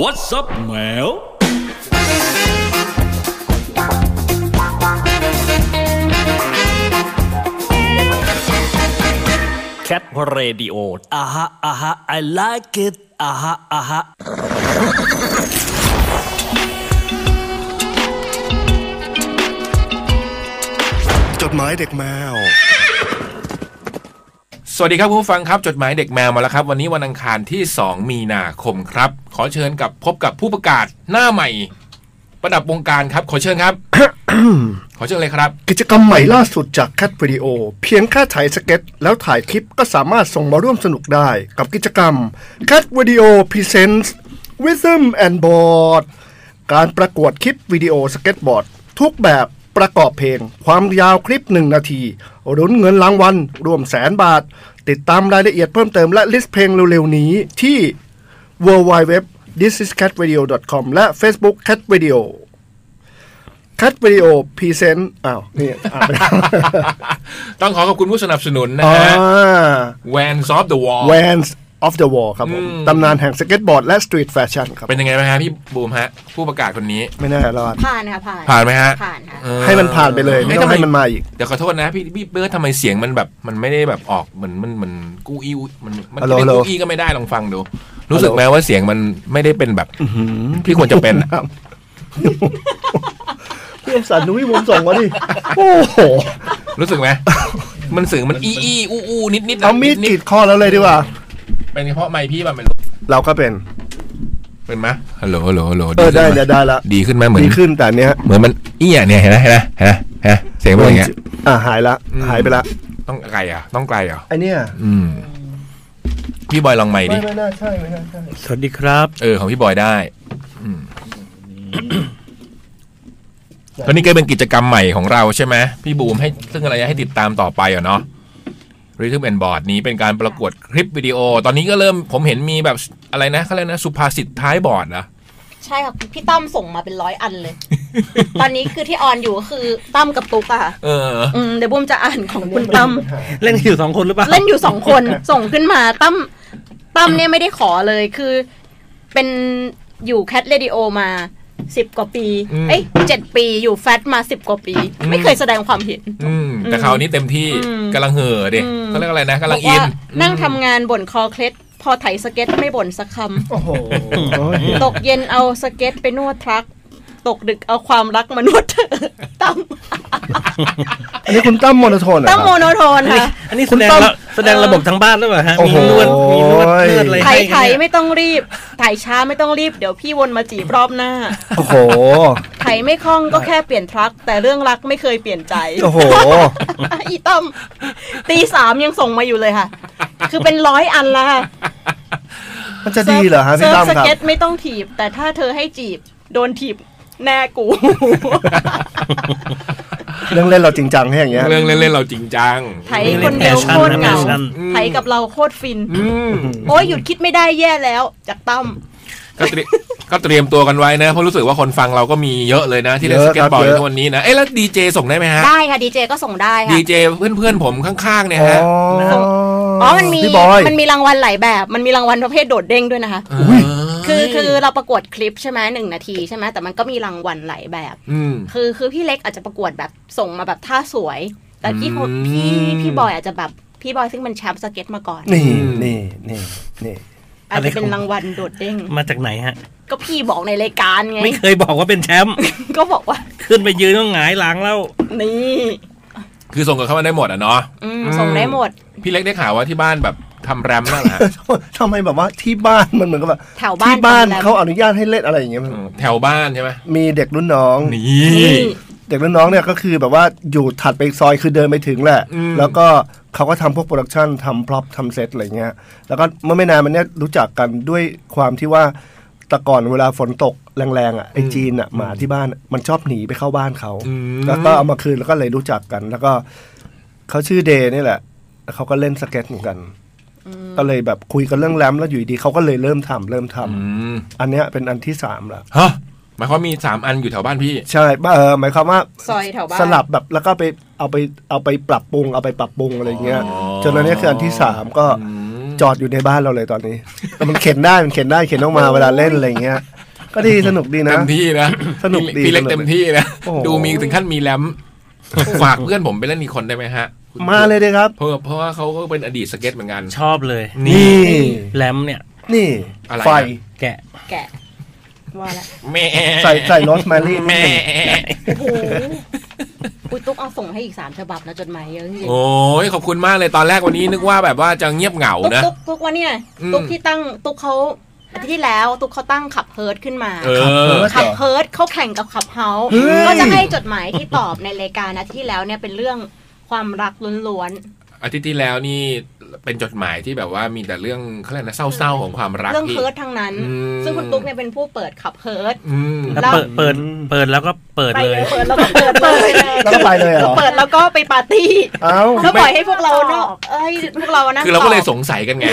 What's up แมว Cat Radio อ่ะฮะอ่ะฮะ I like it อ่ะฮะอ่ะฮะ จดหมายเด็กแมว สวัสดีครับผู้ฟังครับจดหมายเด็กแมวมาแล้วครับ วันนี้วันอังคารที่ 2 มีนาคมครับ ขอเชิญกับพบกับผู้ประกาศหน้าใหม่ ประดับวงการครับ ขอเชิญ ครับ ขอเชิญเลยครับ กิจกรรมใหม่ล่าสุดจากแคทวิดีโอเพียงแค่ถ่ายสเก็ต แล้วถ่ายคลิปก็สามารถส่งมาร่วมสนุกได้กับกิจกรรม Cat Video Presents Rhythm and Board การประกวดคลิปวิดีโอสเก็ตบอร์ด ทุกแบบประกอบเพลง ความยาวคลิป 1 นาทีรุ้นเงินรางวัลรวมแสนบาท ติดตามรายละเอียดเพิ่มเติมและลิสต์เพลงเร็วๆนี้ที่ w w w t h i s i s c a t v i d e o c o m และ Facebook Cat Video คัดวิดีโอพรีเซนต์อ้าวนี่อ่านไม่ได้ ต้องข อขอบคุณผู้สนับสนุนนะ อ่า ฮะแวนซอฟต์เดอะวอล แวนส์ออฟเดอะวอลครับผม ตำนานแห่งสเก็ตบอร์ดและสตรีทแฟชั่นครับ เป็นยังไงไหมฮะพี่บูมฮะ ผู้ประกาศคนนี้ ไม่น่ารอด ผ่านค่ะผ่าน ผ่านไหมฮะ ผ่านค่ะ เออ ให้มันผ่านไปเลยไม่ต้อง เะ ให้มันมาอีก เดี๋ยวขอโทษนะพี่พี่เบิร์ดทำไมเสียงมันแบบมันไม่ได้แบบออกเหมือนมันมันกู้อี้วมันมัน ฮัลโหล จะเป็น ฮัลโหล กู้อี้ก็ไม่ได้ลองฟังดูรู้สึกไหมว่าเสียงมันไม่ได้เป็นแบบที่ควรจะเป็นอะ เพื่อนสันนุ้ยวงส่ง มาดิ โอ้โห รู้สึกไหม มันสื่อมันอี้อี้อู้อู้นิดนิดๆนะ เอามีดก นิ รี ด ดคอแล้วเลยดีกว่า ๆเป็นเพราะไมค์พี่ป่ะไม่รู้ เราก็เป็น เป็นไหมฮัลโหลฮัลโหลฮัลโหล เออได้ ขึ้นหม ได้ได้ละ ดีขึ้นไหมเหมือน ดีขึ้นแต่อันเนี้ย เหมือนมันอี้อ่ะเนี่ยเห็นไหมเห็นไหมเห็นไหมเห็นไหมเสียงเป็นอย่างเงี้ย อ่าหายละ อืม หายไปละ ต้องไกลอ่ะต้องไกลอ่ะ ไอเนี้ย อืม พี่บอยลองไมค์ดิ ไม่ไม่น่าใช่ไม่น่าใช่ สวัสดีครับ เออของพี่บอยได้อืมตอนนี้ก็เป็นกิจกรรมใหม่ของเราใช่ไหมพี่บูมให้ซึ่งอะไรให้ติดตามต่อไปอ่ะเนาะ Rhythm and Board นี้เป็นการประกวดคลิปวิดีโอ ตอนนี้ก็เริ่มผมเห็นมีแบบอะไรนะเขาเรียกนะสุภาษิตท้ายบอร์ดนะ ใช่ค่ะ พี่ตั้มส่งมาเป็นร้อยอัน เลย ตอนนี้คือที่ออนอยู่ก็คือตั้มกับตุ๊กอะค่ะ เออ อืมเดี๋ยวบุ้มจะอ่านของคุณตั้ม เล่นกันอยู่สองคนหรือเปล่า เล่นอยู่สองคนส่งขึ้นมาตั้มตั้มเนี่ยไม่ได้ขอเลยคือเป็นอยู่แคทเรดิโอมาสิบกว่าปี อืม เอ้ยเจ็ดปีอยู่แฟตมาสิบกว่าปี อืม ไม่เคยแสดงความเห็น อืม แต่คราวนี้เต็มที่ อืม กำลังเห่อดิ อืม เขาเรียกอะไรนะกำลัง บ อิ ว่าน นั่งทำงานบ่นคอเคล็ด พอไถสเก็ตไม่บ่นสักคำ โอ้โห ตกเย็นเอาสเก็ตไปนวดทรัก ตกดึกเอาความรักมานวดเธอ ตั้ม อันนี้คุณตั้มโมโนโทนเหรอครัตั้ม บ โมโนโทนค่ะ อันนี้ คุ แส ณ ดง ตั้ม ระแสดงระบบทางบ้านหรือเปล่าฮะ โอ้ มี โห นวด มีนวดเลือดอะไร ไถ ให้ ไถ กันเนี่ย ไม่ต้องรีบไถช้าไม่ต้องรีบเดี๋ยวพี่วนมาจีบรอบหน้า โอ้โห ไถไม่คล่องก็แค่เปลี่ยนทรัก แต่เรื่องรักไม่เคยเปลี่ยนใจ โอ้โห อีตั้มตีสามยังส่งมาอยู่เลยค่ะ คือเป็นร้อยอันละค่ะ มันจะดีเหรอฮะพี่ตั้ม เซิร์คฟส รับ เก็ตไม่ต้องถีบ แต่ถ้าเธอให้จีบ โดนถีบแน่กู เรื่องเล่นเราจริงจังให้อย่างเงี้ย เรื่องเล่นๆเราจริงจัง ไถคนเดียวโคตรเหงาไถกับเราโคตรฟิน อืม โอ้ยหยุดคิดไม่ได้แย่แล้วจากตั้ม ก็เตรียก็เตรียม ตัวกันไว้นะ เพราะรู้สึกว่าคนฟังเราก็มีเยอะเลยนะ ที่เล่น เย ส อะ เก็ ค ต รับบ อร์ด เยอะ ในวันนี้นะเอ๊ะแล้วดีเจส่งได้ไหมฮะ ได้ค่ะดีเจก็ส่งได้ ดี ค่ะ เจเพื่อนๆผมข้างๆเนี่ย อ๋อ ฮะ อ๋อมันมี พี่บอย มันมีรางวัลหลายแบบ มันมีรางวัลประเภทโดดเด้งด้วยนะคะ อุ๊ย คือคือเราประกวดคลิปใช่ไหมหนึ่งนาทีใช่ไหมแต่มันก็มีรางวัลหลายแบบ อืม คือคือพี่เล็กอาจจะประกวดแบบส่งมาแบบท่าสวย แต่พี่คน อืม พี่พี่บอยอาจจะแบบพี่บอยซึ่งเป็นแชมป์สเก็ตมาก่อน นี่นี่นี่นี่ อาจจะเป็นรางวัลโดดเด้ง มาจากไหนฮะ ก็พี่บอกในรายการไง ไม่เคยบอกว่าเป็นแชมป์ ก็บอกว่า ขึ้นไปยืนต้องหงายหลังแล้ว นี่ คือส่งกันเข้ามาได้หมดอ่ะเนาะ อืมส่งได้หมด พี่เล็กได้ข่าวว่าที่บ้านแบบทำแรมมากเหรอฮะ ทำไม แบบว่าที่บ้านมันเหมือนกับแบบ แถวบ้าน ที่บ้าน ทำแล้ว เขาอนุญาตให้เล่นอะไรอย่างเงี้ย อืมแถวบ้านใช่ไหม มีเด็กรุ่นน้อง นี นี่ ่ เด็กรุ่นน้องเนี่ยก็คือแบบว่าอยู่ถัดไปอีกซอยคือเดินไปถึงแหละ อืม แล้วก็เขาก็ทำพวกโปรดักชันทำพร็อพทำเซตอะไรเงี้ยแล้วก็เมื่อไม่นานมันเนี่ยรู้จักกันด้วยความที่ว่าแต่ก่อนเวลาฝนตกแรงๆอ่ะไอ้จีนอ่ะหมาที่บ้านอะมันชอบหนีไปเข้าบ้านเขา อืม แล้วก็เอามาคืนแล้วก็เลยรู้จักกัน แล้วก็เขาชื่อเดย์นี่แหละแล้วเขาก็เล่นสเก็ตเหมือนกันก็เลยแบบคุยกันเรื่องแรมแล้วอยู่ดีเขาก็เลยเริ่มทำเริ่มทำ อืม อันเนี้ยเป็นอันที่สามละ ฮะหมายความมีสามอันอยู่แถวบ้านพี่ ใช่บ้าเออหมายความว่า ซอยแถวบ้าน สลับแบบแล้วก็ไปเอาไปเอาไปปรับปรุงเอาไปปรับปรุงอะไรอย่างเงี้ย อ๋อ จนอันเนี้ยคืออันที่สามก็ อืม จอดอยู่ในบ้านเราเลยตอนนี้แต่มันเข็นได้มันเข็นได้เข็นออกมาเวลาเล่นอะไรอย่างเงี้ย ก็ดีสนุกดีนะ เต็มที่นะ สนุกดี พี่เล็กเต็มที่นะ โอ้โห ดูมีถึงขั้นมีแรมฝากเพื่อนผมไปเล่นอีกคนได้ไหมฮะ มาเลยเลยครับ เพราะเพราะว่าเขาก็เป็นอดีตสเก็ตเหมือนกัน ชอบเลย นี่ แรมเนี่ย นี่ อะไรนะ ไฟ แกะ แกะว่าละ แม่ ใส่ใส่โรสแมรี่ แม่ โอ้โหอุ้ยตุ๊กเอาส่งให้อีกสามฉบับนะจดหมายเยอะจริง โอ้ยขอบคุณมากเลยตอนแรกวันนี้นึกว่าแบบว่าจะเงียบเหงา ตุ๊ก นะ ตุ๊กตุ๊กว่าเนี่ย อืม ตุ๊กที่ตั้งตุ๊กเขาอาทิตย์ที่แล้ว ตุ๊กเขาตั้งขับเฮิร์ทขึ้นมา เออ ขับเฮิร์ทเขาแข่งกับขับเฮาส์ เฮ้ย ก็จะให้จดหมายที่ตอบในรายการนะที่แล้วเนี่ยเป็นเรื่องความรักล้วน อาทิตย์ที่แล้วนี่เป็นจดหมายที่แบบว่ามีแต่เรื่องเขาเรียกนะเศร้าๆของความรั ๆ ก เรื่อง ที่ เฮิร์ททั้งนั้น อืม ซึ่งคุณตุ๊กเนี่ยเป็นผู้เปิดขับเฮิร์ท อืม แล้ว แล้ว เปิดเปิดเปิดแล้วก็เปิด ไป เลย เปิดแล้วก็เปิดเลย แล้วก็ไปเลยเหรอ เปิดแล้วก็ไปปาร์ตี้ เอ้า แล้วปล่อยให้พวกเราเนาะเอ้ยพวกเรานั่ง คือเราก็เลย ต สงสัยกันไง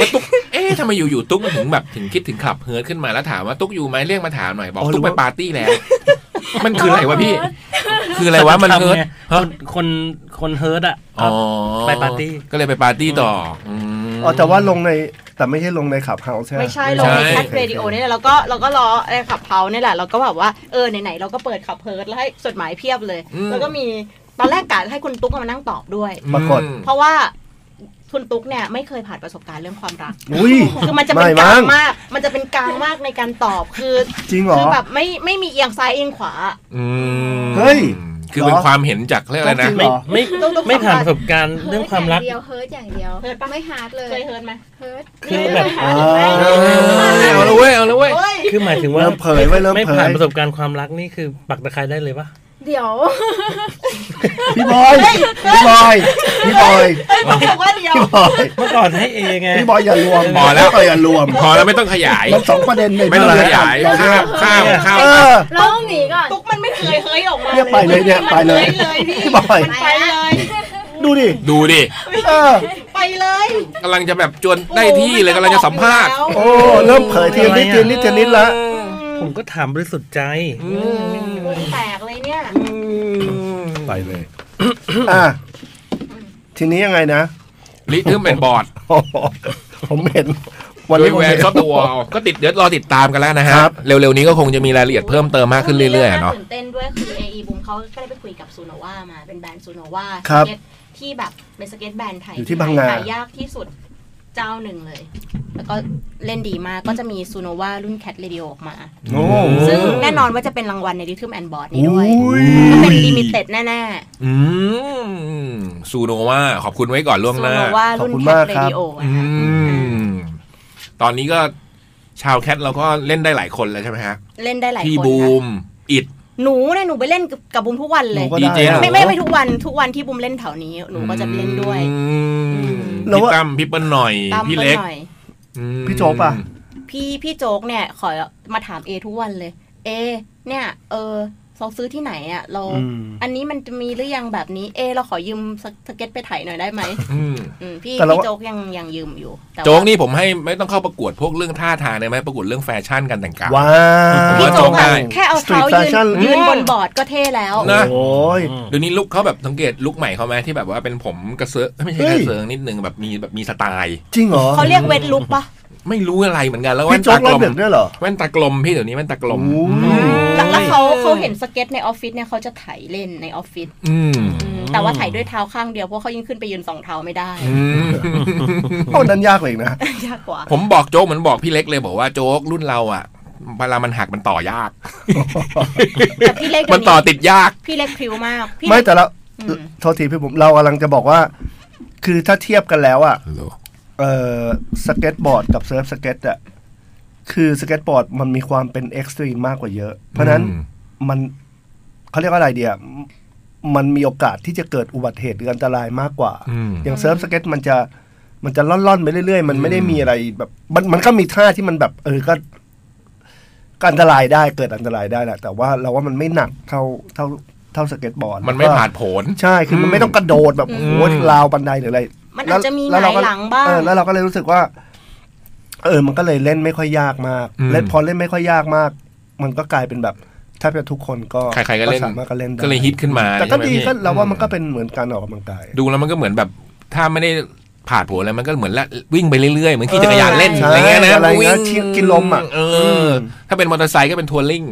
ว่าตุ๊กเอ๊ะทำไมอยู่ๆตุ๊กมันถึงแบบถึงคิดถึงขับเฮิร์ตขึ้นมาแล้วถามว่าตุ๊กอยู่ไหมเรียกมาถามหน่อยบอก อ๋อ ตุ๊กไป หรือว่า ปาร์ตี้แล้ว มันคืออะไรวะพี่ คืออะไรวะมันเฮิร์ต ทำไง ฮะ คนคนคนเฮิร์ตอ่ะ อ๋อ ไปปาร์ตี้ ก็เลยไปปาร์ตี้ต่ออม อ๋อแต่ว่าลงในแต่ไม่ใช่ลงในขับเฮาใช่ห ไม่ใช่ลงใน ไม่ใช่ แคทเรดิโอนี่แหละเราก็เราก็รอไอ้ขับเฮาส์นี่แหละเราก็แบบว่าเออไหนๆเราก็เปิดขับเฮิร์ทแล้วให้จดหมายเพียบเลย อืม แล้วก็มีตอนแรกกะให้คุณตุ๊กเอามานั่งตอบด้วย ปรากฏ อืม เพราะว่าคุณตุ๊กเนี่ยไม่เคยผ่านประสบการณ์เรื่องความรัก อุ้ย คือมันจะเป็ ไม่ นกลา มั้ ง ง มาก มันจะเป็นกลางมากในการตอบ คือ จริงเหร คือ อแบบไม่ไม่มีเอียงซ้ายเอียงขวา อืม เฮ้ย คือเป็น เหรอ ความเห็นจากเรื่องอะไรนะ จริงเหรอ ไม่ไม่ ต้องต้อง ไม่ผ่านประสบการณ์เรื่องความรัก เฮิร์ตอย่างเดียวเฮิร์ตอเฮิร์ตย่างเดียวปะ ไม่ฮาร์ดเล เค ย ยเฮิร์นไหม เฮิร์ต คือแบบ เย อ่า เออเอาละเว้ยเอาละเว้ย เฮ้ย คือหมายถึงว่า เริ่มเผยไว้เริ่ม ไม่ เผ ผ่าน ย ประสบการณ์ความรักนี่คือปักตะไคร้ได้เลยปะ เดี๋ยว พี่บอยพี่บอยพี่บอย เฮ้ยบอกว่าเดียว พี่บอย เมื่อก่อนให้เองไง พี่บอยอย่ารวม พอแล้ว พี่บยอย่ารวม พอแล้วไม่ต้องขยาย มันสองประเด็นเลย ไม่ต้องขยาย เราเลื ข้า อ ม ก ข้ามข้าม เอ ข้าม อ เราต้องหนีก่อน ตุ๊กมันไม่เคยเฮ้ยออกมา เนี่ยไปเลยเนี่ยไปเลย มันเลยพี่ พี่บอย มันไปเลย ดูดิ ดูดิ เออ ไปเลย กำลังจะแบบจวนได้ที่เลยกำลังจะสัมภาษณ์ โอ้โห โอ้เริ่มเผยทีละนิดทีละนิดทีละนิดละ ผมก็ถามบริสุทธิ์ใจ วงแตกเลยเนี่ย ไปเลย อ่ะ ทีนี้ยังไงนะ ลิทึมเป็นบอร์ด ผมเห็น วัน ด้วย นี้ผม แว เห็ ร์ น ซอฟต์วอลก็ติดเดี๋ยวรอติดตามกันแล้วนะฮะ ครับ เร็วๆนี้ก็คงจะมีรายละเอียดเพิ่มเติมมากขึ้นเรื่อยๆอะเนาะ ตื่นเต้นด้วยคือ AE บุมเขาก็ได้ไปคุยกับซูโนวามาเป็นแบรนด์ซูโนวา ครับ สเก็ตที่แบบเป็นสเก็ตแบรนด์ไทย อยู่ที่บางนา ขายยากที่สุดเจ้าหนึ่งเลย แล้วก็เล่นดีมากก็จะมีซูโนวารุ่นแคทเรดิโอออกมา โอ้ ซึ่งแน่นอนว่าจะเป็นรางวัลในดิทึมแอนบอร์ดนี้ด้วย อุ้ย ก็เป็นลิมิเต็ดแน่ อืมซูโนวาขอบคุณไว้ก่อนล่ว ๆ ง ซู หน้า โนวารุ่น ขอบคุณ แค มา ท ก เร ครับ ดิโอ อืม ตอนนี้ก็ชาวแคทเราก็เล่นได้หลายคนแล้วใช่ไหมฮะ เล่นได้หลาย พี่ คน บู ค่ะ ม อิด หนูเนี่ยหนูไปเล่นกับบุมทุกวันเลย หนูก็ ดี ได้ เจ นะ ไม่ไม่ไปทุกวันทุกวันที่บุมเล่นแถวนี้หนูก็จะเล่นด้วย อืม อืม แล้ว พี่ ว่า ตั้มพี่เปิ้ลหน่อย ตาม พี่ ไป เล็ก หน่อย อืม พี่โจ๊กป่ะ พี่พี่โจ๊กเนี่ยขอมาถามเอทุกวันเลย เอ เนี่ย เออเราซื้อที่ไหนอะ่ะ เรา อืม อันนี้มันจะมีหรือยังแบบนี้เอ เราขอยืมสกสเก็ตไปถ่ายหน่อยได้ไหม อืม อืมพี่ แต่เรา พี่โจ๊กยังยังยืมอยู่แต่ว่า โจ๊กนี่ผมให้ไม่ต้องเข้าประกวดพวกเรื่องท่าทางเลยไหมประกวดเรื่องแฟชั่นกันแต่งกาย ว้า พี่ พี่ ว โจ๊ก ได้ อะแค่เอาเท้า Street ยืน fashion ยืนบนบอร์ดก็เท่แล้ว นะ โอ้ย เดี๋ยวนี้ลุคเขาแบบสังเกตลุคใหม่เขาไหมที่แบบว่าเป็นผมกระเซอะไม่ใช่ เฮ้ยกระเซิงนิดนึงแบบมีแบบมีสไตล์ จริงเหรอ เขาเรียกเวทลุกปะ ไม่รู้อะไรเหมือนกันแล้วแว่ พี่ น โจ๊ ตาก ก รั ล บ ม เด็กด้วยเหรอ แว่นตากลมพี่เดี๋ยวนี้แว่นตากลม โอ้ อืม หลังแล้วเขาเขาเห็นสเก็ตในออฟฟิศเนี่ยเขาจะไถ่ายเล่นในออฟฟิศ อืม อืมแต่ว่าไถ่ายด้วยเท้าข้างเดียวเพราะเขายังขึ้นไปยืนสองเท้าไม่ได้ อืม โอ้นั้นยากเลยนะ ยากกว่า ผมบอกโจ๊กเหมือนบอกพี่เล็กเลยบอกว่าโจ๊กรุ่นเราอ่ะเวลามันหักมันต่อยาก แต่พี่เล็กเดี๋ มั ย น ว ต่อ นี้ ติดยาก พี่เล็กพริ้วมากพี่ ไม่ เล็ก แต่ละ อืม โทษทีพี่ผมเรากำลังจะบอกว่า คือถ้าเทียบกันแล้วอะเออสเก็ตบอร์ดกับเซิร์ฟสเก็ตอะคือสเก็ตบอร์ดมันมีความเป็นเอ็กซ์ตรีมมากกว่าเยอะ เพราะฉะนั้น มันเขาเรียกว่าอะไรเดียมมันมีโอกาสที่จะเกิดอุบัติเหตุหรืออันตรายมากกว่า อืม อย่างเซิร์ฟสเก็ตมันจะมันจะล่อนๆไปเรื่อยๆ มันไม่ได้ อืม มีอะไรแบบมันมันก็มีท่าที่มันแบบเออก็ก็อันตรายได้เกิดอันตรายได้แหละแต่ว่าเราว่ามันไม่หนักเท่าเท่าเท่าสเก็ตบอร์ด มันไม่ แล้วก็ ผ่านผล ใช่คือมันไม่ต้องกระโดดแบบ อืโมอ้โหราวบันไดหรืออะไร มันอาจจะมีห แว งา เร ย ก็ หลังบ้าง เออแล้วเราก็เลยรู้สึกว่า เออ มันก็เลยเล่นไม่ค่อยยากมาก อืม เล่นพอเล่นไม่ค่อยยากมาก มันก็กลายเป็นแบบแทบจะทุกคนก็ ใครๆก็เล่น สามารถก็เล่นได้ ก็เลยฮิตขึ้นมา แต่ก็ ใช่ไหม ดี พี่ ก็เราว่ามันก็ อื เป็นเหมือนการออกกำลังกาย ดูแล้วมันก็เหมือนแบบถ้าไม่ได้ ผ่าดผลแล้วมันก็เหมือนละวิ่งไปเรื่อยๆ เหมือนขี่จักรยานเล่น ใช่ อะไรเงี้ยนะ อะไรนะ วิ่ง ที่กินลมอ่ะ เอ ม อ ถ้าเป็นมอเตอร์ไซค์ก็เป็นทัวริง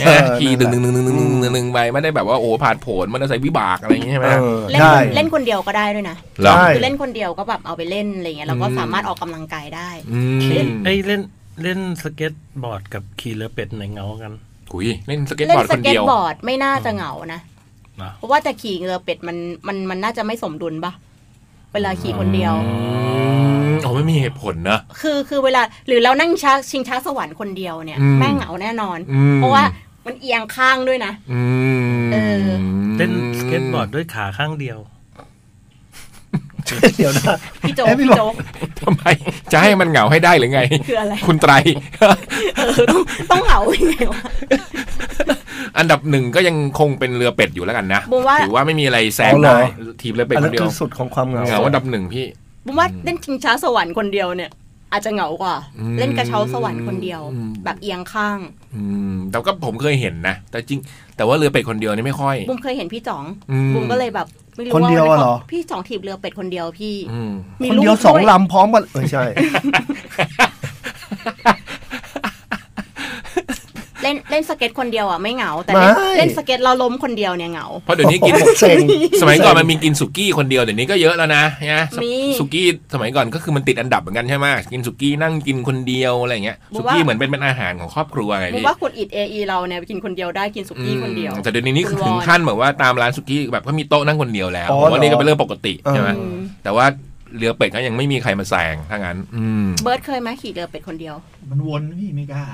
เอ นะ อ ขี่ดึงดึงดึงดึงดึงดึงดึงดึงไปไม่ได้แบบว่าโอ้โหผ่านผลมันอาศัยวิบากอะไรอย่างงี้ใช่ไหม เออ เล่น ใช่ เล่นคนเดียวก็ได้ด้วยนะ เหรอ ใช่ คือเล่นคนเดียวก็แบบเอาไปเล่นอะไรเงี้ยแล้วก็สามารถออกกำลังกายได้ อืม ไอ้ยเล่นเล่นสเก็ตบอร์ดกับขี่เรือเป็ดไหนเหงากัน คุยเล่นสเก็ต เล่ บอน ร์ด ส คน เก็ต เดียว บอร์ดไม่น่าจะเหงานะ นะ เพราะว่าจะขี่เรือเป็ดมันมันมันน่าจะไม่สมดุลปะเวลาขี่คนเดียว อืมโอ้ไม่มีเหตุผลนะ คือคือเวลาหรือเรานั่งช้าชิงช้าสวรรค์คนเดียวเนี่ย อืม แม่งเหงาแน่นอน อืม เพราะว่ามันเอียงข้างด้วยนะ อืม เออ เล่นสเก็ตบอร์ดด้วยขาข้างเดียว เดี๋ยวนะ พี่โจ๊ก เอ้ยพี่บพี่อก โจ๊ก ทำไมจะให้มันเหงาให้ได้หรือไง คืออะไร คุณไตร เออต้องต้องเหงายังไงวะ อันดับหนึ่งก็ยังคงเป็นเรือเป็ดอยู่แล้วกันนะ บูมว่า ถือว่าไม่มีอะไรแซง เอาเหร ได้ อ ทีมเรือเป็ด อัน ค นั้น นเดีย คื ว อสุดของความเหงา เหงาอันดับหนึ่งพี่ ผมว่าเล่นชิงช้าสวรรค์คนเดียวเนี่ย อาจจะเหงากว่า อืม เล่นกระเช้าสวรรค์คนเดียว อืม แบบเอียงข้าง อืมแต่ก็ผมเคยเห็นนะแต่จริง แต่ว่าเรือเป็ดคนเดียวนี่ไม่ค่อย บุมเคยเห็นพี่จ๋อง อืม บุมก็เลยแบบไม่รู้ คนเดียว ว่า อะเหรอ พี่จ๋องถีบเรือเป็ดคนเดียวพี่ อืม มี คน ลูก เดียวสอง ด้วย ลำพร้อมกันเออใช่ เล่นเล่นสเก็ตคนเดียวอ่ะไม่เหงา แต่เล่น ไม่ เล่นสเก็ตเราล้มคนเดียวเนี่ยเหงา เพราะเดี๋ยวนี้กิน เซ็ง สมัยก่อนมันมีกินสุกี้คนเดียวเดี๋ยวนี้ก็เยอะแล้วนะนะ มี สุกี้สมัยก่อนก็คือมันติดอันดับเหมือนกันใช่ไหมกินสุกี้นั่งกินคนเดียวอะไรอย่างเงี้ย บอกว่า สุกี้เหมือนเป็นเป็นอาหารของครอบครัวไง บุม พี่ ว่าคนอิดเอเราเนี่ยกินคนเดียวได้กินสุกี้คนเดียว แต่เดี๋ยวนี้นี่ คุณวอน ถึงขั้นแบบว่าตามร้านสุกี้แบบก็มีโต๊ะนั่งคนเดียวแล้ว อ๋อ ผมว่านี่ เหร ก็ อ เป็นเรื่องปกติใช่ไหม เอ อืม แต่ว่าเรือเป็ดก็ยังไม่มีใครมาแซงถ้างั้น อืม เบิร์ดเคยไหมขี่เรือเป็ดคนเดียว มันวนนะพี่ไม่กล้า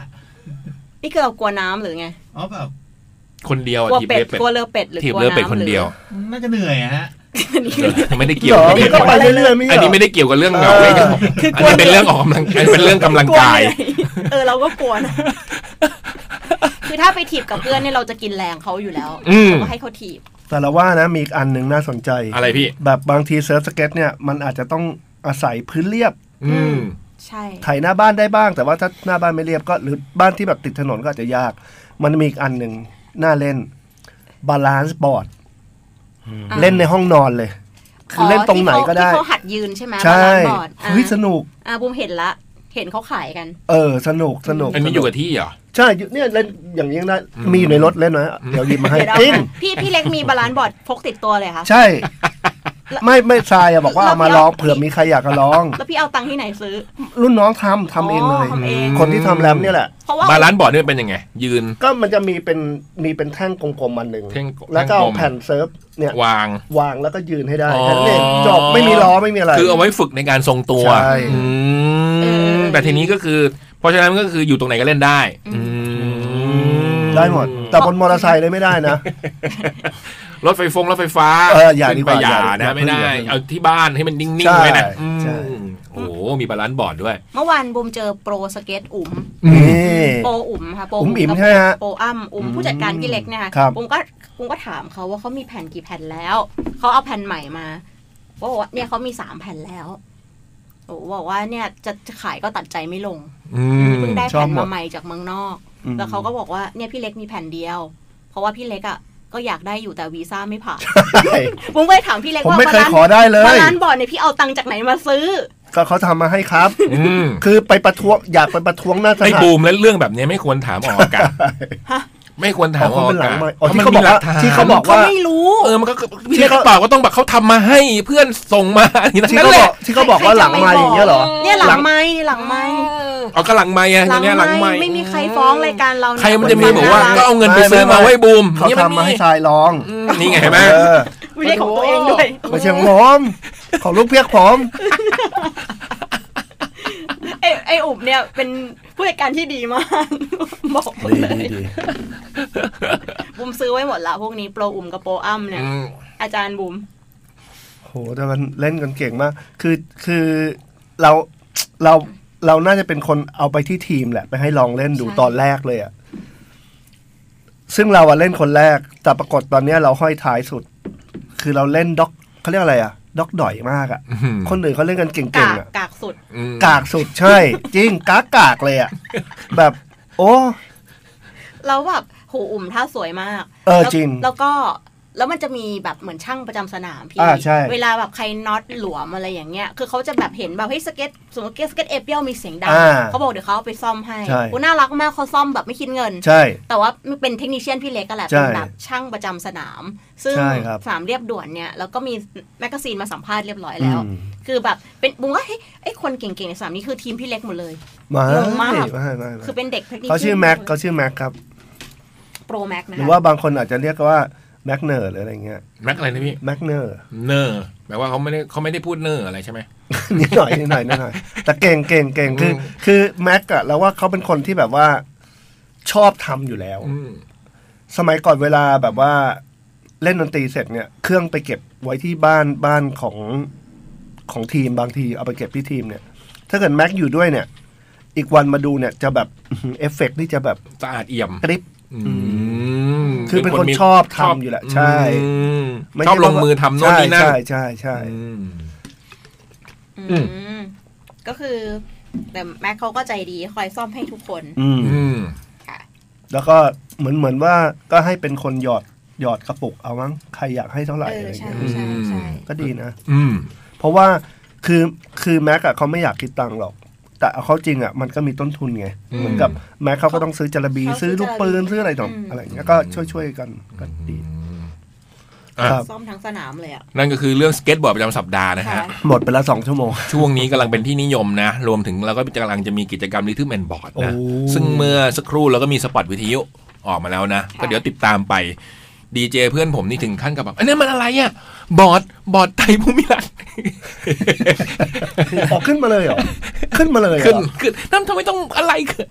นี่คือเรากลัวน้ำหรือไง อ๋อแบบ คนเดียว กลัว ทีบ เป็ด เรือเป็ด กลัวเรือเป็ดหรือ ทีบ กลัว เรือ น้ำ เป็ดคนเดียว น่าจะเหนื่อยอะฮะ อันนี้คือ ไม่ได้เกี่ เห ย รอวกับเรื่ พี่ อง ก็ คน ไปเรื่อยๆไม่ใช่ อัน เหร นี้ อ ไม่ได้เกี่ยวกับเรื่องเหงาเลย เออ อันนี้เป็นเรื่องออกกำลังอันนี้เป็นเรื่องกำลังกาย เออเราก็กลัว นะ คือถ้าไปถีบกับเพื่อนเนี่ยเราจะกินแรงเขาอยู่แล้ว อืม เราก็ให้เขาถีบ แต่ละว่านะมีอีกอันหนึ่งน่าสนใจ อะไรพี่ แบบบางทีเซิร์ฟสเก็ตเนี่ยมันอาจจะต้องอาศัยพื้นเรียบ อืม ใช่ ไถหน้าบ้านได้บ้าง แต่ว่าถ้าหน้าบ้านไม่เรียบก็หรือบ้านที่แบบติดถนนก็อาจจะยาก มันมีอีกอันหนึ่งน่าเล่นบาลานซ์บอร์ดเล่นในห้องนอนเลย คือเล่นตรงไหนก็ได้ ที่เขาหัดยืนใช่ไหม ใช่ บาลานซ์บอร์ดอ่ะ เฮ้ยสนุก อ่ะบูมเห็นละ เห็นเขาขายกัน เออสนุกสนุก อันนี้อยู่กับที่เหรอ ใช่อยู่เนี่ยเล่นอย่างนี้ยังได้มีอยู่ในรถเล่นนะเดี๋ยวหยิบมาให้ เดี๋ยวเรา จริง พี่พี่เล็กมีบาลานซ์บอร์ดพกติดตัวเลยค่ะ ใช่ ไม่ไม่ทรายอะบอกว่า เรา เอามา ไม่ ล เอา องเผื่อมีใครอยากจะลอง แล้วพี่เอาตังค์ที่ไหนซื้อ รุ่นน้องทำทำเองเลย อ๋อทำเอง คนที่ทำแรมเนี่ยแหละ เพราะว่า บาลานซ์บอร์ดนี่มันเป็นยังไง ยืน ก็มันจะมีเป็นมีเป็นแท่งกลมๆมันหนึ่ง แท่งกลม แล้วก็เอาแผ่นเซิร์ฟเนี่ยว าง วางแล้วก็ยืนให้ได้ อ๋อ แค่นั้นเองจบไม่มีล้อไม่มีอะไร คือเอาไว้ฝึกในการทรงตัว ใช่ อืมแต่ทีนี้ก็คือ เพราะฉะนั้นก็คืออยู่ตรงไหนก็เล่นได้ อืม ได้หมด แต่บนมอเตอร์ไซค์เลยไม่ได้นะ รถไฟฟงรถไฟฟ้า เอออย่า ขึ้น ดีก ไป ว่า อย่า อย่า นะไม่ได้ อย่า เอาที่บ้านให้มันนิ่ง ใช่ ๆไว้นะอืม ใช่ โอ้โหมีบาลานซ์บอร์ดด้วย เมื่อวานบูมเจอโปรสเก็ตอุ่ม นี่ โปรอุ่มค่ะโปร อุ๋มอิ่มใช่ไหมฮะ โปรอ้ำอุ่มผู้จัดการพี่เล็กเนี่ยค่ะ ครับ ผมก็ผมก็ถามเขาว่าเขามีแผ่นกี่แผ่นแล้วเขาเอาแผ่นใหม่มาเขาบอกว่าเนี่ยเขามีสามแผ่นแล้วโอ้บอกว่าเนี่ยจะจะขายก็ตัดใจไม่ลง อืม เพิ่งได้ ชอ แผ่ บ น หมด มาใหม่จากเมืองนอก แล้วเขาก็บอกว่าเนี่ยพี่เล็กมีแผ่นเดียว เพราะว่าพี่เล็กอ่ะก็อยากได้อยู่แต่วีซ่าไม่ผ่าน ใช่ ผมก็เลยถามพี่เล็ก ผม ว่า ไม่เคยขอได้เล ร้าน ย ร้านบอร์ดเนี่ยพี่เอาตังค์จากไหนมาซื้อ ก็เขาทำมาให้ครับ อืม คือไปประท้วงอยากไปประท้วงหน้าท ไอ้ หาร บูมและเรื่องแบบนี้ไม่ควรถามออกอากาศ ฮะ ไม่ควรถามออกอากาศ อ๋อคนเป็นหลังไมค์อ๋อที่เขาบอก เขาไม่รู้ เออมันก็พี่ ที่ เล็ก เขา เปล่าก็ต้องแบบเขาทำมาให้เพื่อนส่งมาอันนี้ ที่ นั่ เขา น บอแหละ กที่เขาบอกว่าหลังไมาอย่างเงี้ยเหรอ เนี่ยหลังไม้หลังไม้ เอากระหลังไม่ไง ห ตร ลั ง ง เนี้ยหลัง ไม ไม่ ค์ไม่มีใครฟ้องรายการเรา ใครมันจะมีบอกว่า น่รั ก็เอาเงินไปซื้อมา ไม่ไม่ ไว้บูม เขา นี่มัน ทำมาให้ นี่ ทรายลอง อืมนี่ไงเห็นไหม เออ ไม่ใช่ของตัวเองด้วย ไม่ใช่ของผมของลูกเพียกผม ไอ้ไอ้อุบเนี่ยเป็นผู้จัดการที่ดีมาก บอกหมดเลยบุมซื้อไว้หมดละพวกนี้โปรอุ่มกับโปรอ้ำเนี่ย อืม อาจารย์บุม โหแต่มันเล่นกันเก่งมาก คือคือเราเราเราน่าจะเป็นคนเอาไปที่ทีมแหละ ไปให้ลองเล่นดูตอนแรกเลยอะซึ่งเราอะเล่นคนแรก แต่ปรากฏตอนเนี้ยเราห้อยท้ายสุด คือเราเล่นด็อกเขาเรียกอะไรอะด็อกดอยมากอะคนอื่นเขาเล่นกันเก่ กาง ก ๆอะ กากสุด อืม กากสุดใช่ จริงกากกากเลยอ่ะ แบบ โอ้ แล้วแบบโหอุ่มท่าสวยมาก เออ แล้ว จริง แล้วก็ แล้วมันจะมีแบบเหมือนช่างประจำสนามพี่ อ่าใช่ เวลาแบบใครน็อตหลวมอะไรอย่างเงี้ย คือเขาจะแบบเห็นแบบเฮ้ยสเก็ตสมมติสเก็ตเอเปียวมีเสียงดัง อ่า เขาบอกเดี๋ยวเขาเอาไปซ่อมให้ ใช่ โอ้น่ารักมากเขาซ่อมแบบไม่คิดเงิน ใช่ แต่ว่ามันเป็นเทคนิชเชียนพี่เล็กก็แหละ ใช่ เป็นแบบช่างประจำสนาม ซึ่ง ใช่ครับ สนามเรียบด่วนเนี่ยแล้วก็มีแมกกาซีนมาสัมภาษณ์เรียบร้อยแล้ว อืม คือแบบเป็นบุ้งว่าเฮ้ยไอ้คนเก่งๆในสนามนี้คือทีมพี่เล็กหมดเลย ไม่ เยอะมาก ไม่ไม่ คือ ไม่ เป็นเด็กเทคนิค เขาชื่อแม็กเขาชื่อแม็กครับ โปรแม็กนะ ห คะ รือว่าบางคนอาจจะเรียกว่าแม็กเนอร์หรืออะไรเงี้ย แม็กอะไรนะพี่ แม็กเนอร์ เนอร์แปลว่าเขาไม่ได้เขาไม่ได้พูดเนอร์อะไรใช่ไหม นิดหน่อยนิดหน่อยนิดหน่อยแต่เก่งเก่งเก่งคือ อืม คือแม็กอะแล้วว่าเขาเป็นคนที่แบบว่าชอบทำอยู่แล้ว อืม สมัยก่อนเวลาแบบว่าเล่นดนตรีเสร็จเนี่ย เครื่องไปเก็บไว้ที่บ้านบ้านของของทีมบางทีเอาไปเก็บที่ทีมเนี่ย ถ้าเกิดแม็กอยู่ด้วยเนี่ย อีกวันมาดูเนี่ยจะแบบอื้อหือเอฟเฟกต์นี่จะแบบ สะอาดเอี่ยม กริบ อืม คือเป็นคน มี ชอบทำอยู่แหละใช่ อืม ไใ ชอบลงมือทำโน่นนี่นั่น ใช่ใช่ใช่ อืม อื อื ม มก็คือแต่แม็กเขาก็ใจดีคอยซ่อมให้ทุกคน อืม อืม แล้วก็เหมือนเหมือนว่าก็ให้เป็นคนหยอดหยอดกระปุกเอามั้งใครอยากให้เท่าไหร่ เอ อะไร อ ใช่ เงี้ย ใช่ใช่ ก็ดีนะ อืม เพราะว่าคือคือแม็กอะเขาไม่อยากคิดตังค์หรอก แต่เอาเขาจริงอะมันก็มีต้นทุนไง อืม เหมือนกับแม็กเขาก็ต้องซื้อจระบีซื้อลูกปืนซื้ออะไรต่ออะไรเงี้ยก็ช่วยช่วยๆกันก็ดี อ่ะ ครับ ซ่อมทั้งสนามเลยอ่ะ นั่นก็คือเรื่องสเก็ตบอร์ดประจำสัปดาห์นะฮะ หมดไปแล้วสองชั่วโมง ช่วงนี้กำลังเป็นที่นิยมนะ รวมถึงเราก็กำลังจะมีกิจกรรมริทึมแอนบอร์ด โอ้ นะ ซึ่งเมื่อสักครู่เราก็มีสปอตวิทยุออกมาแล้วนะ ก็เดี๋ยวติดตามไปดีเจเพื่อนผมนี่ถึงขั้นกับแบบอันนี้นมันอะไรอ่ะ บอร์ดบอร์ดไทยภูมิรัตน์ ออกขึ้นมาเลยเหรอ ขึ้นมาเลยเหรอ ขึ้นขึ้นนั่นทำไมต้องอะไรคือ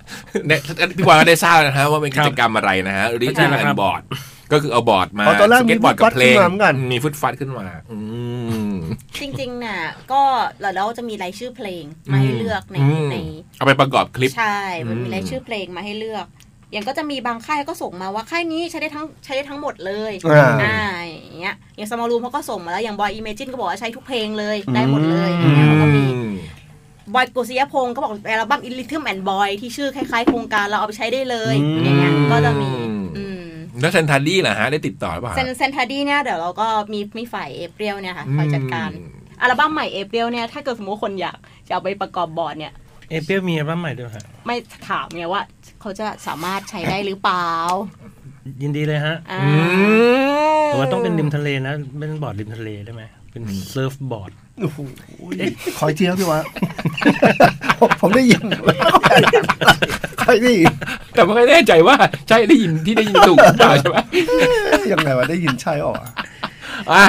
เนี่ยพี่วานก็ได้ทราบนะฮะว่าเป็นกิจกรรมอะไรนะฮะริทึม ใช่แล้ แอ วครับ นบอร์ดก็คือเอาบอร์ดมา อ๋อตอนแรก สเก็ตบอร์ด มี กับเพลง ฟุตฟัดขึ้นมาเหมือนกัน มีฟุตฟัดขึ้นมาอืม จริง ๆ น่ะ ก็เราเราจะมีรายชื่อเพลงมาให้เลือกใน อืม ใน เอาไปประกอบคลิป ใช่มันมี อืม รายชื่อเพลงมาให้เลือก อย่างก็จะมีบางค่ายก็ส่งมาว่าค่ายนี้ใช้ได้ทั้งใช้ได้ทั้งหมดเลย อ่า อย่างเงี้ยอย่างสมารูมเขาก็ส่งมาแล้วอย่างบอยอีเมจินก็บอกว่าใช้ทุกเพลงเลยได้หมดเลยอ อื ย่างเงี้ยเขาก็มี ม บอยกุศยพงศ์ก็บอกอัลบั้มอินลิทึมแอนบอยที่ชื่อคล้ายๆโครงการเราเอาไปใช้ได้เลย อืม อย่างเงี้ยก็จะมี อืม อืม แล้วเซนทันดี้ล่ะฮะได้ติดต่อหรือเปล่า เซนเซนทาดี้เนี่ยเดี๋ยวเราก็มีมีฝ่ายเอเปรียวเนี่ยค่ะคอยจัดการ อืม อัลบั้มใหม่เอเปรียวเนี่ยถ้าเกิดสมมติคนอยากจะเอาไปประกอบบอร์ดเนี่ย เอเปียมีอัลบั้มใหม่ด้วยฮะ ไม่ถามไงว่าเขาจะสามารถใช้ได้หรือเปล่า ยินดีเลยฮะ อ่า แต่ว่าต้องเป็นริมทะเลนะ เป็นบอร์ดริมทะเลได้ไหมเป็นเซิร์ฟบอร์ด โอ้โหขออีกทีครับพี่วะ ผมผมได้ยิน ใครได้ยิน แต่ไม่ค่อยแน่ใจว่าใช่ได้ยินที่ได้ยินถูกหรือเปล่าใช่ไหม ยังไงวะได้ยินใช่ออกอะ อ่ะ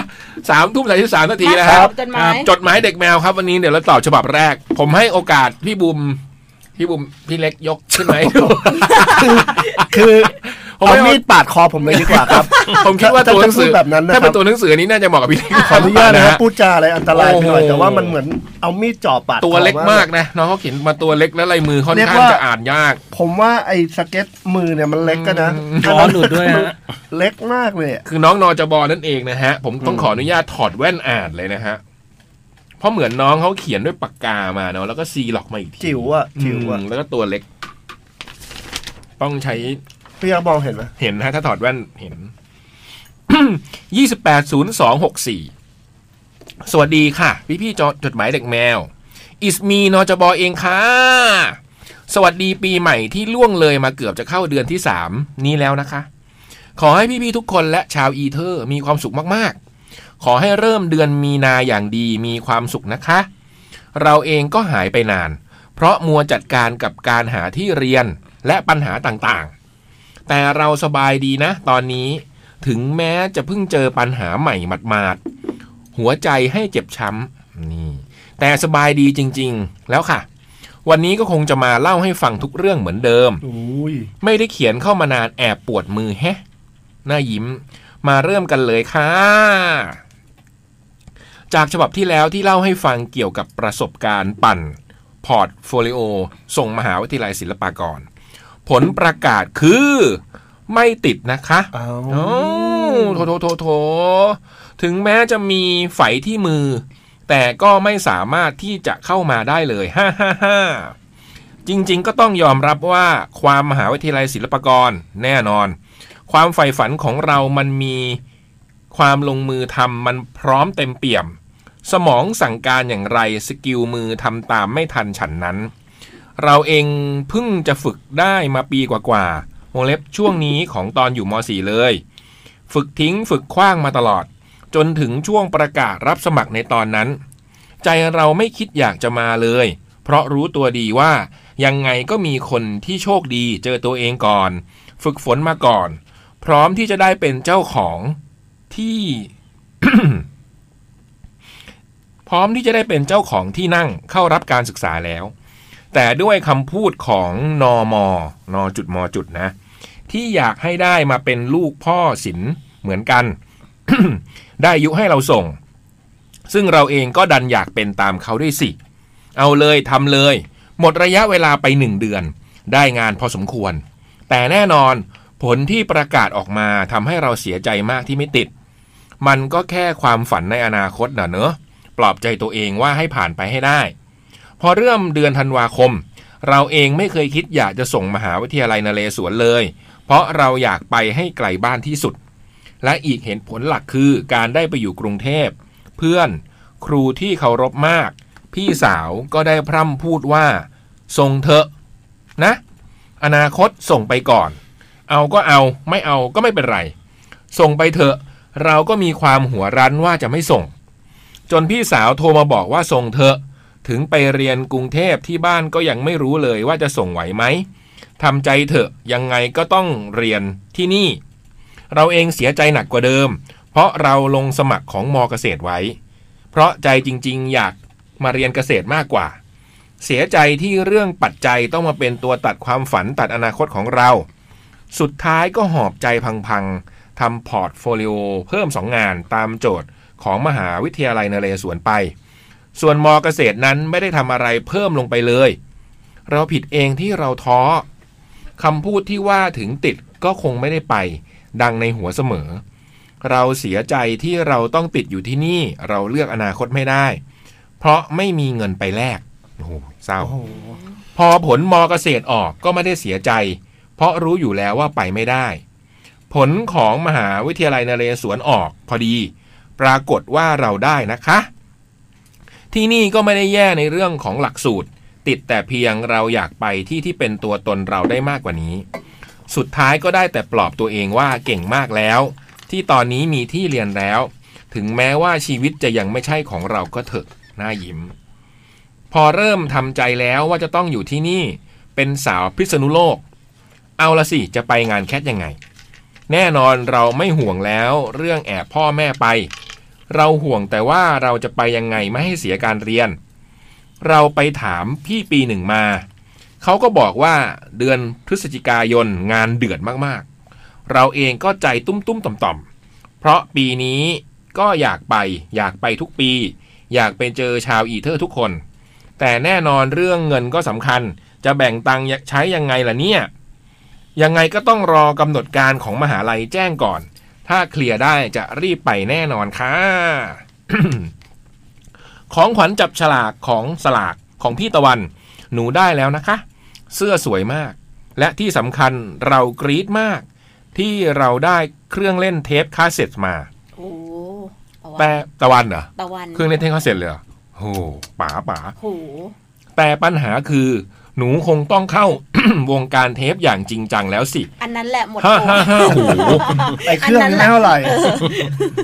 สามทุ่มสามสิบสามนาที มา นะครั ต บ อจดหมาย จดหมายเด็กแมวครับ วันนี้เดี๋ยวเราตอบฉบับแรก ผมให้โอกาสพี่บุมพี่บุมพี่เล็กยกขึ้นไหม คือ ผม เอามีดปาดคอผมเลยดีกว่าครับ ผมคิดว่า ถ้า ตัวจะหนังสือ พูดแบบนั้นนะครับ ถ้าเป็นตัวหนังสือนี้น่าจะเหมาะกับพี่เล็ก ขออนุญาตนะฮะพูดจาอะไรอันตรายไปหน่อย โอ้โห แต่ว่ามันเหมือนเอามีดจ่อปาด ตัว คอ เล็กมาก เลย นะน้องเขาเขียนมาตัวเล็กและลายมือค่อน เรียก ข้าง ว่า จะอ่านยาก ผมว่าไอ้สเก็ตมือเนี่ยมันเล็กก็นะ อืม อ๋อหลุดด้วยฮะ เล็กมากเลยอะ คือน้องนอจบอนั่นเองนะฮะ ผมต้องขออนุญาตถอดแว่นอ่านเลยนะฮะ เพราะเหมือนน้องเขาเขียนด้วยปากกามาเนาะแล้วก็ซีล็อกมาอีกที จิ๋วอ่ะจิ๋วอ่ะ มแล้วก็ตัวเล็ก ต้องใช้ พี่ยักษ์มองเห็นไหม เห็นนะถ้าถอดแว่นเห็น ยี่สิบแปดศูนย์สองหกสี่สวัสดีค่ะ พี่พี่ๆจอจดหมายเด็กแมว อิสมีนอจบอเองค่ะ สวัสดีปีใหม่ที่ล่วงเลยมาเกือบจะเข้าเดือนที่สามนี้แล้วนะคะ ขอให้พี่ๆทุกคนและชาวอีเทอร์มีความสุขมากๆ ขอให้เริ่มเดือนมีนาอย่างดีมีความสุขนะคะ เราเองก็หายไปนาน เพราะมัวจัดการกับการหาที่เรียนและปัญหาต่างๆ แต่เราสบายดีนะตอนนี้ถึงแม้จะเพิ่งเจอปัญหาใหม่หมาดๆ หัวใจให้เจ็บช้ำนี่ แต่สบายดีจริงๆ แล้วค่ะ วันนี้ก็คงจะมาเล่าให้ฟังทุกเรื่องเหมือนเดิม อุ้ย ไม่ได้เขียนเข้ามานานแอบปวดมือแฮะหน้ายิ้ม มาเริ่มกันเลยค่ะ จากฉบับที่แล้วที่เล่าให้ฟังเกี่ยวกับประสบการณ์ปั่น พอร์ตโฟลิโอ ส่งมหาวิทยาลัยศิลปากร ผลประกาศคือ ไม่ติดนะคะ เอา โอ้โถโถโถโถ ถึงแม้จะมีไฝที่มือ แต่ก็ไม่สามารถที่จะเข้ามาได้เลย ฮ่าฮ่าฮ่าจริงๆ ก็ต้องยอมรับว่าความมหาวิทยาลัยศิลปากรแน่นอน ความใฝ่ฝันของเรามันมี ความลงมือทำมันพร้อมเต็มเปี่ยม สมองสั่งการอย่างไรสกิลมือทำตามไม่ทันฉันนั้น เราเองเพิ่งจะฝึกได้มาปีกว่าๆวงเล็บช่วงนี้ของตอนอยู่ม .4 เลย ฝึกทิ้งฝึกคว้างมาตลอด จนถึงช่วงประกาศรับสมัครในตอนนั้น ใจเราไม่คิดอยากจะมาเลย เพราะรู้ตัวดีว่ายังไงก็มีคนที่โชคดีเจอตัวเองก่อน ฝึกฝนมาก่อน พร้อมที่จะได้เป็นเจ้าของที่ พร้อมที่จะได้เป็นเจ้าของที่นั่งเข้ารับการศึกษาแล้ว แต่ด้วยคำพูดของนอมนอจุดมจุดนะ ที่อยากให้ได้มาเป็นลูกพ่อศิลป์เหมือนกัน ได้ยุให้เราส่ง ซึ่งเราเองก็ดันอยากเป็นตามเขาด้วยสิ เอาเลยทำเลย หมดระยะเวลาไปหนึ่งเดือน ได้งานพอสมควร แต่แน่นอนผลที่ประกาศออกมาทำให้เราเสียใจมากที่ไม่ติด มันก็แค่ความฝันในอนาคตนะเนอะปลอบใจตัวเองว่าให้ผ่านไปให้ได้ พอเริ่มเดือนธันวาคม เราเองไม่เคยคิดอยากจะส่งมหาวิทยาลัยนเรศวรเลย เพราะเราอยากไปให้ไกลบ้านที่สุด และอีกเห็นผลหลักคือการได้ไปอยู่กรุงเทพ เพื่อนครูที่เคารพมาก พี่สาวก็ได้พร่ำพูดว่าส่งเถอะนะ อนาคตส่งไปก่อน เอาก็เอาไม่เอาก็ไม่เป็นไร ส่งไปเถอะ เราก็มีความหัวรั้นว่าจะไม่ส่ง จนพี่สาวโทรมาบอกว่าส่งเถอะ ถึงไปเรียนกรุงเทพที่บ้านก็ยังไม่รู้เลยว่าจะส่งไหวไหมทำใจเถอะยังไงก็ต้องเรียนที่นี่ เราเองเสียใจหนักกว่าเดิม เพราะเราลงสมัครของมอเกษตรไว้ เพราะใจจริงๆ อยากมาเรียนเกษตรมากกว่า เสียใจที่เรื่องปัจจัยต้องมาเป็นตัวตัดความฝันตัดอนาคตของเรา สุดท้ายก็หอบใจพังๆทำพอร์ตโฟลิโอเพิ่มสองงานตามโจทย์ของมหาวิทยาลัยนเรศวรไป ส่วนมอเกษตรนั้นไม่ได้ทำอะไรเพิ่มลงไปเลย เราผิดเองที่เราท้อคำพูดที่ว่าถึงติดก็คงไม่ได้ไป ดังในหัวเสมอ เราเสียใจที่เราต้องติดอยู่ที่นี่เราเลือกอนาคตไม่ได้ เพราะไม่มีเงินไปแลกโอ้โหเศร้า พอผลมเกษตรออกก็ไม่ได้เสียใจ เพราะรู้อยู่แล้วว่าไปไม่ได้ ผลของมหาวิทยาลัยนเรศวรออกพอดี ปรากฏว่าเราได้นะคะ ที่นี่ก็ไม่ได้แย่ในเรื่องของหลักสูตร ติดแต่เพียงเราอยากไปที่ที่เป็นตัวตนเราได้มากกว่านี้ สุดท้ายก็ได้แต่ปลอบตัวเองว่าเก่งมากแล้ว ที่ตอนนี้มีที่เรียนแล้ว ถึงแม้ว่าชีวิตจะยังไม่ใช่ของเราก็เถอะหน้ายิ้ม พอเริ่มทำใจแล้วว่าจะต้องอยู่ที่นี่ เป็นสาวพิษณุโลก เอาละสิจะไปงานแคทยังไง แน่นอนเราไม่ห่วงแล้วเรื่องแอบพ่อแม่ไป เราห่วงแต่ว่าเราจะไปยังไงไม่ให้เสียการเรียน เราไปถามพี่ปีหนึ่งมา เขาก็บอกว่าเดือนพฤศจิกายนงานเดือดมากๆ เราเองก็ใจตุ้มตุ้มๆต่อมๆ เพราะปีนี้ก็อยากไป อยากไปทุกปี อยากไปเจอชาวอีเทอร์ทุกคน แต่แน่นอนเรื่องเงินก็สำคัญ จะแบ่งตังค์ใช้ยังไงล่ะเนี่ย ยังไงก็ต้องรอกำหนดการของมหาลัยแจ้งก่อน ถ้าเคลียร์ได้จะรีบไปแน่นอนค่ะ ของขวัญจับฉลากของสลากของพี่ตะวัน หนูได้แล้วนะคะ เสื้อสวยมาก และที่สำคัญเรากรี๊ดมาก ที่เราได้เครื่องเล่นเทปคาสเซ็ตมา โอ้ตะวั แต่ น ตะวันเหรอ ตะวัน เครื่องเล่นเทปคาสเซ็ตเลยเหรอโอ้โหป๋าป๋า โห แต่ปัญหาคือ หนูคงต้องเข้า วงการเทปอย่างจริงจังแล้วสิ อันนั้นแหละหมด ฮ่า ตัว ฮ่าฮ่าโห ไอ้เครื่องนี้เท่าไหร่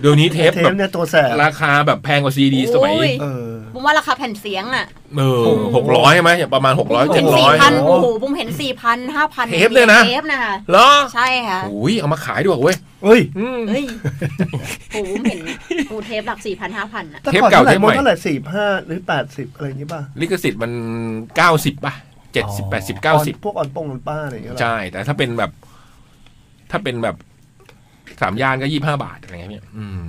เดี๋ยวนี้เทป เท แบ ป บ เนี่ยตัวแสบ ราคาแบบแพงกว่าซีดีสมัย โอ้ย เออ บุ้มว่าราคาแผ่นเสียงอ่ะ เออหกร้อยใช่ไหมอย่างประมาณหกร้อย บุ้ม เจ็ เห็ ดร้นสี่ อย พัน โอ้ โอ้ โห โหบุ้มเห็นสี่พันห้าพัน เทปเลยนะ เทปนะคะ เหรอ ใช่ค่ะ โอ้ยเอามาขายดีกว่าเว้ย เอ้ย อืม เฮ้ยโอ้โหบุ้มเห็นปูเทปหลักสี่พันห้าพันอ่ะ แต่ เทป อน เก่า ท่าไหร่ เทป มด ใหม่ เท่าไหร่สี่ห้าหรือแปดสิบอะไรอย่างงี้ป่ะ ลิขสิทธิ์มันเก้าสิบป่ะเจ็ดสิบแปดสิบเก้าสิบ พวกออนปงออนป้าอะไรอย่างเงี้ยเหรอ ใช่ แต่ถ้าเป็นแบบ ถ้าเป็นแบบสามย่านก็ยี่ห้าบาทอะไรเงี้ยเนี่ยอืม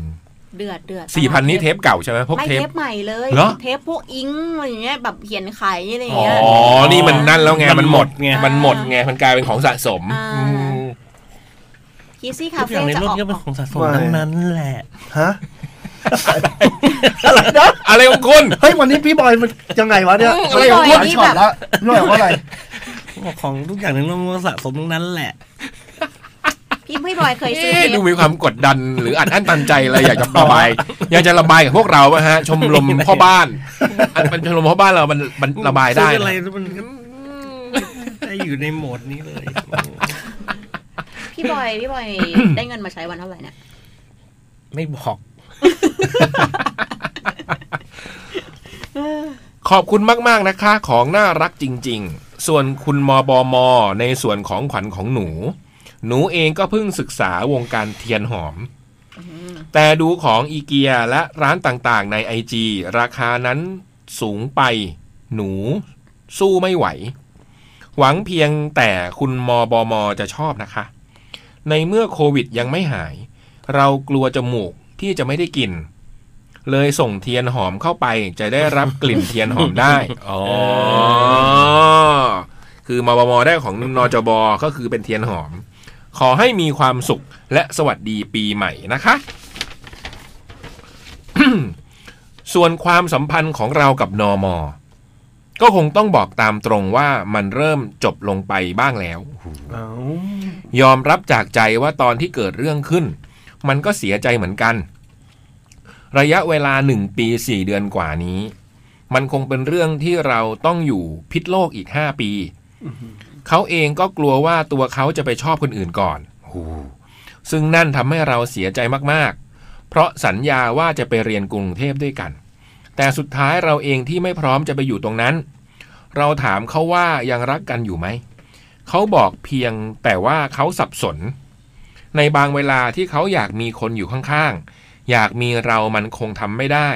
เดือดเดือด สี่พันนี้เทปเก่าใช่ไหมพวก ไม่ เทป เทปใหม่เลย เหรอ เทปพวกอิงก์อะไรอย่างเงี้ยแบบเขียนขายอะไรอย่าง อ๋อ เงี้ย นี่มันนั่นแล้วไง มันหมด ไง มันหมดไง มันกลายเป็นของสะสม อ่า อืม คิซี่ ทุ คาก อ เฟ่ ย่างใน จะ โลก ออก ย่อมเป็นของสะสมทั้งนั้นแหละ ฮะ อะไรของคุณ เฮ้ยวันนี้พี่บอยมันยังไงวะเนี่ย อะไรของคุณ หาช็อตละหน่อยว่าอะไร ของทุกอย่างในโลกย่อมเป็นของสะสมทั้งนั้นแหละ พี่ พี่พี่บอยเคยซื้อเท เอ๊ะ ป ดูมีความกดดันหรืออัดอั้นตันใจอะไรอยากจะระ บาย อยากจะระบายกับพวกเราป่ะฮะ ชมรมพ่อบ้านอันเป็นชมรมพ่อบ้านเรามันมันระบายได้ ซื้ออะไร นะ มันก็ได้อยู่ในโหมดนี้เลย พี่บอยพี่บอยได้เงินมาใช้วันเท่าไหร่เนี่ย ไม่บอก ขอบคุณมาก ๆ นะคะ ของน่ารักจริง ๆ ส่วนคุณมบม ในส่วนของขวัญของหนู หนูเองก็เพิ่งศึกษาวงการเทียนหอม แต่ดูของอีเกียและร้านต่างๆ ในไอจีราคานั้นสูงไป หนูสู้ไม่ไหว หวังเพียงแต่คุณมบมจะชอบนะคะ ในเมื่อโควิดยังไม่หาย เรากลัวจมูกที่จะไม่ได้กลิ่น เลยส่งเทียนหอมเข้าไปจะได้รับกลิ่นเทียนหอมได้ อ๋อ คือมบมได้ของนจบก็คือเป็นเทียนหอม ขอให้มีความสุขและสวัสดีปีใหม่นะคะ ส่วนความสัมพันธ์ของเรากับนอมอ ก็คงต้องบอกตามตรงว่ามันเริ่มจบลงไปบ้างแล้ว เอ้าย อมรับจากใจว่าตอนที่เกิดเรื่องขึ้น มันก็เสียใจเหมือนกัน ระยะเวลาหนึ่งปีสี่เดือนกว่านี้ มันคงเป็นเรื่องที่เราต้องอยู่พิษโลกอีกห้าปี เขาเองก็กลัวว่าตัวเขาจะไปชอบคนอื่นก่อนหูซึ่งนั่นทำให้เราเสียใจมากๆ เพราะสัญญาว่าจะไปเรียนกรุงเทพด้วยกัน แต่สุดท้ายเราเองที่ไม่พร้อมจะไปอยู่ตรงนั้น เราถามเขาว่ายังรักกันอยู่ไหม เขาบอกเพียงแต่ว่าเขาสับสน ในบางเวลาที่เขาอยากมีคนอยู่ข้างๆ อยากมีเรามันคงทำไม่ได้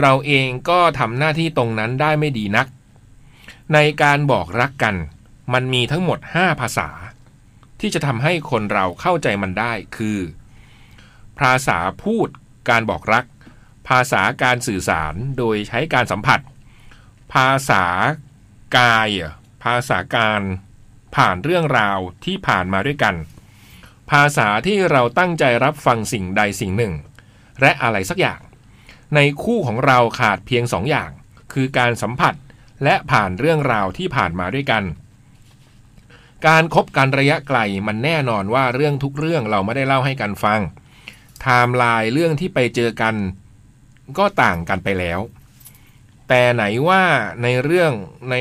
เราเองก็ทำหน้าที่ตรงนั้นได้ไม่ดีนัก ในการบอกรักกัน มันมีทั้งหมด 5 ภาษา ที่จะทำให้คนเราเข้าใจมันได้คือ ภาษาพูดการบอกรัก ภาษาการสื่อสารโดยใช้การสัมผัส ภาษากายเหรอภาษาการ ผ่านเรื่องราวที่ผ่านมาด้วยกัน ภาษาที่เราตั้งใจรับฟังสิ่งใดสิ่งหนึ่ง และอะไรสักอย่าง ในคู่ของเราขาดเพียงสองอย่าง คือการสัมผัสและผ่านเรื่องราวที่ผ่านมาด้วยกัน การคบกันระยะไกลมันแน่นอนว่าเรื่องทุกเรื่องเราไม่ได้เล่าให้กันฟังไทม์ไลน์เรื่องที่ไปเจอกัน ก็ต่างกันไปแล้ว แต่ไหนว่าในเรื่องใน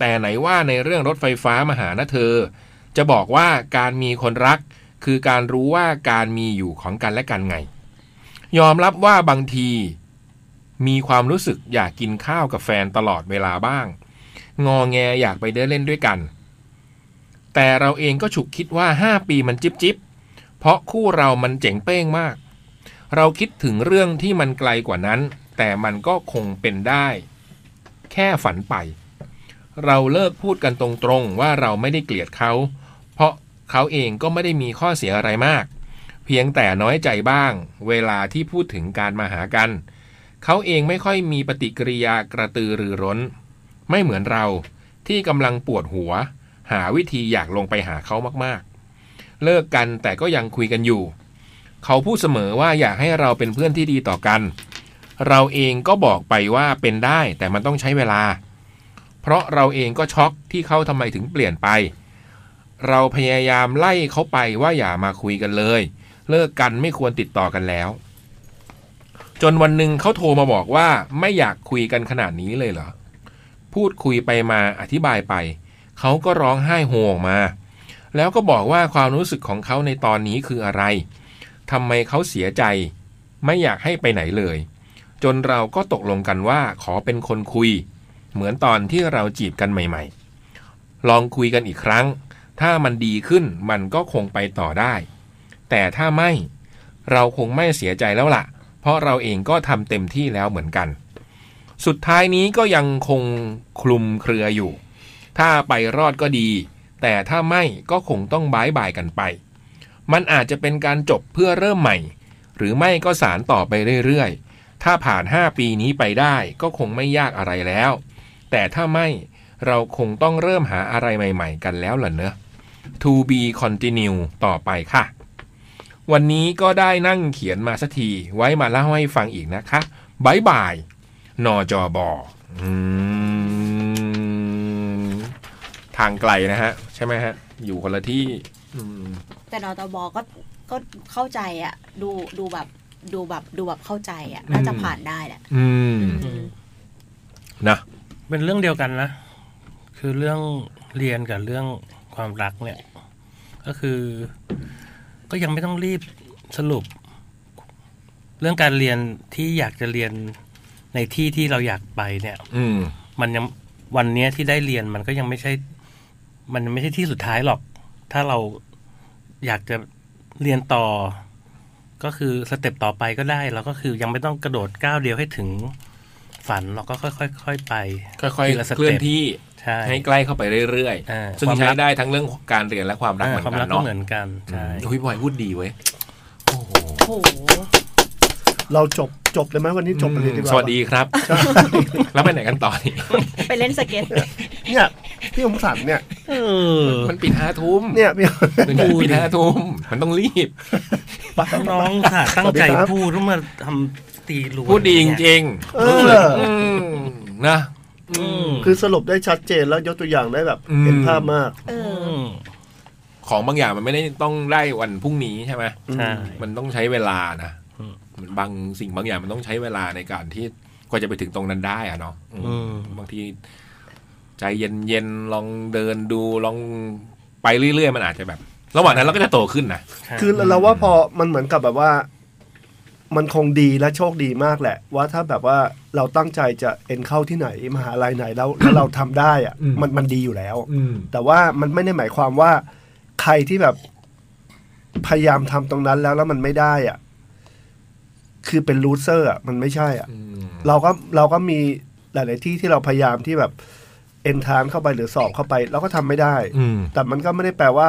แต่ไหนว่าในเรื่องรถไฟฟ้ามาหานะเธอ จะบอกว่าการมีคนรัก คือการรู้ว่าการมีอยู่ของกันและกันไง ยอมรับว่าบางที มีความรู้สึกอยากกินข้าวกับแฟนตลอดเวลาบ้าง งอแงอยากไปเดินเล่นด้วยกัน แต่เราเองก็ฉุกคิดว่า 5 ปีมันจิบจิบเพราะคู่เรามันเจ๋งเป้งมาก เราคิดถึงเรื่องที่มันไกลกว่านั้น แต่มันก็คงเป็นได้ แค่ฝันไป เราเลิกพูดกันตรงๆ ว่าเราไม่ได้เกลียดเขา เพราะเขาเองก็ไม่ได้มีข้อเสียอะไรมาก เพียงแต่น้อยใจบ้าง เวลาที่พูดถึงการมาหากัน เขาเองไม่ค่อยมีปฏิกิริยากระตือรือร้น ไม่เหมือนเราที่กำลังปวดหัว หาวิธีอยากลงไปหาเขามากๆ เลิกกันแต่ก็ยังคุยกันอยู่ เขาพูดเสมอว่าอยากให้เราเป็นเพื่อนที่ดีต่อกัน เราเองก็บอกไปว่าเป็นได้แต่มันต้องใช้เวลา เพราะเราเองก็ช็อกที่เขาทำไมถึงเปลี่ยนไป เราพยายามไล่เขาไปว่าอย่ามาคุยกันเลย เลิกกันไม่ควรติดต่อกันแล้ว จนวันหนึ่งเขาโทรมาบอกว่าไม่อยากคุยกันขนาดนี้เลยเหรอ พูดคุยไปมาอธิบายไป เขาก็ร้องไห้โฮออกมา แล้วก็บอกว่าความรู้สึกของเขาในตอนนี้คืออะไรทำไมเขาเสียใจ ไม่อยากให้ไปไหนเลย จนเราก็ตกลงกันว่าขอเป็นคนคุย เหมือนตอนที่เราจีบกันใหม่ๆ ลองคุยกันอีกครั้ง ถ้ามันดีขึ้นมันก็คงไปต่อได้ แต่ถ้าไม่ เราคงไม่เสียใจแล้วล่ะ เพราะเราเองก็ทำเต็มที่แล้วเหมือนกัน สุดท้ายนี้ก็ยังคงคลุมเครืออยู่ ถ้าไปรอดก็ดี แต่ถ้าไม่ก็คงต้องบายบายกันไป มันอาจจะเป็นการจบเพื่อเริ่มใหม่ หรือไม่ก็สารต่อไปเรื่อยๆ ถ้าผ่าน 5 ปีนี้ไปได้ก็คงไม่ยากอะไรแล้ว แต่ถ้าไม่เราคงต้องเริ่มหาอะไรใหม่ๆ กันแล้วล่ะเนอะ To be continue ต่อไปค่ะ วันนี้ก็ได้นั่งเขียนมาสักที ไว้มาเล่าให้ฟังอีกนะคะบายบาย นจบอืมทางไกลนะฮะ ใช่ไหมฮะ อยู่คนละที่ อืม แต่นอตบก็ก็เข้าใจอะดูดูแบบดูแบบดูแบบเข้าใจอะน่าจะผ่านได้แหละ อืมนะ เป็นเรื่องเดียวกันนะ คือเรื่องเรียนกับเรื่องความรักเนี่ย ก็คือ ก็ยังไม่ต้องรีบสรุป เรื่องการเรียนที่อยากจะเรียนในที่ที่เราอยากไปเนี่ย อืม มันยังวันเนี้ยที่ได้เรียนมันก็ยังไม่ใช่ มันยังไม่ใช่ที่สุดท้ายหรอก ถ้าเราอยากจะเรียนต่อ ก็คือสเต็ปต่อไปก็ได้เราก็คือยังไม่ต้องกระโดดก้าวเดียวให้ถึงฝันเราก็ค่อยๆค่อยๆไป ค่อย ทีละสเต็ๆป เคลื่อนที่ ใช่ ให้ใกล้เข้าไปเรื่อย อ่า ๆ ซึ่ง ความ ใช้ รัก ได้ทั้งเรื่องการเรียนและความรักเหมือ อ่าความ นกั รัก น ก็ เนาะ เหมือนกันใช่ อุ้ยบอยพูดดีเว้ย โอ้โห เราจบจบเลยไหมวันนี้จบเลยดีกว่า สวัสดีครับ แล้วไปไหนกันต่อนี่ ไปเล่นสเก็ต เนี่ยพี่อมสันเนี่ย เออ มันปิดห้าทุ่ม เนี่ย พี่ มันปิดห้าทุ่มมันต้องรีบ น้องๆค่ะตั้งใจ สวัสดีครับ พูดต้องมาทำตีรวน พูดดีจริง เออ ๆอืมนะ อืม คือสรุปได้ชัดเจนแล้วยกตัวอย่างได้แบบเห็นภาพมาก เออ ม ของบางอย่างมันไม่ได้ต้องได้วันพรุ่งนี้ใช่ไหม ใช่ มันต้องใช้เวลานะ อืม มันบางสิ่งบางอย่างมันต้องใช้เวลาในการที่กว่าจะไปถึงตรงนั้นได้อะเนาะอืม อืม บางทีใจเย็นๆลองเดินดูลองไปเรื่อยๆ มันอาจจะแบบ ระหว่างนั้นเราก็จะโตขึ้นนะ คือเราว่าพอมันเหมือนกับแบบว่า มันคงดีและโชคดีมากแหละ ว่าถ้าแบบว่าเราตั้งใจจะเอ็นเข้าที่ไหนมหาลัยไหนแล้วแล้วเราทำได้อะ อืม มันมันดีอยู่แล้ว แต่ว่ามันไม่ได้หมายความว่าใครที่แบบพยายามทำตรงนั้นแล้วแล้วมันไม่ได้อ่ะ คือเป็นลูเซอร์อ่ะมันไม่ใช่อ่ะ อืม เราก็เราก็มีหลาย ๆ ที่ที่เราพยายามที่แบบเอนทานเข้าไปหรือสอบเข้าไป เราก็ทำไม่ได้ อืม แต่มันก็ไม่ได้แปลว่า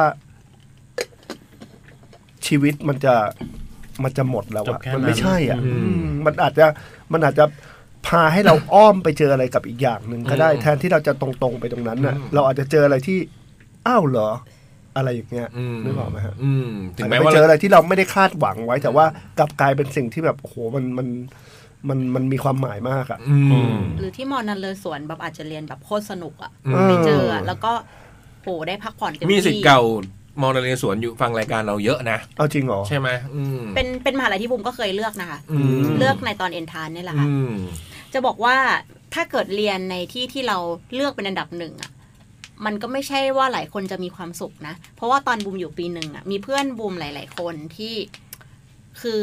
ชีวิตมันจะมันจะหมดแล้ว จ อะ บแค่ มันไม่ นั้น ใช่อ่ะอืมมันอาจจะมันอาจจะพาให้เราอ้อมไปเจออะไรกับอีกอย่างหนึ่งก็ได้ แทนที่เราจะตรง ๆ ไปตรงนั้นน่ะ เราอาจจะเจออะไรที่อ้าวเหรอ อะไรอย่างเงี้ย อืม นึกออกไหมฮะ อืมถึง อาจ แม้ จะไป ว่า เจออะไรที่เราไม่ได้คาดหวังไว้ แต่ว่ากลับกลายเป็นสิ่งที่แบบโอ้โหมันมันมันมันมีความหมายมากอ่ะ อืม หรือที่มอนันเลอสวนแบบอาจจะเรียนแบบโคตรสนุกอะ เออ ไปเจออะแล้วก็โหได้พักผ่อนเต็ม มี ที่ สิทธิ์เก่ามอนเรสวนอยู่ฟังรายการเราเยอะนะ เอาจริงเหรอ ใช่ไหมอืม เป็นเป็นมหาลัยที่บุมก็เคยเลือกนะคะ อืม เลือกในตอนเอนทานนี่ยแหละค่ะ อืม จะบอกว่าถ้าเกิดเรียนในที่ที่เราเลือกเป็นอันดับหนึ่งอ่ะมันก็ไม่ใช่ว่าหลายคนจะมีความสุขนะ เพราะว่าตอนบูมอยู่ปีหนึ่งอ่ะมีเพื่อนบูมหลาย ๆ คนที่คือ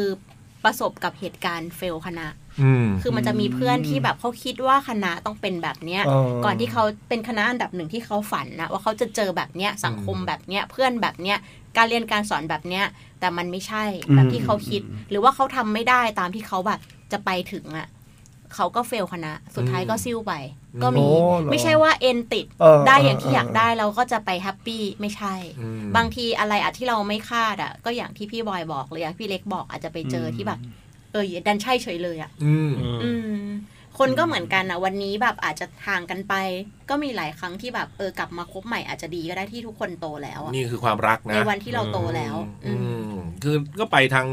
ประสบกับเหตุการณ์เฟลคณะ อืม คือมันจะมีเพื่อนที่แบบเขาคิดว่าคณะต้องเป็นแบบเนี้ย อ๋อ ก่อนที่เขาเป็นคณะอันดับหนึ่งที่เขาฝันนะว่าเขาจะเจอแบบเนี้ยสังคมแบบเนี้ยเพื่อนแบบเนี้ยการเรียนการสอนแบบเนี้ย แต่มันไม่ใช่แบบที่เขาคิด หรือว่าเขาทำไม่ได้ตามที่เขาแบบจะไปถึงอ่ะเขาก็เฟลคณะ สุดท้ายก็ซิ่วไป ก็มี โอ้เหรอ ไม่ใช่ว่าเอ็นติด เออ ได้อย่างที่อยาก เออเออ ได้เราก็จะไปแฮปปี้ไม่ใช่ อืม บางทีอะไรอะที่เราไม่คาดอะก็อย่างที่พี่บอยบอกเลยอะพี่เล็กบอกอาจจะไปเจอที่แบบเออดันใช่เฉยเลยอะ อืม อืม อืมคนก็เหมือนกันนะวันนี้แบบอาจจะห่างกันไป ก็มีหลายครั้งที่แบบเออกลับมาคบใหม่อาจจะดีก็ได้ที่ทุกคนโตแล้วอะ นี่คือความรักนะ ในวันที่เราโตแล้วอื อื ม มคือก็ไปทาง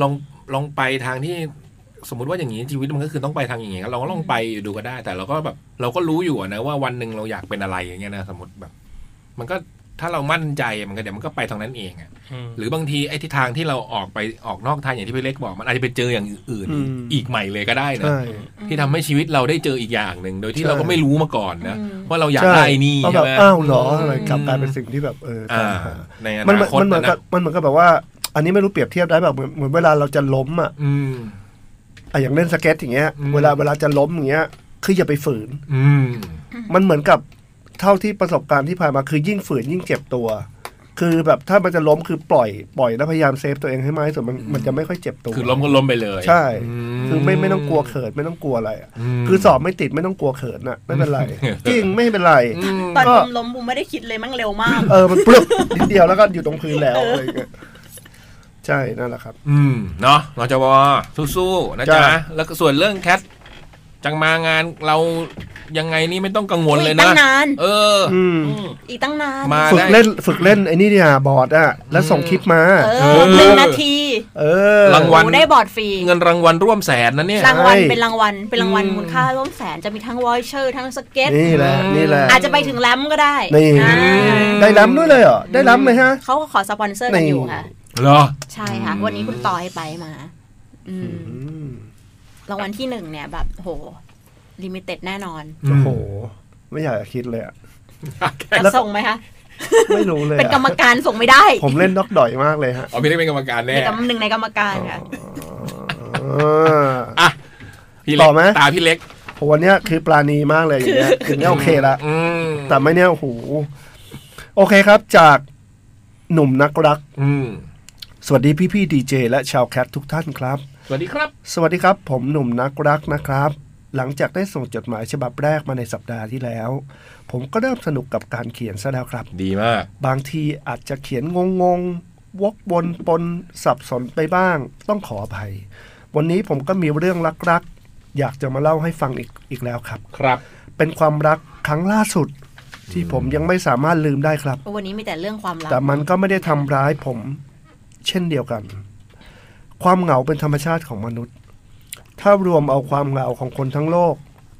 ลองลองไปทางที่ สมมติว่าอย่างนี้ชีวิตมันก็คือต้องไปทางอย่างเงี้ยเราก็ลองไปดูก็ได้ แต่เราก็แบบ เราก็รู้อยู่อะนะว่าวันหนึ่งเราอยากเป็นอะไรอย่างเงี้ยนะสมมติแบบ มันก็ถ้าเรามั่นใจมันก็เดี๋ยวมันก็ไปทางนั้นเองอะหรือบางทีไอ้ทิศทางที่เราออกไปออกนอกทางอย่างที่พี่เล็กบอกมันอาจจะไปเจออย่างอื่น อืม อีกใหม่เลยก็ได้นะ ใช่ ที่ทำให้ชีวิตเราได้เจออีกอย่างหนึ่งโดยที่ ใช่ เราก็ไม่รู้มาก่อนนะ อืม ว่าเราอยากได้นี่ เพราะ ใช่ แบบ ไหม อ้าวเหรออะไรกลับกลายเป็นสิ่งที่แบบเออ อ่า ตามหา ในอ มัน นาคต มันเหมือน นะ กับมันเหมือนกับแบบว่า อันนี้ไม่รู้เปรียบเทียบได้แบบเหมือนเหมือนเวลาเราจะล้มอ่ะ อืม อ่ะอย่างเล่นสเก็ตอย่างเงี้ย อืม เวลาเวลาจะล้มอย่างเงี้ย คืออย่าไปฝืน อืม มันเหมือนกับเท่าที่ประสบการณ์ที่ผ่านมาคือยิ่งฝืนยิ่งเจ็บตัว คือแบบถ้ามันจะล้มคือปล่อยปล่อยแล้วพยายามเซฟตัวเองให้มากที่สุดมันมันจะไม่ค่อยเจ็บตัว คือล้มก็ล้มไปเลย ใช่ ม คือไม่ไม่ต้องกลัวเขินไม่ต้องกลัวอะไรอะ อืม คือสอบไม่ติดไม่ต้องกลัวเขินอ่ะไม่เป็นไร จริงไม่เป็นไร ตอน ก็ บุมล้มบุมไม่ได้คิดเลยมั่งเร็วมาก เออมันปลุกนิดเดียวแล้วก็อยู่ตรงพื้นแล้วอะไรอย่างเงี้ยใช่นั่นแหละครับ อืม เนาะนจวสู้ๆนะจ๊ะ จ้ะ แล้วก็ส่วนเรื่องแคทจังมางานเรายังไงนี่ไม่ต้องกังวลเลย อุ๊ยตั้ นะ งนาน เออ อืม อีกตั้งนาน มา ฝึก ได้ เล่นฝึกเล่นไอ้นี่เนี่ยบอร์ดอะแล้วส่งคลิปมา เออหนึ่งนาที เออ ราง ห วัล นูได้บอร์ดฟรี เงินรางวัลร่วมแสนนะเนี่ย รางวัล ใช่ เป็นรางวัลเป็นรางวัล อืม มูลค่าร่วมแสนจะมีทั้งวอยเชอร์ทั้งสเก็ต นี่แหละนี่แหละ อาจจะไปถึงแรมก็ได้ นี่ อ่า ได้ล้ำด้วยเลยเหรอได้ล้ำไหมฮะ เขาก็ขอสปอนเซอร์กัน นี่ อยู่ค่ะ เหรอ ใช่ค่ะ วันนี้คุณตอยไปมา อืมรางวัลที่หนึ่งเนี่ยแบบโหลิมิเต็ดแน่นอน โอ้โห ไม่อยากจะคิดเลยอะ จะ แล้วก็ ส่งไหมคะ ไม่รู้เลยอะ เป็นกรรมการส่งไม่ได้ ผมเล่นนอกดอยมากเลยฮะ อ๋อพี่เล็กเป็นกรรมการแน่ ในกรรมหนึ่งในกรรมการค่ะ เออ อ่ะพี่เล็ ต่ ก อไหม ตาพี่เล็ก ผมวันเนี้ยคือปลาณีมากเลยอย่างเงี้ ยถึงเนี้ยโอเคละ อืม แต่ไม่เนี่ยโอ้โหโอเคครับจากหนุ่มนักรัก อืม สวัสดีพี่พี่ดีเจและชาวแคททุกท่านครับ สวัสดีครับ สวัสดีครับ ผมหนุ่มนักรักนะครับ หลังจากได้ส่งจดหมายฉบับแรกมาในสัปดาห์ที่แล้ว ผมก็เริ่มสนุกกับการเขียนซะแล้วครับ ดีมาก บางทีอาจจะเขียนงงงๆวกวนปนสับสนไปบ้าง ต้องขออภัย วันนี้ผมก็มีเรื่องรักๆ อยากจะมาเล่าให้ฟังอีกอีกแล้วครับ ครับ เป็นความรักครั้งล่าสุด ที่ผมยังไม่สามารถลืมได้ครับ วันนี้มีแต่เรื่องความรัก แต่มันก็ไม่ได้ทำร้ายผมเช่นเดียวกัน ความเหงาเป็นธรรมชาติของมนุษย์ ถ้ารวมเอาความเหงาของคนทั้งโลก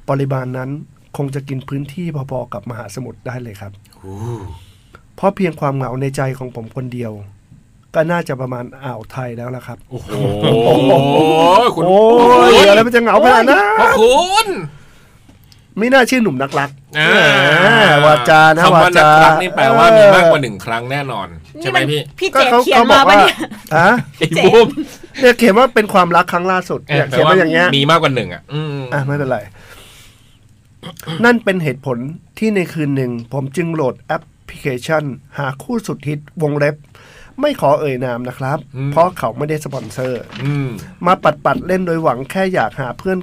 ปริมาณนั้นคงจะกินพื้นที่พอๆกับมหาสมุทรได้เลยครับ เพราะเพียงความเหงาในใจของผมคนเดียว ก็น่าจะประมาณอ่าวไทยแล้วล่ะครับ โอ้โห คุณ โอ้ยอะไรมันจะเหงาขนาดนั้น พระคุณ ไม่น่าชื่อหนุ่มนักรัก อ่า แหมวาจานะ คำ วา ว่านั จาก น รักนี่แปลว่ามีมากกว่าหนึ่งครั้งแน่นอน ใช่ไหมพี่ พี่ ก็ เจ เขา เขียน เขาบอ มากปะ ว่า เนี่ย ฮะ ไอ้บูม เนี่ยเขียนว่าเป็นความรักครั้งล่าสุดเนี่ย แปล เขียน ว่า ว่าอย่างเงี้ย มีมากกว่าหนึ่งอ่ะ อืม อ่ะไม่เป็นไร นั่นเป็นเหตุผลที่ในคืนหนึ่ง ผมจึงโหลดแอปพลิเคชัน หาคู่สุดฮิตวงเล็บ ไม่ขอเอ่ยนามนะครับ เพราะเขาไม่ได้สปอนเซอร์ อืม มาปัดปัดๆเล่นโดยหวังแค่อยากหาเพื่อน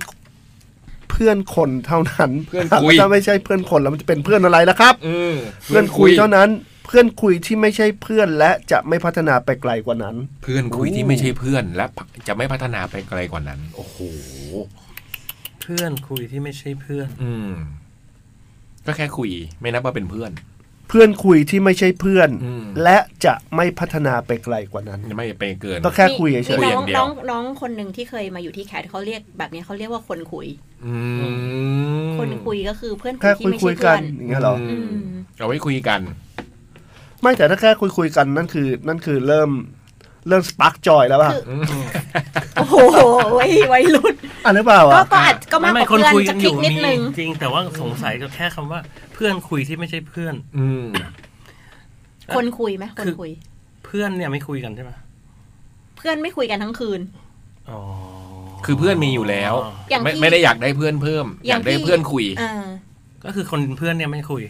เพื่อนคนเท่านั้น เพื่อนคุย ถ้าไม่ใช่เพื่อนคนแล้วมันจะเป็นเพื่อนอะไรล่ะครับ อืม เพื่อนคุยเท่านั้น เพื่อนคุยที่ไม่ใช่เพื่อนและจะไม่พัฒนาไปไกลกว่านั้น เพื่อนคุยที่ไม่ใช่เพื่อนและจะไม่พัฒนาไปไกลกว่านั้น โอ้โห เพื่อนคุยที่ไม่ใช่เพื่อน อืม ก็แค่คุย ไม่นับว่าเป็นเพื่อน เพื่อนคุยที่ไม่ใช่เพื่อน อืม และจะไม่พัฒนาไปไกลกว่านั้น ไม่ไปเกิน ก็แค่ มี คุยเฉ มี ย คุยอ น้อย่าง งเดียว น้องน้องคนหนึ่งที่เคยมาอยู่ที่แคทเขาเรียกแบบเนี้ยเขาเรียกว่าคนคุย อืม คนคุยก็คือเพื่อน ๆ คุ แค่ ยที่ คุย ไม่ คุ ใช่ ยๆ เพื่ กั อน น อย่างเงี้ยเหรออ ม เอาไว้คุยกัน ไม่แต่ถ้าแค่คุยคุยๆกันนั่นคือ นั่นคือเริ่มเริ่มสปาร์กจอยแล้วป่ะ โอ้โหไว้ไวยรุ่น อันหรือเปล่า ก็ อ่ะ ก็อาจก็มากก ไม่ ว่า ไม่คน เพื่อน คุย จะ กันอคลิก ยู่ นิด มี นึง จริง แต่ว่าสงสัยก็แค่คำว่า เพื่อนคุยที่ไม่ใช่เพื่อน อืม คนคุยไหมคน คือ คุย เพื่อนเนี่ยไม่คุยกันใช่ไหม เพื่อนไม่คุยกันทั้งคืน อ๋อ คือเพื่อนมีอยู่แล้ว อย่าง ไม่ พี่ ไม่ได้อยากได้เพื่อนเพิ่ม อ อย่าง ยากได้ พี่ เพื่อนคุย อ่า ก็คือคนเพื่อนเนี่ยไม่คุย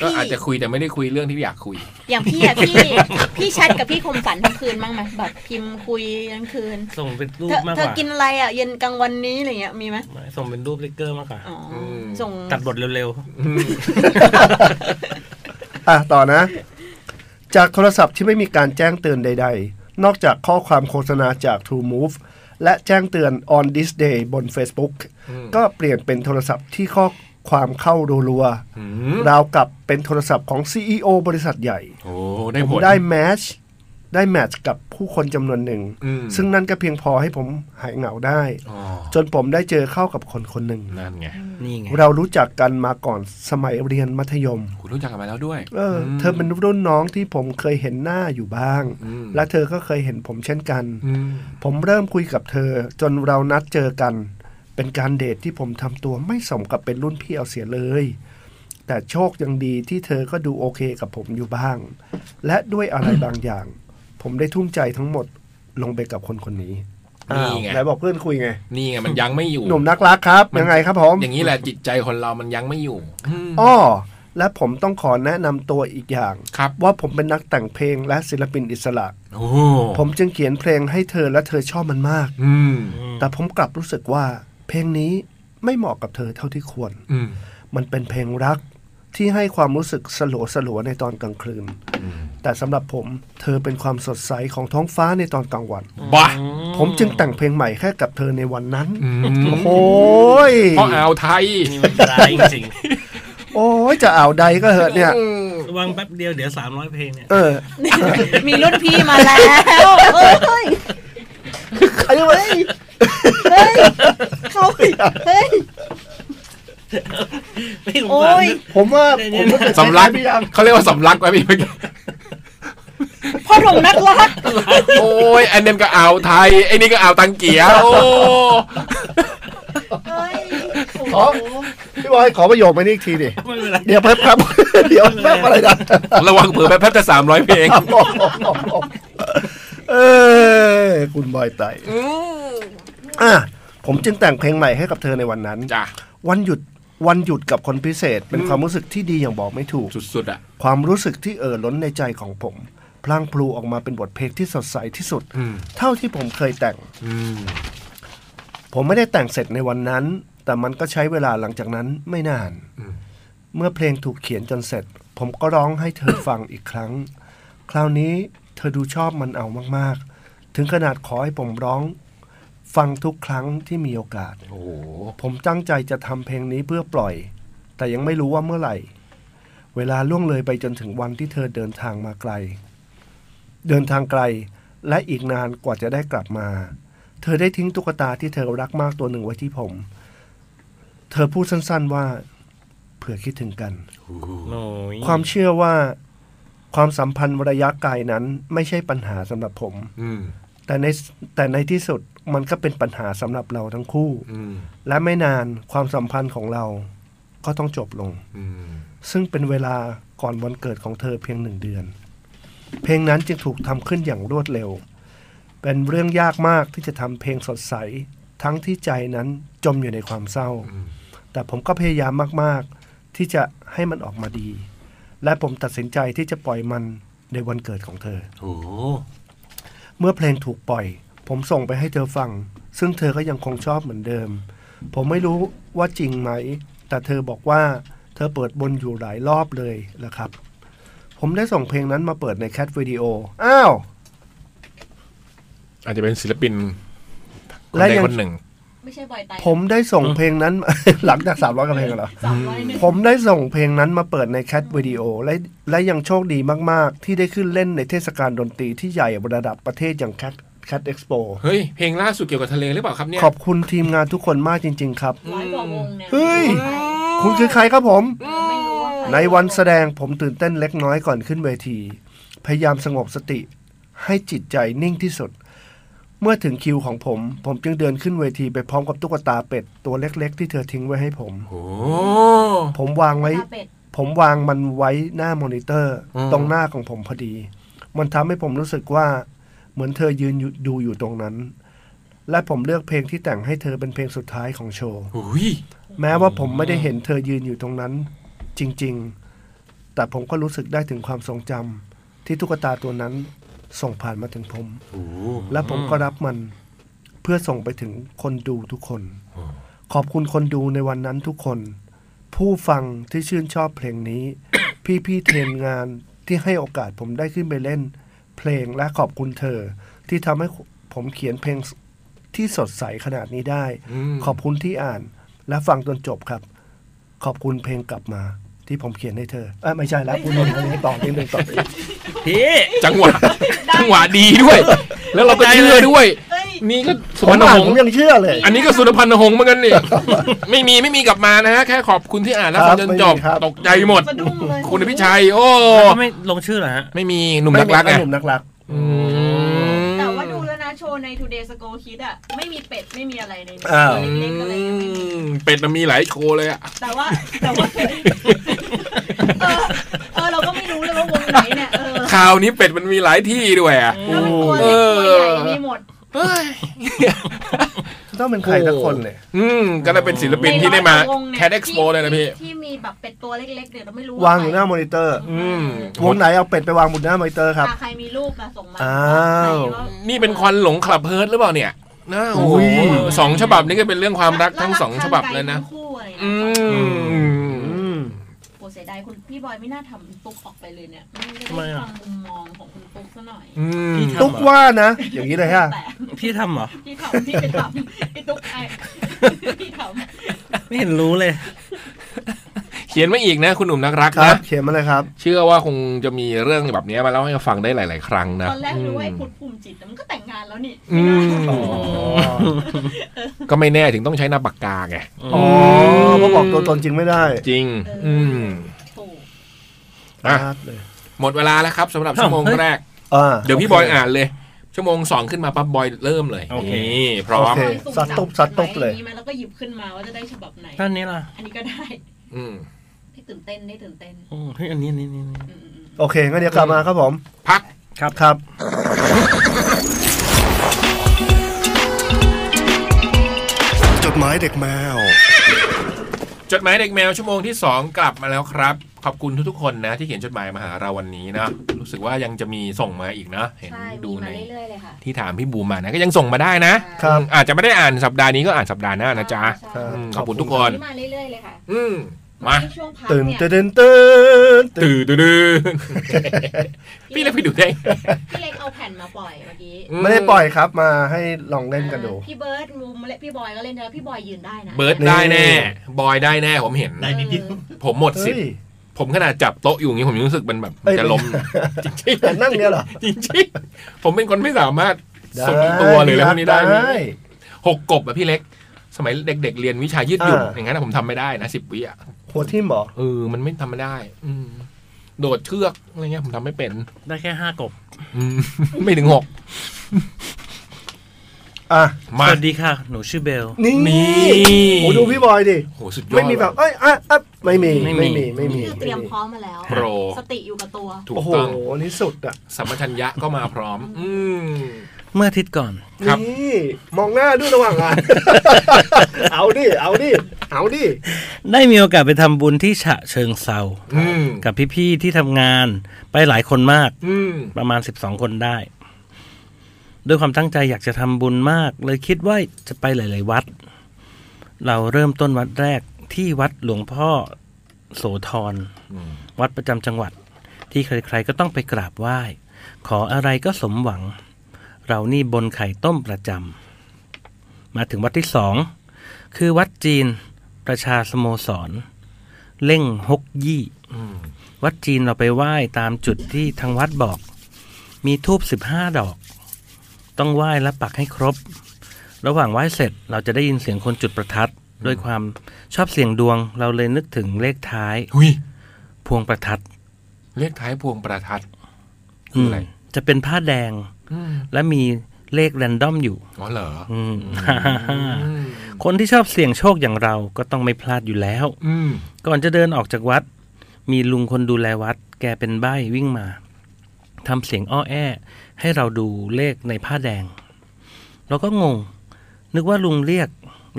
พี่ ก็อาจจะคุยแต่ไม่ได้คุยเรื่องที่อยากคุย อย่างพี่อะพี่ พี่แชทกับพี่คมสันทั้งคืนบ้างไหมแบบพิมพ์คุยทั้งคืน ส่งเป็นรู เธ ป อ มาก เธ ก อ ว่า กินอะไรอ่ะเย็นกลางวันนี้อะไรเงี้ยมีไหม ไม่ส่งเป็นรูปลิกเกอร์มากกว่า อ๋ออ ม ส่ง ตั ดบทเร็ว อ่ะต่อนะ จากโทรศัพท์ที่ไม่มีการแจ้งเตือนใด ๆ นอกจากข้อความโฆษณาจาก True Move และแจ้งเตือน on this day บน Facebook ก็เปลี่ยนเป็นโทรศัพท์ที่ข้อความเข้ารัว อืม ๆราวกับเป็นโทรศัพท์ของ CEO บริษัทใหญ่ โอ้ได้ผ ผม ล ได้แมทช์ได้แมทช์กับผู้คนจำนวนหนึ่ง อืม ซึ่งนั่นก็เพียงพอให้ผมหายเหงาได้ อ๋อ จนผมได้เจอเข้ากับคนคนหนึ่ง นั่นไง ๆ นี่ไง เรารู้จักกันมาก่อนสมัยเรียนมัธยม คุณรู้จักกันมาแล้วด้วย เอออเธอเป็นรุ่นน้องที่ผมเคยเห็นหน้าอยู่บ้าง อืม และเธอก็เคยเห็นผมเช่นกัน อืม ผมเริ่มคุยกับเธอ จนเรานัดเจอกัน เป็นการเดทที่ผมทำตัวไม่สมกับเป็นรุ่นพี่เอาเสียเลย แต่โชคยังดีที่เธอก็ดูโอเคกับผมอยู่บ้าง และด้วยอะไรบางอย่าง ผมได้ทุ่มใจทั้งหมดลงไปกับคนคนนี้อ้าว นี่ไง ไหนบอกเพื่อนคุยไง นี่ไงมันยังไม่อยู่ หนุ่มนักรักครับ มัน ยังไงครับผม อย่างนี้แหละจิตใจคนเรามันยังไม่อยู่อืม อ้อ และผมต้องขอแนะนำตัวอีกอย่าง ครับ ว่าผมเป็นนักแต่งเพลงและศิลปินอิสระ โอ้ ผมจึงเขียนเพลงให้เธอและเธอชอบมันมาก อืม แต่ผมกลับรู้สึกว่า เพลงนี้ไม่เหมาะกับเธอเท่าที่ควร อืม มันเป็นเพลงรักที่ให้ความรู้สึกสลัวสลัวๆในตอนกลางคืน แต่สำหรับผมเธอเป็นความสดใสของท้องฟ้าในตอนกลางวัน บ้า ผมจึงแต่งเพลงใหม่แค่กับเธอในวันนั้น อืม โอ้ย เพราะอ่าวไทย นี่มันร้ายจริง โอ้ยจะอ่าวใดก็เหอะเนี่ย อืม ๆวางแป๊บเดียวเดี๋ยวสามร้อยเพลงเนี่ย เออ มีรุ่นพี่มาแล้วเอ้ย ได้ไหม เฮ้ยเขาเฮ้ย ไม่สง โอ้ สาร ย ผมว่าผมว่าเป็น สำลัก คายๆพี่ยาม เขาเรียกว่าสำลักไปพี่เมื่อกี้ พ่อหนุ่มนักรัก โอ้ยอันนั้นก็อ่าวไทยไอ้นี่ก็อ่าวตังเกียโอ้ เฮ้ยโอ้โห พี่บอยขอประโยคมานี่อีกทีดิ ไม่เป็นไร เดี๋ยวแป๊บแป๊บเดี๋ยวแป๊บอะไร นะ ระวังเผื่อแป๊บๆจะสามร้อยเพลง เออคุณบอยไตอ่ะผมจึงแต่งเพลงใหม่ให้กับเธอในวันนั้น จ้ะ วันหยุดวันหยุดกับคนพิเศษ เป็นความรู้สึกที่ดีอย่างบอกไม่ถูก สุดๆอ่ะ ความรู้สึกที่เอ่อล้นในใจของผม พลางพลูออกมาเป็นบทเพลงที่สดใสที่สุด เท่าที่ผมเคยแต่ง ผมไม่ได้แต่งเสร็จในวันนั้น แต่มันก็ใช้เวลาหลังจากนั้นไม่นาน เมื่อเพลงถูกเขียนจนเสร็จ ผมก็ร้องให้เธอฟังอีกครั้ง คราวนี้เธอดูชอบมันเอามากๆ ถึงขนาดขอให้ผมร้อง ฟังทุกครั้งที่มีโอกาส โอ้โห ผมตั้งใจจะทำเพลงนี้เพื่อปล่อย แต่ยังไม่รู้ว่าเมื่อไหร่ เวลาล่วงเลยไปจนถึงวันที่เธอเดินทางมาไกล เดินทางไกล และอีกนานกว่าจะได้กลับมา เธอได้ทิ้งตุ๊กตาที่เธอรักมากตัวหนึ่งไว้ที่ผม เธอพูดสั้นๆว่า เผื่อคิดถึงกัน โอ้ย ความเชื่อว่า ความสัมพันธ์ระยะไกลนั้นไม่ใช่ปัญหาสำหรับผม อืม แต่ในแต่ในที่สุดมันก็เป็นปัญหาสำหรับเราทั้งคู่ อืม และไม่นานความสัมพันธ์ของเราก็ต้องจบลง อืม ซึ่งเป็นเวลาก่อนวันเกิดของเธอเพียงหนึ่งเดือน เพลงนั้นจึงถูกทำขึ้นอย่างรวดเร็ว เป็นเรื่องยากมากที่จะทำเพลงสดใส ทั้งที่ใจนั้นจมอยู่ในความเศร้า แต่ผมก็พยายามมาก ๆ ที่จะให้มันออกมาดี และผมตัดสินใจที่จะปล่อยมันในวันเกิดของเธอ โอ้โห เมื่อเพลงถูกปล่อย ผมส่งไปให้เธอฟัง ซึ่งเธอก็ยังคงชอบเหมือนเดิม ผมไม่รู้ว่าจริงไหม แต่เธอบอกว่าเธอเปิดบนอยู่หลายรอบเลยละครับ ผมได้ส่งเพลงนั้นมาเปิดในแคทวิดีโออ้าว อาจจะเป็นศิลปินคน และ ใด ยัง คนหนึ่ง ไม่ใช่บอยไต ผมได้ส่งเพลงนั้น หลังจากสามร้อยกว่าเพลงเหรอ สามร้อยหนึ่ง ผมได้ส่งเพลงนั้นมาเปิดในแคทวิดีโอและและยังโชคดีมาก ๆ ที่ได้ขึ้นเล่นในเทศกาลดนตรีที่ใหญ่ระดับประเทศอย่างแคทแคทเอ็กซ์โป เฮ้ย เพลงล่าสุดเกี่ยวกับทะเลหรือเปล่าครับเนี่ย ขอบคุณทีมงานทุกคนมากจริง ๆ ครับ ร้อยกว่าวงเนี่ย เฮ้ย ใช่ คุณคือใครครับผม ไม่รู้ว่าใคร ในวันแสดงผมตื่นเต้นเล็กน้อยก่อนขึ้นเวที พยายามสงบสติ ให้จิตใจนิ่งที่สุด เมื่อถึงคิวของผม ผมจึงเดินขึ้นเวทีไปพร้อมกับตุ๊กตาเป็ดตัวเล็กๆ ที่เธอทิ้งไว้ให้ผม โอ้ ผมวางไว้ ตาเป็ด ผมวางมันไว้หน้ามอนิเตอร์ ตรงหน้าของผมพอดี มันทำให้ผมรู้สึกว่า เหมือนเธอยืนอยู่ดูอยู่ตรงนั้น และผมเลือกเพลงที่แต่งให้เธอเป็นเพลงสุดท้ายของโชว์ โหย แม้ว่าผมไม่ได้เห็นเธอยืนอยู่ตรงนั้น จริงๆ แต่ผมก็รู้สึกได้ถึงความทรงจำที่ตุ๊กตาตัวนั้นส่งผ่านมาถึงผม โอ้โห และผมก็รับมันเพื่อส่งไปถึงคนดูทุกคน ขอบคุณคนดูในวันนั้นทุกคน ผู้ฟังที่ชื่นชอบเพลง นี้ พี่ๆเทรนงานที่ให้โอกาสผมได้ขึ้นไปเล่น เพลงและขอบคุณเธอ ที่ทำให้ผมเขียนเพลงที่สดใสขนาดนี้ได้ ขอบคุณที่อ่านและฟังจนจบครับ ขอบคุณเพลงกลับมา ที่ผมเขียนให้เธอเอ้ยไม่ใช่แล้วคุณนนท์คนนี้ต่อนิดนึงต่อ พี่ จัง หวะ จังหวะดีด้วย แล้วเราก็ ได้เลย เชื่อด้วย นี่ก็สุ ผ พร ม รณ อ่า ห น ง ผม ษ์ ยังเชื่อเลย อันนี้ก็สุพรรณหงษ์เหมือนกันนี่ ไม่มีไม่มีกลับมานะฮะ แค่ขอบคุณที่อ่านแล้ว ค ฟั รั ง บ จน ไม่มี จบ ครับ ตกใจหมด สะดุ้งเลย คุณพิชัย โอ้ แล้วก็ไม่ลงชื่อเหรอฮะ ไม่มีหนุ่ม ไม่ นักรัก ไง ไง หนุ่มนักรัก อืม แต่ว่าดูแล้วนะโชว์ใน Today s c o r e Kid อะไม่มีเป็ดไม่มีอะไรในนี้ อ้าว เล็กๆอะไรยังไม่มี เป็ดมันมีหลายโชว์เลยอะ แต่ว่าแต่ว่า เป็ดเออเออเราก็ไม่รู้เลยว่าวงไหนเนี่ยเออ ข่าวนี้เป็ดมันมีหลายที่ด้วยอะ ถ้าเป็นตัวเล็กตัวใหญ่มีหมด ต้องเป็นใครสักคนเลย อืมก็ได้เป็นศิลปินที่ได้มา ในร้อยกว่วงนี่ แคดเอ็กซ์โปเลยนะพี่ ที่มีแบบเป็ดตัวเล็กๆเดี๋ยวเราไม่รู้ วางอยู่หน้ามอนิเตอร์ อืม วงไหนเอาเป็ดไปวางบนหน้ามอนิเตอร์ครับ อ่ะใครมีรูปมาส่งมา อ้าว ใคร นี่เป็นควันหลงคลับเฮิร์ตหรือเปล่าเนี่ยนะโอ้โห อุ้ย สองฉบับนี้ก็เป็นเรื่องความรักทั้งสองฉบับเลยนะ รักทางไกทั้งคู่อะไรอย่าง อื เงี้ย ม อืม โอ้เสียดายคุณพี่บอยไม่น่าทำตุ๊กออกไปเลยเนี่ยไม่ได้ ไม่อะ ฟังมุมมองของคุณตุ๊กซะหน่อย อืม พี่ทำ ตุ๊ก เหรอ ว่านะ อย่างนี้เลยฮะ แต่ พี่ทำเหรอ พี่ถามพี่ไปถามพี่ตุ๊กไอพี่ถาม ไม่เห็นรู้เลย เ ขียนมาอีกนะ คุณหนุ่มนักรัก ครั นะ บ เขียนมาเลยครับ เชื่อว่าคงจะมีเรื่องแบบนี้มาเล่าให้ฟังได้หลาย ๆ ครั้งนะ ตอนแรกรู้ว่าไอ้พุทธภูมิจิตน่ะมันก็แต่งงานแล้วนี่ อืม ไม่ได้ ก็ไม่แน่ถึงต้องใช้หน้าปากกาไง อ๋อเพราะบอกตัวตนจริงไม่ได้ จริง อืม ถูก อ่ะ ชัดเลย หมดเวลาแล้วครับสำหรับชั่วโมงแรก อ่า เดี๋ยวพี่บอยอ่านเลย ชั่วโมงสองขึ้นมาปั๊บบอยเริ่มเลย โอเค นี่พร้อม โอเค ซัดตุ๊บซัดตุ๊บเลย อามาแล้วก็หยิบขึ้นมาว่าจะได้ฉบับไหน ด้านนี้ล่ะ อันนี้ก็ได้ อืม ได้ตื่นเต้นได้ตื่นเต้น อืมเฮ้ยอันนี้อันนี้อันนี้อันนี้ อืม โอเคงั้นเดี๋ยวกลับมาครับผม พัก ครับครับ จดหมายเด็กแมว จดหมายเด็กแมวชั่วโมงที่ 2 กลับมาแล้วครับ ขอบคุณทุกๆคนนะ ที่เขียนจดหมายมาหาเราวันนี้นะ รู้สึกว่ายังจะมีส่งมาอีกนะ เห็น ใช่ ดู มี ใน มาเรื่อยๆเลยค่ะ ที่ถามพี่บูมมานะ ก็ยังส่งมาได้นะครับ อืมอาจจะไม่ได้อ่านสัปดาห์นี้ก็อ่านสัปดาห์หน้านะจ๊ะ ใช่ อืมขอบคุณทุก ขอบคุณ คน ที่มาเรื่อยๆเลยค่ะ อืมมา ในช่วงพัก ตื่น เนี่ย เต้นเต้นตื่น ตื่นตื่นพี่เล็กพี่ดูได้ไง พี่เล็กเอาแผ่นมาปล่อยเมื่อกี้ ไม่ได้ปล่อยครับมาให้ลองเล่นกันดู พี่เบิร์ดรูมและพี่บอยก็เล่นนะพี่บอยยืนได้นะ เบิร์ดได้แน่ บอยได้แน่ผมเห็น ได้นิดเดียว ผมหมดสิ เฮ้ยทธิ์ผมขนาดจับโต๊ะอยู่อย่างนี้ผมยังรู้สึกมันแบบ เอ้ย จะล้มจริง แต่นั่งเนี้ยเหรอ ๆจริงๆผมเป็นคนไม่สามารถทรงตัวหรืออะไรพวกนี้ได้ ได้ เลย หกกบอะพี่เล็ก สมัยเด็ก ๆ เรียนวิชายืดหยุ่น อ่า อย่างนั้นอะผมทำไม่ได้นะสิบวิอะ หัวทิ่มเหรอ เออมันไม่ทำไม่ได้ อืมโดดเชือกอะไรเงี้ยผมทำไม่เป็น ได้แค่ห้ากบ อืม ไม่ถึงหก อ่ะ ส มา วัสดีค่ะ หนูชื่อเบล นี่ นี่ โอ้ดูพี่บอยดิ โหสุดยอด ไม่มีแบบ ว่ะ เอ้ยอ่ะอ่ะไม่มี ไม่ ไม่ มี มีไม่มี นี่คือเตรียมพร้อมมาแล้ว โปร สติอยู่กับตัว ถูก โอ้โห ต้อง อันนี่สุดอ่ะ สัมปชัญญะก็มาพร้อม อืม เมื่ออาทิตย์ก่อน ครับ นี่มองหน้าด้วยระหว่างอ่ะ เอาดิเอาดิเอาดิ ได้มีโอกาสไปทำบุญที่ฉะเชิงเซา อืม กับพี่ๆที่ทำงานไปหลายคนมาก อืม ประมาณ 12 คนได้ ด้วยความตั้งใจอยากจะทำบุญมาก เลยคิดว่าจะไปหลาย ๆ วัด เราเริ่มต้นวัดแรกที่วัดหลวงพ่อโสธร วัดประจำจังหวัด ที่ใคร ๆ ก็ต้องไปกราบไหว้ ขออะไรก็สมหวัง เรานี่บนไข่ต้มประจำมาถึงวัดที่สอง คือวัดจีนประชาสโมสร เล่งฮกยี่ อืม วัดจีนเราไปไหว้ตามจุดที่ทางวัดบอก มีทูบสิบห้าดอก ต้องไหว้และปักให้ครบ ระหว่างไหว้เสร็จเราจะได้ยินเสียงคนจุดประทัดด้วยความชอบเสียงดวงเราเลยนึกถึงเลขท้าย หุย พวงประทัด เลขท้ายพวงประทัด คื อื อ ม อะไร จะเป็นผ้าแดง อืม และมีเลขแรนดอมอยู่ อ๋อเหรอ อืม อืม คนที่ชอบเสี่ยงโชคอย่างเราก็ต้องไม่พลาดอยู่แล้ว อืม ก่อนจะเดินออกจากวัด มีลุงคนดูแลวัด แกเป็นใบ้วิ่งมาทำเสียงอ้อแอ ให้เราดูเลขในผ้าแดง เราก็งง นึกว่าลุงเรียก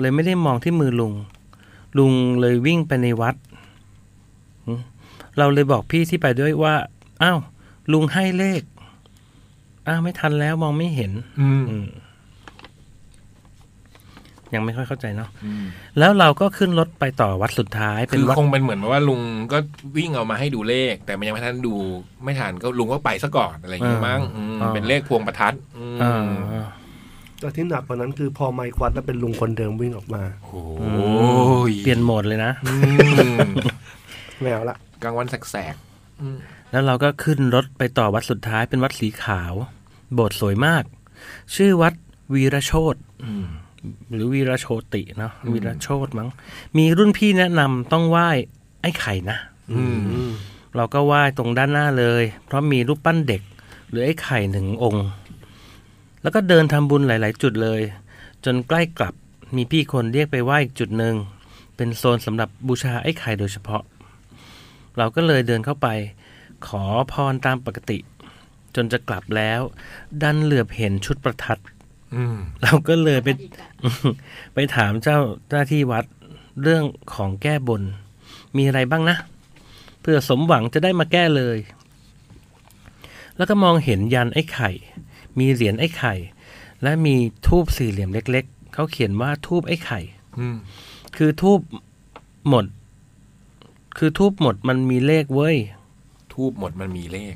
เลยไม่ได้มองที่มือลุง ลุงเลยวิ่งไปในวัดหึเราเลยบอกพี่ที่ไปด้วยว่า อ้าว ลุงให้เลข อ้าวไม่ทันแล้วมองไม่เห็น อืม อืมยังไม่ค่อยเข้าใจเนาะ อืม แล้วเราก็ขึ้นรถไปต่อวัดสุดท้ายเป็ คื น อ วัด คงเป็นเหมือนว่าลุงก็วิ่งเอามาให้ดูเลข แต่มันยังไม่ทันดูไม่ทันก็ลุงก็ไปซะก่อนอะไรอย่างเงี้ย อ่า มั้งอืม อ่า เป็นเลขพวงประทัดอืม อ่า แต่ที่หนักกว่านั้นคือพอไมค์ควัดแล้วเป็นลุงคนเดิมวิ่งออกมา โอ้โห เปลี่ยนโหมดเลยนะ อืม แมวละ กลางวันแสกๆอืม แล้วเราก็ขึ้นรถไปต่อวัดสุดท้ายเป็นวัดสีขาว โบสถ์สวยมาก ชื่อวัดวีรโชต อืม หรือวีรโชติเนาะ อืม วีรโชตมั้ง มีรุ่นพี่แนะนำต้องไหว้ไอ้ไข่นะ อืม เราก็ไหว้ตรงด้านหน้าเลย เพราะมีรูปปั้นเด็ก หรือไอ้ไข่หนึ่งองค์ แล้วก็เดินทำบุญหลาย ๆ จุดเลย จนใกล้กลับมีพี่คนเรียกไปไหว้อีกจุดหนึ่งเป็นโซนสำหรับบูชาไอ้ไข่โดยเฉพาะ เราก็เลยเดินเข้าไป ขอพรตามปกติ จนจะกลับแล้ว ดันเหลือบเห็นชุดประทัด อืม เราก็เลยไป อีกอะ ไปถามเจ้าหน้าที่วัดเรื่องของแก้บน มีอะไรบ้างนะ เพื่อสมหวังจะได้มาแก้เลย แล้วก็มองเห็นยันไอ้ไข่ มีเหรียญไอ้ไข่ และมีทูบสี่เหลี่ยมเล็ก ๆ เขาเขียนว่าทูบไอ้ไข่ อืม คือทูบหมด คือทูบหมดมันมีเลขเว้ย ทูบหมดมันมีเลข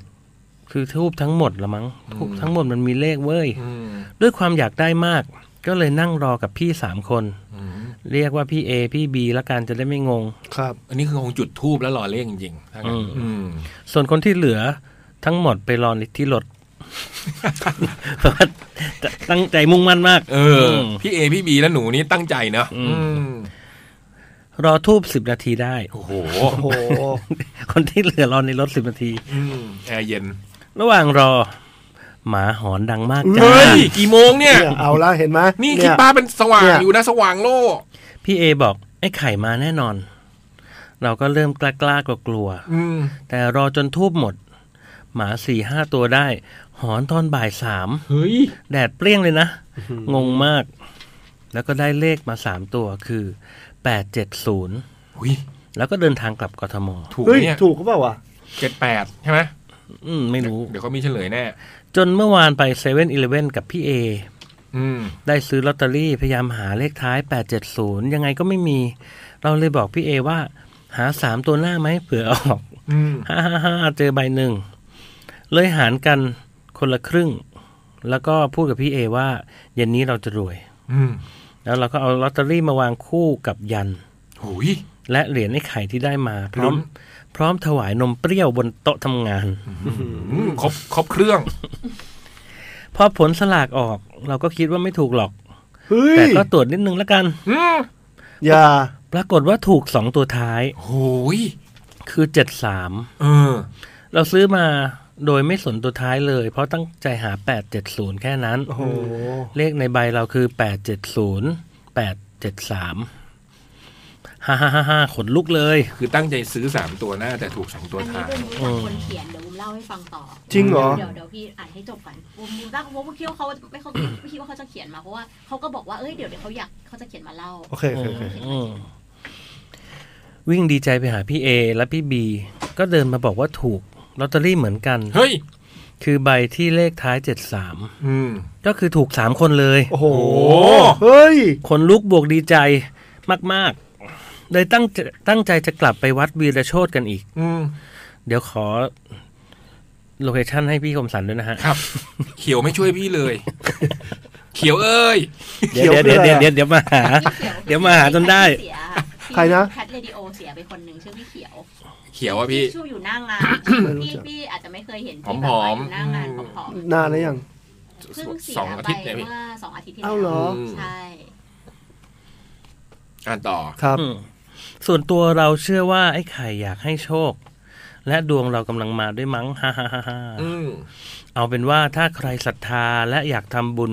คือทูบทั้งหมดละมั้งทูบ อืม ทั้งหมดมันมีเลขเว้ย อืม ด้วยความอยากได้มาก ก็เลยนั่งรอกับพี่สามคน อืม เรียกว่าพี่เอพี่บีละกันจะได้ไม่งง ครับ อันนี้คือคงจุดทูบแล้วรอเลขจริงๆถ้างั้น อืม อืม ส่วนคนที่เหลือทั้งหมดไปรอที่รถ เพราะว่าตั้งใจมุ่งมั่นมาก เอออ ม พี่เอพี่บีและหนูนี่ตั้งใจเนอะ อืม อืม รอทูบสิบนาทีได้ โอ้โห โอ้โห คนที่เหลือรอในรถสิบนาที อืมแอร์เย็น ระหว่างรอ หมาหอนดังมาก เฮ้ จ้าย กี่โมงเนี่ย เนี่ยเอาละเห็นไหม นี่ เย คิดป้าเป็นสว่าง เนี่ย อยู่นะสว่างโลก พี่เอบอกไอ้ไข่มาแน่นอน เราก็เริ่มกล้ากล้ากลัวกลัว อืม ๆแต่รอจนทูบหมด หมาสี่ห้าตัวได้ หอนตอนบ่ายสาม เฮ้ย แดดเปรี้ยงเลยนะ งงมาก แล้วก็ได้เลขมาสามตัวคือแปดเจ็ดศูนย์ หุย แล้วก็เดินทางกลับกทม ถูกไหม เฮ้ย เนี่ย ถูกก็เปล่าวะ เจ็ดแปดใช่ไหม อืม ไม่รู้ เดี๋ยวเขามีเฉลยแน่ จนเมื่อวานไปเซเว่นอีเลเว่นกับพี่เอ อืม ได้ซื้อลอตเตอรี่พยายามหาเลขท้าย 870 ยังไงก็ไม่มี เราเลยบอกพี่เอว่า หาสามตัวหน้าไหมเผื่อออก อืม ห้าห้าห้าเจอใบหนึ่ง เลยหารกันคนละครึ่ง แล้วก็พูดกับพี่เอว่า เย็นนี้เราจะรวย อืม แล้วเราก็เอาลอตเตอรี่มาวางคู่กับยัน หุย และเหรียญไอ้ไข่ที่ได้มา พร้อม ลุ้น พร้อมถวายนมเปรี้ยวบนโต๊ะทำงาน อืมครบครบเครื่อง พอผลสลากออก เราก็คิดว่าไม่ถูกหรอก เฮ้ย แต่ก็ตรวจนิดนึงแล้วกัน อืม อย่า ปรากฏว่าถูกสองตัวท้าย หุย คือเจ็ดสาม เออ เราซื้อมาโดยไม่สนตัวท้ายเลย เพราะตั้งใจหาแปดเจ็ดศูนย์แค่นั้น โอ้โห เลขในใบเราคือแปดเจ็ดศูนย์แปดเจ็ดสามฮ่าฮ่าฮ่าฮ่าขนลุกเลย คือตั้งใจซื้อสามตัวหน้าแต่ถูกสองตัว อันนี้ ท้าย เป็นบูมคนเขียนเดี๋ยวบูมเล่าให้ฟังต่อ จริงเหรอ เดี๋ยวเดี๋ยวพี่อ่านให้จบก่อนบูมบูมรักบูมคิดว่าเขาไม่เขาไม่คิดว่าเขาจะเขียนมาเพราะว่าเขาก็บอกว่าเอ้ยเดี๋ยวเดี๋ยวเขาอยากเขาจะเขียนมาเล่า โอเคโอเคโอเค อืมวิ่งดีใจไปหาพี่เอและพี่บี ก็เดินมาบอกว่าถูกลอตเตอรี่เหมือนกัน เฮ้ย คือใบที่เลขท้ายเจ็ดสาม อืม ก็คือถูกสามคนเลย โอ้โห โอ้ เฮ้ย คนลุกบวกดีใจมาก ๆ เลยตั้งใจตั้งใจจะกลับไปวัดวีรโชตกันอีก อืม เดี๋ยวขอ โลเคชั่นให้พี่คมสันด้วยนะฮะ ครับ เขียวไม่ช่วยพี่เลย เขียวเอ้ย เดี๋ยว เดี๋ เดี๋ ย ยวว เดี๋ เดี๋ยยว วเดี๋ยวมาหา พี่ขี เดี๋ยวมาหาจนได้ เสีย ใครนะ แพทเรดิโอเสียไปคนหนึ่งชื่อพี่เขียว เขียวอะพี่ พี่ชื่ออยู่หน้างาน ไม่รู้ พี่ จัก พี่อาจจะไม่เคยเห็นพี่แบบว่าอยู่หน้างาน ผ ผ อม อม นานแล้วยัง ๆเพิ่งเสีย สองอา ไป ทิตย์เนี่ยพี่ เมื่อสองอาทิตย์ที่ เอ้า แล้ เหรอ ว อืม ใช่ อ่านต่อ ครับ อืมส่วนตัวเราเชื่อว่าไอ้ไข่อยากให้โชค และดวงเรากำลังมาด้วยมั้ง ฮ่าฮ่าฮ่าฮ่า อืม เอาเป็นว่าถ้าใครศรัทธาและอยากทำบุญ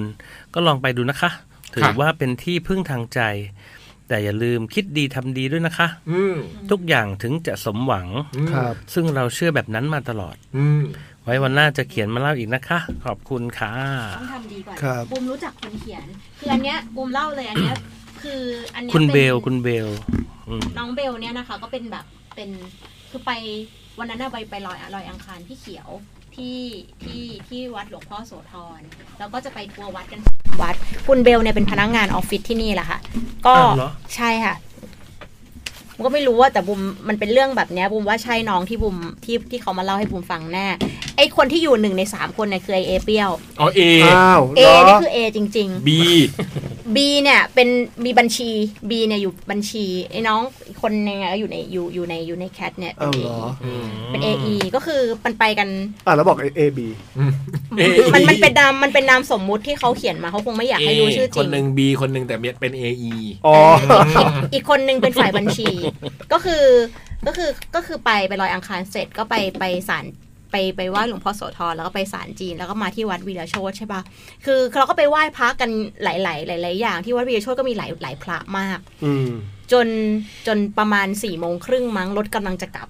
ก็ลองไปดูนะคะ ถื ครั อบ ว่าเป็นที่พึ่งทางใจ แต่อย่าลืมคิดดีทำดีด้วยนะคะ อืม ทุกอย่างถึงจะสมหวัง อืม ครับ ซึ่งเราเชื่อแบบนั้นมาตลอด อืม ไว้วันหน้าจะเขียนมาเล่าอีกนะคะ ขอบคุณค่ะ ต้องทำดีก่อน ครับ บูมรู้จักคนเขียน คืออันเนี้ยบูมเล่าเลยอันเนี้ย คืออันเนี้ย คุณ ป็น เบลคุณเบลอืม น้องเบลเนี่ยนะคะ ก็เป็นแบบเป็นคือไปวันนั้นน่ะไปไปลอยลอยอังคารพี่เขียวที่ที่ที่วัดหลวงพ่อโสธรแล้วก็จะไปทัวร์วัดกันวัด คุณเบลเนี่ยเป็นพนักงานออฟฟิศที่นี่แหละค่ะ ก็ อ้าวเหรอ ใช่ค่ะบูมก็ไม่รู้ว่าแต่บุมมันเป็นเรื่องแบบเนี้ยบุมว่าใช่น้องที่บุมที่ที่เขามาเล่าให้บุมฟังแน่ไอคนที่อยู่หนึ่งในสามคนเนี่ยคือไอเอเปียว อ๋อเอ อ้าว เอ เหรอ นี่คือเอจริง ๆ บี B เนี่ยเป็นมีบัญชี B เนี่ยอยู่บัญชีไอ้น้องอีกคนนึงอะอยู่ในอยู่อยู่ในอยู่ในแคทเนี่ย อ้าวเหรอ อืม เป็น AE ก็คือมันไปกัน อ่ะแล้วบอกเอบี เอ มันมันเป็นนามมันเป็นนามสมมุติที่เขาเขียนมาเขาคงไม่อยากให้รู้ชื่อจ ค ริ น ง หนึ่งบีคนหนึ่งแต่เป็นเออี อ๋อ อีกคนนึงเป็นฝ่ายบัญชี ก็คือก็คือก็คือไปไปลอยอังคารเสร็จก็ไปไปศาลไปไปไหว้หลวงพ่อโสธรแล้วก็ไปศาลจีนแล้วก็มาที่วัดวีระโชตใช่ปะคือเราก็ไปไหว้พระกันหลาย ๆ หลาย ๆ อย่างที่วัดวีระโชตก็มีหลายหลายพระมาก อืม จนจนประมาณสี่โมงครึ่งมั้งรถกำลังจะกลับ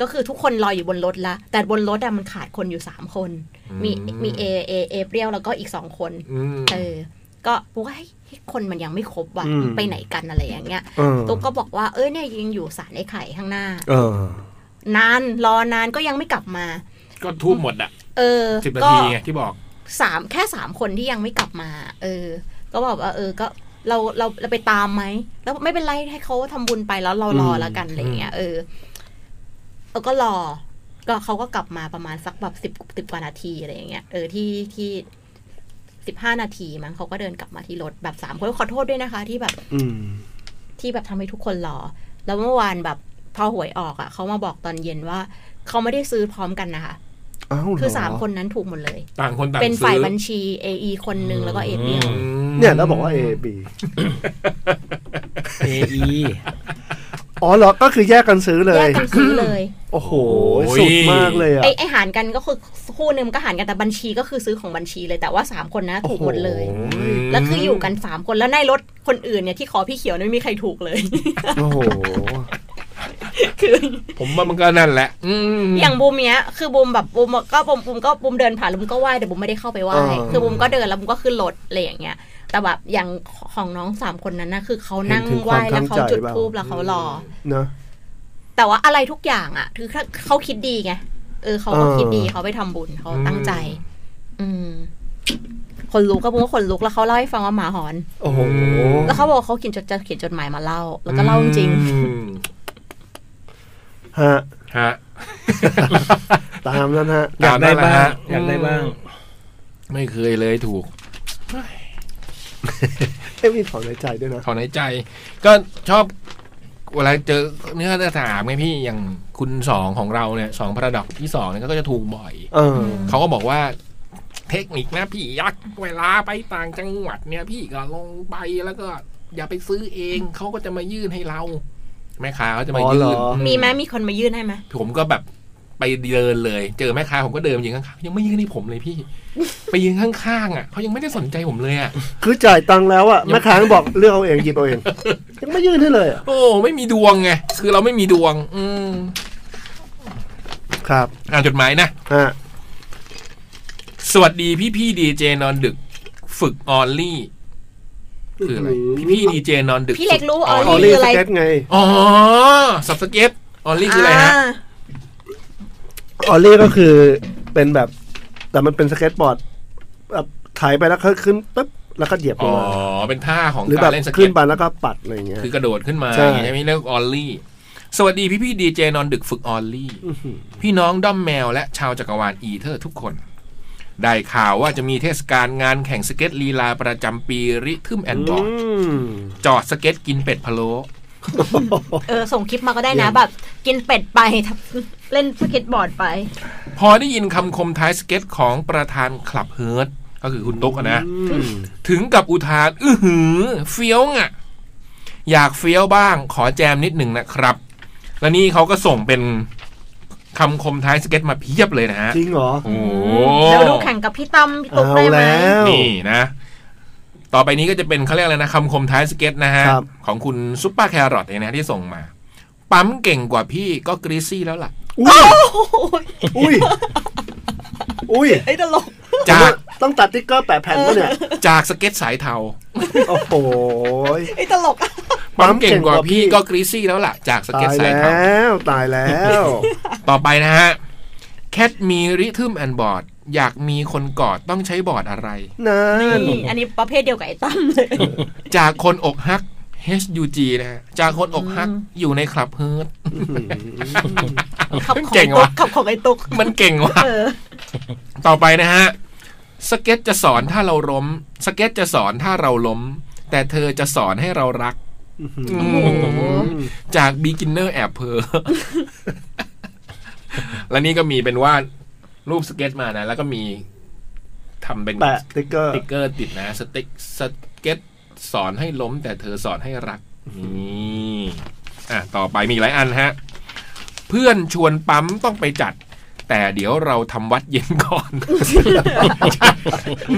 ก็คือทุกคนรออยู่บนรถละแต่บนรถอะมันขาดคนอยู่สามคน มี อืม มีเอเอเอเปรี้ยวแล้วก็อีกสองคน อืม เออ ก็ปุ๊กว่าเฮ้ยคนมันยังไม่ครบว่ะ อืม ไปไหนกันอะไรอย่างเงี้ย เออ ตุ๊กก็บอกว่าเอ้ยเนี่ยยังอยู่สารไอ้ไข่ข้างหน้า เออ นานรอนานก็ยังไม่กลับมา ก็ทุ่มหมดอ่ะ เออ สิบนา ก็ ทีไงที่บอก สามแค่สามคนที่ยังไม่กลับมา เออ ก็บอกว่าเออก็เราเราเราไปตามไหมแล้วไม่เป็นไรให้เขาทำบุญไปแล้วเรารอ อืม แล้วกันอะไรเงี้ยเออเออก็รอ ก็เขาก็กลับมาประมาณสักแบบสิบสิบกว่านาทีอะไรอย่างเงี้ยเออที่ที่ สิบห้านาทีมั้งเขาก็เดินกลับมาที่รถแบบสามคนขอโทษด้วยนะคะ ที่แบบ อืม ที่แบบทำให้ทุกคนรอ แล้วเมื่อวานแบบพอหวยออกอ่ะเขามาบอกตอนเย็นว่าเขาไม่ได้ซื้อพร้อมกันนะคะ อ้าวเหร คือสามคนนั้นถูกหมดเลย ต่างคนต่าง เป็น ซื้อ ฝ่ายบัญชี AE คนหนึงแล้วก็เอเปียง อืม เนี่ยแล้วบอกว่า A B เอี อ๋อเหรอก็คือแยกกันซื้อเล แย ย กกันซื้อเลย โอ้โห สุดมากเลยอ่ะ ไอไอหารกันก็คือคู่หนึ่งมันก็หารกันแต่บัญชีก็คือซื้อของบัญชีเลยแต่ว่าสามคนนะถูกหมดเลย อืม แล้วคืออยู่กันสามคนแล้วในรถคนอื่นเนี่ยที่ขอพี่เขียวเนี่ยไม่มีใครถูกเลย โอ้โห คือ ผมว่ามันก็นั่นแหละ อืม อย่างบูมเนี้ยคือบูมแบบบูมก็บูมบูมก็บูมเดินผ่านแล้วบูมก็ไหว้แต่บูมไม่ได้เข้าไปไหว้ อ่า คือบูมก็เดินแล้วบูมก็ขึ้นรถอะไรอย่างเงี้ย แต่แบบอย่างของน้องสามคนนั้นนะคือเขานั่งไหว้แล้วเขาจุดธูปแล้วเขารอ เนอะ แต่ว่าอะไรทุกอย่างอ่ะ คือถ้าเขาคิดดีไง เออเขาก็ เออ คิดดีเขาไปทำบุญเขาตั้งใจ อืม คนลุกก็พูดว่าคนลุกแล้วเขาเล่าให้ฟังว่าหมาหอน โอ้โห แล้วเขาบอกเขาเขียนจดจะเขียนจดหมายมาเล่า แล้วก็เล่าจริง อืม ฮะ ฮะ ตามนั้นฮะ อยากได้ ตามนั้นแหละ บ้า ฮะ งอยากได้บ้าง ไม่เคยเลยถูก เอ้ยมีถอนหายใจด้วยนะ ถอนหายใจ ก็ชอบเวลาเจอเนื้อเนื้อถามไงพี่อย่างคุณสองของเราเนี่ยสองพระดับที่สองเนี่ยก็จะถูกบ่อย เออ เขาก็บอกว่า เทคนิคนะพี่ยักษ์เวลาไปต่างจังหวัดเนี่ย พี่ก็ลงไปแล้วก็ อย่าไปซื้อเองเขาก็จะมายื่นให้เราแม่ค้าเขาจะมา อ๋อ ยื่ เหร น อ ๆ มีไหมมีคนมายื่นให้ไหม ผมก็แบบไปเดินเลย เจอแม่ค้าผมก็เดินยืนข้างๆยังไม่ยื่นให้ผมเลยพี่ ไปยืนข้างๆอ่ะเขายังไม่ได้สนใจผมเลยอ่ะ คือจ่ายตังค์แล้วอะแม่ค้าก็บอกเลือกเอาเองหยิบเอาเอง ยังไม่ยื่นให้เลยอะ โอ้ไม่มีดวงไงคือเราไม่มีดวง อืม ครับ อ่านจดหมายนะ ฮะ สวัสดีพี่พี่ดีเจนอนดึก ฝึกออลลี่ คืออะไร พี่พี่ดีเจนอนดึก พี่เล็กรู้อ ฝึ อ ออ ลลี่ ลี่สคืออะไร เก็ตไง อ๋อสับสเก็ตออลลี่คืออะไรฮะ า ออลลี่ก็คือเป็นแบบ แต่มันเป็นสเก็ตบอร์ดแบบถ่ายไปแล้วก็ขึ้นปึ๊บแล้วก็เหยียบล อ๋ ง อ มา เป็นท่าของ หรือแบ กา บ รเล่นสเก็ ขึ้ ต นไปแล้วก็ปัดอะไรอย่างเงี้ย คือกระโดดขึ้นมา ใช่ อย่างนี้ยไม่เรียกออลลี่ สวัสดีพี่พี่ดีเจนอนดึกฝึกออลลี่ พี่น้องด้อมแมวและชาวจักรวาลอีเทอร์ทุกคน ได้ข่าวว่าจะมีเทศกาลงานแข่งสเก็ตลีลาประจำปีริทึมแอนด์บอร์ด อืม จอดสเก็ตกินเป็ดพะโล้ เออส่งคลิปมาก็ได้เยี่นะยม แบบ กินเป็ดไปทำเล่นสเก็ตบอร์ดไป พอได้ยินคำคมท้ายสเก็ตของประธานคลับเฮิร์ตก็คือคุณตุ๊กอะนะ อืม ถึงกับอุทาน อื้อหือ เฟี้ยวอ่ะ อยากเฟี้ยวบ้าง ขอแจมนิดหนึ่งนะครับ และนี่เขาก็ส่งเป็นคำคมท้ายสเก็ตมาเพียบเลยนะฮะ จริงเหรอ โอ้เดี๋ยวโห ดูแข่งกับพี่ตั้มพี่ตุ๊ก เอา ได้ไหม แล้ว นี่นะ ต่อไปนี้ก็จะเป็นเขาเรียกอะไรนะคำคมท้ายสเก็ตนะฮะ ครับ ของคุณซุปเปอร์แครอทเนี่ยนะที่ส่งมา ปั๊มเก่งกว่าพี่ก็กรีซี่แล้วล่ะ อุ้ย โอ้โห อุ้ย อุ้ย ไอ้ตลก จาก ต้องตัดติ๊กเกอร์แปะแผ่นปะเนี่ย จากสเก็ตสายเทา โอ้โห ไอ้ตลกอะ ปั๊มเก่งกว่าพี่ก็กรีซี่แล้วล่ะ จากสเก็ ตา ต ย สาย แล เทา ้ว ตายแล้ว ต่อไปนะฮะ แคทมีริทึมแอนบอร์ดอยากมีคนกอดต้องใช้บอร์ดอะไร นั่น นี่อันนี้ประเภทเดียวกับไอ้ตั้มเลย จากคนอกหัก HUG นะฮะ จากคนอกหักอยู่ในคลับเฮิร์ต ขับของ เก่ ไอ้ ง ตุ๊ ว่ะ กขับของไอ้ตุ๊ก มันเก่งว่ะ เออ ต่อไปนะฮะ สเก็ตจะสอนถ้าเราล้ม สเก็ตจะสอนถ้าเราล้ม แต่เธอจะสอนให้เรารัก จาก beginner แอบเพ อ และนี่ก็มีเป็นว่าดรูปสเก็ตมานะ แล้วก็มีทำเป็น แปะติ๊กเกอร์ สติ๊กเกอร์ติดนะสติ๊กสเก็ตสอนให้ล้ม แต่เธอสอนให้รักนี่อ่ะต่อไปมีอีกหลายอันฮะ เพื่อนชวนปั๊มต้องไปจัด แต่เดี๋ยวเราทำวัดเย็นก่ อน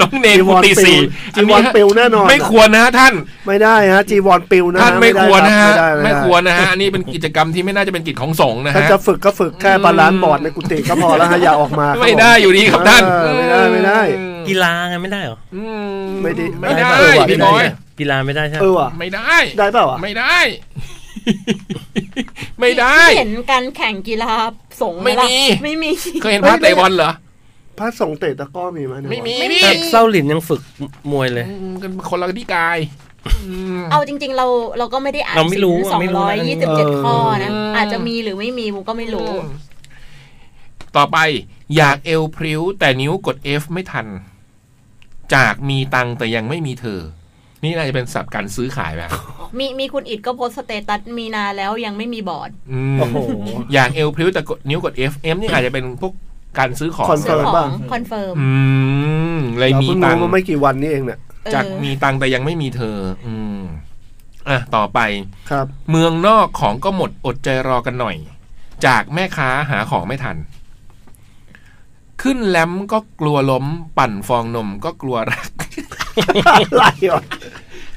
น้องเนมกูตีสี่ จีวอน ฮะ ปิวแน่นอน ไม่ควรนะฮะท่าน ไม่ได้ฮะ จีวอนปิวนะ ท่านไม่ควรนะฮะ ด้ ไม่ ด้ ควรนะฮะอันนี้เป็นกิจกรรมที่ไม่น่าจะเป็นกิจของสงฆ์นะ ถ้า ฮะ จะฝึกก็ฝึกแค่บาลานซ์บอร์ดในกุฏิก็พอแล้วฮะ อย่าออกมาครับ ไม่ได้อยู่ดีครับท่าน เออไม่ได้ไม่ได้ กีฬาไงไม่ได้เหรอ อืม ไม่ดีไม่ ไม่ ได้ ได้ เออว่ะ พี่ ไม่ได้ บอย กีฬาไม่ได้ใช่ไหม เออว่ะ ไม่ได้ ได้เปล่าวะ ไม่ได้ ไม่ได้ เห็นการแข่งกีฬาสงฆ์หล่ะ ไม่มี ไม่มี เคยเห็นพระ เฮ้ย เตะบอลเหรอ พระสงฆ์เตะตะกร้อมีไหมเนี่ย ไม่มี ไม่มี พี่ แต่เศร้าหลินยังฝึกมวยเลย อืมกันคนละนิกายอืม เอาจริง ๆ เราเราก็ไม่ได้อ่าน เราไม่รู้อะ สอง ไม่รู้ ร้อย นะ ยี่สิบเจ็ดข้อนะ เอออ อาจจะมีหรือไม่มีบูก็ไม่รู้ ต่อไป อยากเอวพริ้ว แต่นิ้วกด F ไม่ทัน จากมีตังค์แต่ยังไม่มีเธอ นี่น่าจะเป็นศัพท์การซื้อขายแบบ มีมีคุณอิดก็โพสต์สเตตัสมีนาแล้วยังไม่มีบอร์ด อืม โอ้โห อย่างเอลพริ้วแต่กดนิ้วกด F M นี่อาจจะเป็นพวกการซื้อของ คอนเฟิ ซื้อ ร์ม ของ บ้าง คอนเฟิร์ม อืมเลย เรา มี เพิ่ง ตั รู้ งค์ เมื่อไม่กี่วันนี้เองเนี่ย เอ จาก อ มีตังค์แต่ยังไม่มีเธอ อืม อ่ะ ต่อไป ครับ เมืองนอกของก็หมดอดใจรอกันหน่อย จากแม่ค้าหาของไม่ทัน ขึ้นแลมก็กลัวล้ม ปั่นฟองนมก็กลัวรัก อะไรเหรอ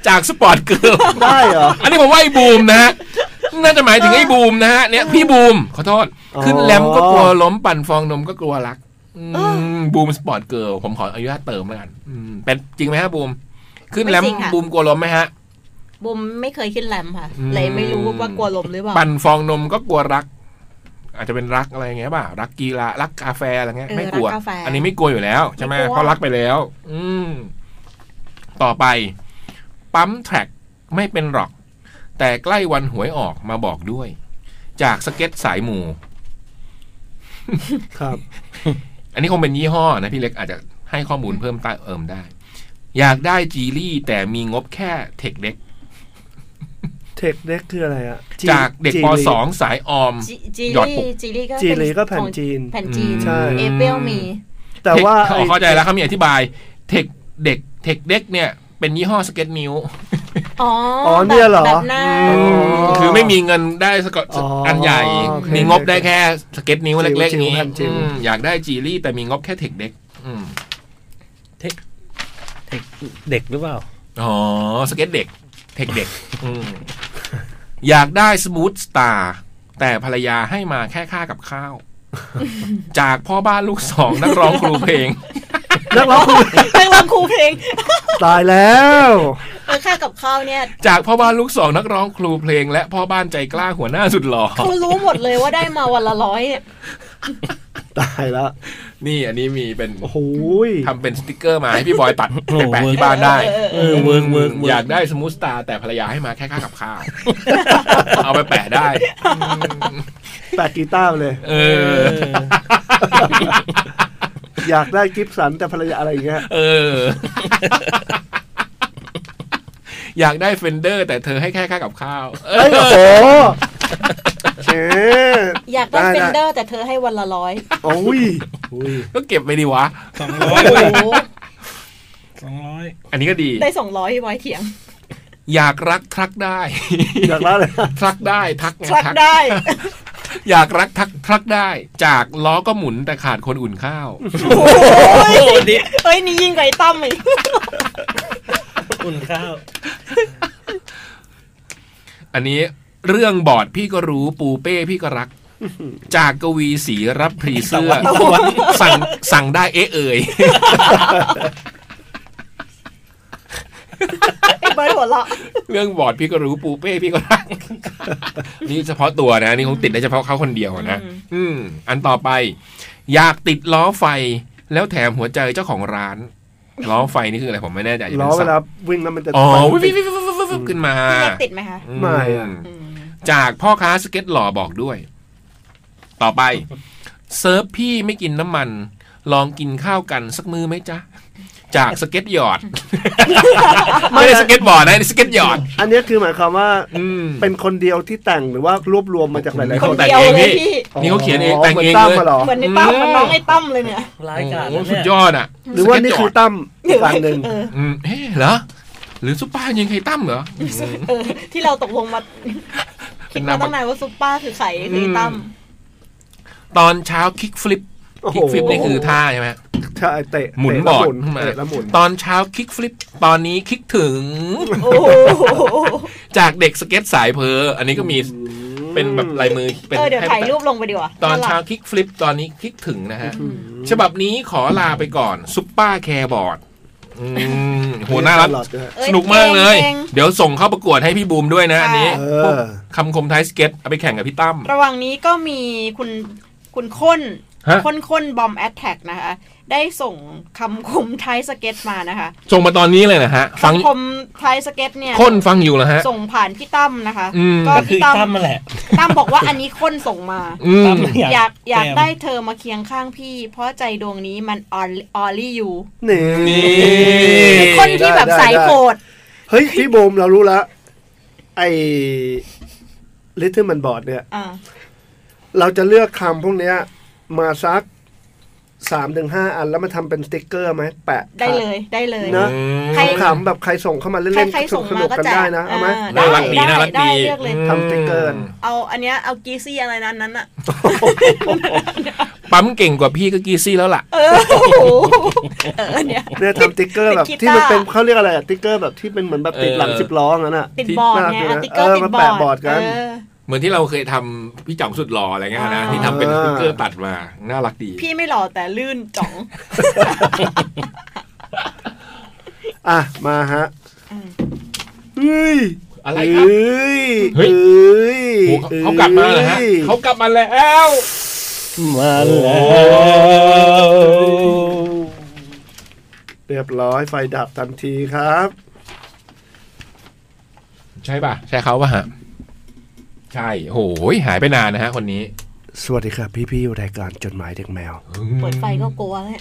จากสปอร์ตเกิร์ล ได้เหรอ อันนี้ผมว่าไอ้บูมนะฮะ น่าจะหมายถึงไอ้บูมนะฮะ เนี่ยพี่บูม ขอโทษ อ๋อ ขึ้นแลมก็กลัวล้ม ปั่นฟองนมก็กลัวรัก อืม บูมสปอร์ตเกิร์ลผมขออนุญาตเติมแล้วกันอืมเป็นจริงไหมฮะบูม ขึ้นแลมบูมกลัวล้มไหมฮะ บุมไม่เคยขึ้นแรมค่ะ อืม เลยไม่รู้ว่ากลัวลมหรือเปล่า ปั่นฟองนมก็กลัวรัก อาจจะเป็นรักอะไรเงี้ยป่ะรักกีฬารักกาแฟอะไรเงี้ย เออ ไม่กลัว รักกาแฟ อันนี้ไม่กลัวอยู่แล้วใช่ไหม ไม่กลัว เพราะรักไปแล้ว อืมต่อไป ปั๊มแทร็กไม่เป็นหรอก แต่ใกล้วันหวยออกมาบอกด้วย จากสเก็ตสายหมู่ ครับ อันนี้คงเป็นยี่ห้อนะพี่เล็กอาจจะให้ข้อมูลเพิ่มใต้เอิมได้ อยากได้จีรี่แต่มีงบแค่เทคเด็ก เทคเด็กคืออะไรอะ G- จากเด็กป G-League สองสายออม จีจี หยอด รี่ ปุ๊บ จีรี่ก็ จี เป็ รีก็แผ่น ของ จีน แผ่นจีน ใช่ เอเปิลมี แต่ว่า เทคอ๋อเข้าใจแล้วเขามีอธิบายเทคเด็กเทคเด็กเนี่ย เป็นยี่ห้อสเก็ตนิ้ว อ๋อ อ๋อเนี่ยเหรอ แบบหน้า อ๋อ คือไม่มีเงินได้สเก็ต อ๋ออั อันใหญ่ โอเค มีงบได้แค่สเก็ตนิ้วเล็ก จิ๋ ๆ ว นี้ จิ๋วครับจิ๋ว อืมอยากได้จีรี่แต่มีงบแค่เทคเด็กอืม เทคเด็กหรือเปล่า อ๋อสเก็ตเด็กเทคเด็กอืมอยากได้สมูทสตาร์แต่ภรรยาให้มาแค่ค่ากับ ข้าว จากพ่อบ้านลูกสองนักร้องครูเพลง นักร้องคุณ เพลงร้องครูเพลง ตายแล้ว เออค่ากับข้าวเนี่ย จากพ่อบ้านลูกสองนักร้องครูเพลง และพ่อบ้านใจกล้าหัวหน้าสุดหล่อ เขารู้หมดเลยว่าได้มาวันละร้อยเนี่ย ตายแล้ว นี่อันนี้มีเป็น โอ้โหย ทำเป็นสติกเกอร์มาให้พี่บอยตัด โอ้โห ไปแปะที่บ้านได้ เออ เออเวิร์กเวิร์กเวิ อยา ร์ก กได้สมูทสตาร์แต่ภรรยาให้มาแค่ค่ากับข้าว เอาไปแปะได้ แปะกีตาร์ไปเลย เออ อยากได้กิฟสันแต่ภรรยาอะไรอย่างเงี้ย เออ อยากได้เฟนเดอร์ แต่เธอให้แค่ค่ากับข้าว เออ เอ้ยโอ้โหเจ๊ อยากได้เฟนเดอร์แต่เธอให้วันละร้อย โอ้ย อุ้ย ก็เก็บไปดีวะ สองร้อย โอ้โห สองร้อย อันนี้ก็ดี ได้สองร้อยพี่บอยเถียง อยากรักทักได้ อยากได้เลย ทักได้ทักไง คลัก ทัก ได้ อยากรักทักทักได้ จากล้อก็หมุนแต่ขาดคนอุ่นข้าว โอ้โหนี่ เฮ้ย นี่ยิ่งกว่าไอ้ตั้มอีก อุ่นข้าว อันนี้เรื่องบอดพี่ก็รู้ปูเป้พี่ก็รัก จากกวีสีรับพรีเสื้อสั่งสั่งได้เอ๊ะเอ่ย ไอ้เบิร์ดหัวเราะ เรื่องบอดพี่ก็รู้ปูเป้พี่ก็รัก นี่เฉพาะตัวนะ นี่คงติดได้เฉพาะเขาคนเดียวนะอืม อันต่อไป อยากติดล้อไฟแล้วแถมหัวใจเจ้าของร้าน ล้อไฟนี่คืออะไรผมไม่แน่ใจจะป็น ล้อเวลา สับ วิ่งแล้วมันจะ อ๋อ ไป วิ ติ ว ด วิววิววิววิวขึ้นมา พี่เล็กติดไหมคะ ไม่อะ อืม จากพ่อค้าสเก็ตหล่อบอกด้วย ต่อไป เซิร์ฟพี่ไม่กินน้ำมัน ลองกินข้าวกันสักมือไหมจ๊ะ จากสเก็ตหยอด ไม่ได้สเก็ตบอร์ดนะนี่สเก็ตหยอด อันเนี้ยคือหมายความว่า อืม เป็นคนเดียวที่แต่งหรือว่ารวบรวมมาจากหลายๆ ค คน น แต่ง เดียวเลย เองนี่ พี่ นี่เขาเขียนเองแต่งเอง หมืนตั้ม เลย มาหรอ เหมือนไอ้ตั้มเหมือนน้องไอ้ตั้มเลยเนี่ย รายการ โอ้ นะ โหสุ เนี่ ด ย ยอดอ่ะ หรือว่านี่คือตั้มอีกฝั่งหนึ่ง เออ อืมเฮ้เหรอ หรือซุปเปอร์ยิงใครตั้มเหรออืม เออ ที่เราตกล งมาคิดมาตั้งนานว่าซุปเปอร์คือใครคือไอ้ตั้ม ตอนเช้าคิกฟลิป โอ้โห คิกฟลิปนี่คือท่าใช่ไหม ใช่เตะ หมุน เตะแล้วบอร์ด หมุน ขึ้นมา เตะแล้วหมุน ตอนเช้าคิกฟลิป ตอนนี้คิกถึง โอ้โห จากเด็กสเก็ตสายเพอ อันนี้ก็มีเป็นแบบลายมือป็น เออ เดี๋ยว ให้ ถ่ายรูปลงไปดีกว่า ตอน รัก เช้าคลิกฟลิป ตอนนี้คลิกถึงนะฮะ ฉบับนี้ขอลาไปก่อน ซุปเปอร์แคร์บอร์ดอืมโหน่ารัก ตลอดเลย เอ้ย สนุกมากเลย เก่ง เดี๋ยวส่งเข้าประกวดให้พี่บูมด้วยนะ อันนี้ ค่ะ เออ พวกคำคมท้ายสเก็ต เอาไปแข่งกับพี่ตั้ม ระหว่างนี้ก็มีคุณคุณค้น ฮะ ค้นค้นบอมแอตแทกนะคะ ได้ส่งคำคมไทยสเก็ตมานะคะ ส่งมาตอนนี้เลยนะฮะ ฟัง คำคมไทยสเก็ตเนี่ย ค้นฟังอยู่แล้วฮะ ส่งผ่านพี่ตั้มนะคะ อืม ก็ ก็คือ พี่ตั้ม ตั้มมาแหละ ตั้มบอกว่าอันนี้คนส่งมา อืม ตั้มอยาก อยากอยาก แต้ม ได้เธอมาเคียงข้างพี่ เพราะใจดวงนี้มันออลลี่อยู่ นี่ คนที่แบบ ได้ได้ สายโหด เฮ้ย พี่โบมเรารู้ละไอ้ Little Man Board เนี่ย อ่า เราจะเลือกคำพวกเนี้ย มาสักสามถึงห้าอันแล้วมาทำเป็นสติกเกอร์ไหมแปะ ได้เลยได้เลย นะ อืม ใคร ขำๆแบบใครส่งเข้ามา ใคร เล่น ใคร ๆส ส่งมา นุก ก็ ๆกัน แจก ได้นะ เอาไหม อ่า น่ารักดีน่ารัก ได้ ดี เลือกเลย อืม ทำสติ๊กเกอร์ เอาอันเนี้ยเอากีซี่อะไรนั้นนั้นอะ ปั๊มเก่งกว่าพี่ก็กีซี่แล้วล่ะ เออโอ้โหเออเนี่ย เนี่ยทำติ๊กเกอร์แบบ ติดกี ที่ ตาร์ มันเป็นเขาเรียกอะไรอะติ๊กเกอร์แบบที่เป็นเหมือนแบบติดหลัง เออ สิบล้องั้นอะ ติดบอร์ดไง น่ารักดีนะ เอาติ๊กเกอร์ เออ ติด มา บอ แปะ ร์ด บอร์ดกัน เออ เหมือนที่เราเคยทำพี่จ่องสุดหล่ออะไรเงี้ยนะ อ๋อ ที่ทำเป็นสติ๊กเกอร์ตัดมา น่ารักดี พี่ไม่หล่อแต่ลื่นจ๋อง อ่ะ มาฮะ อืม เฮ้ย อะไรครับ เอ้ย เฮ้อ้ยย โอ้โหเขากลับมาแล้วฮะเขากลับมาแล้ว มาแล้ว เรียบร้อยไฟดับทันทีครับ ใช่ป่ะ ใช่เขาป่ะฮะ ใช่โอ้ยหายไปนานนะฮะ คนนี้ สวัสดีครับพี่ๆรายการจดหมายเด็กแมว เปิดไฟก็กลัวแล้ว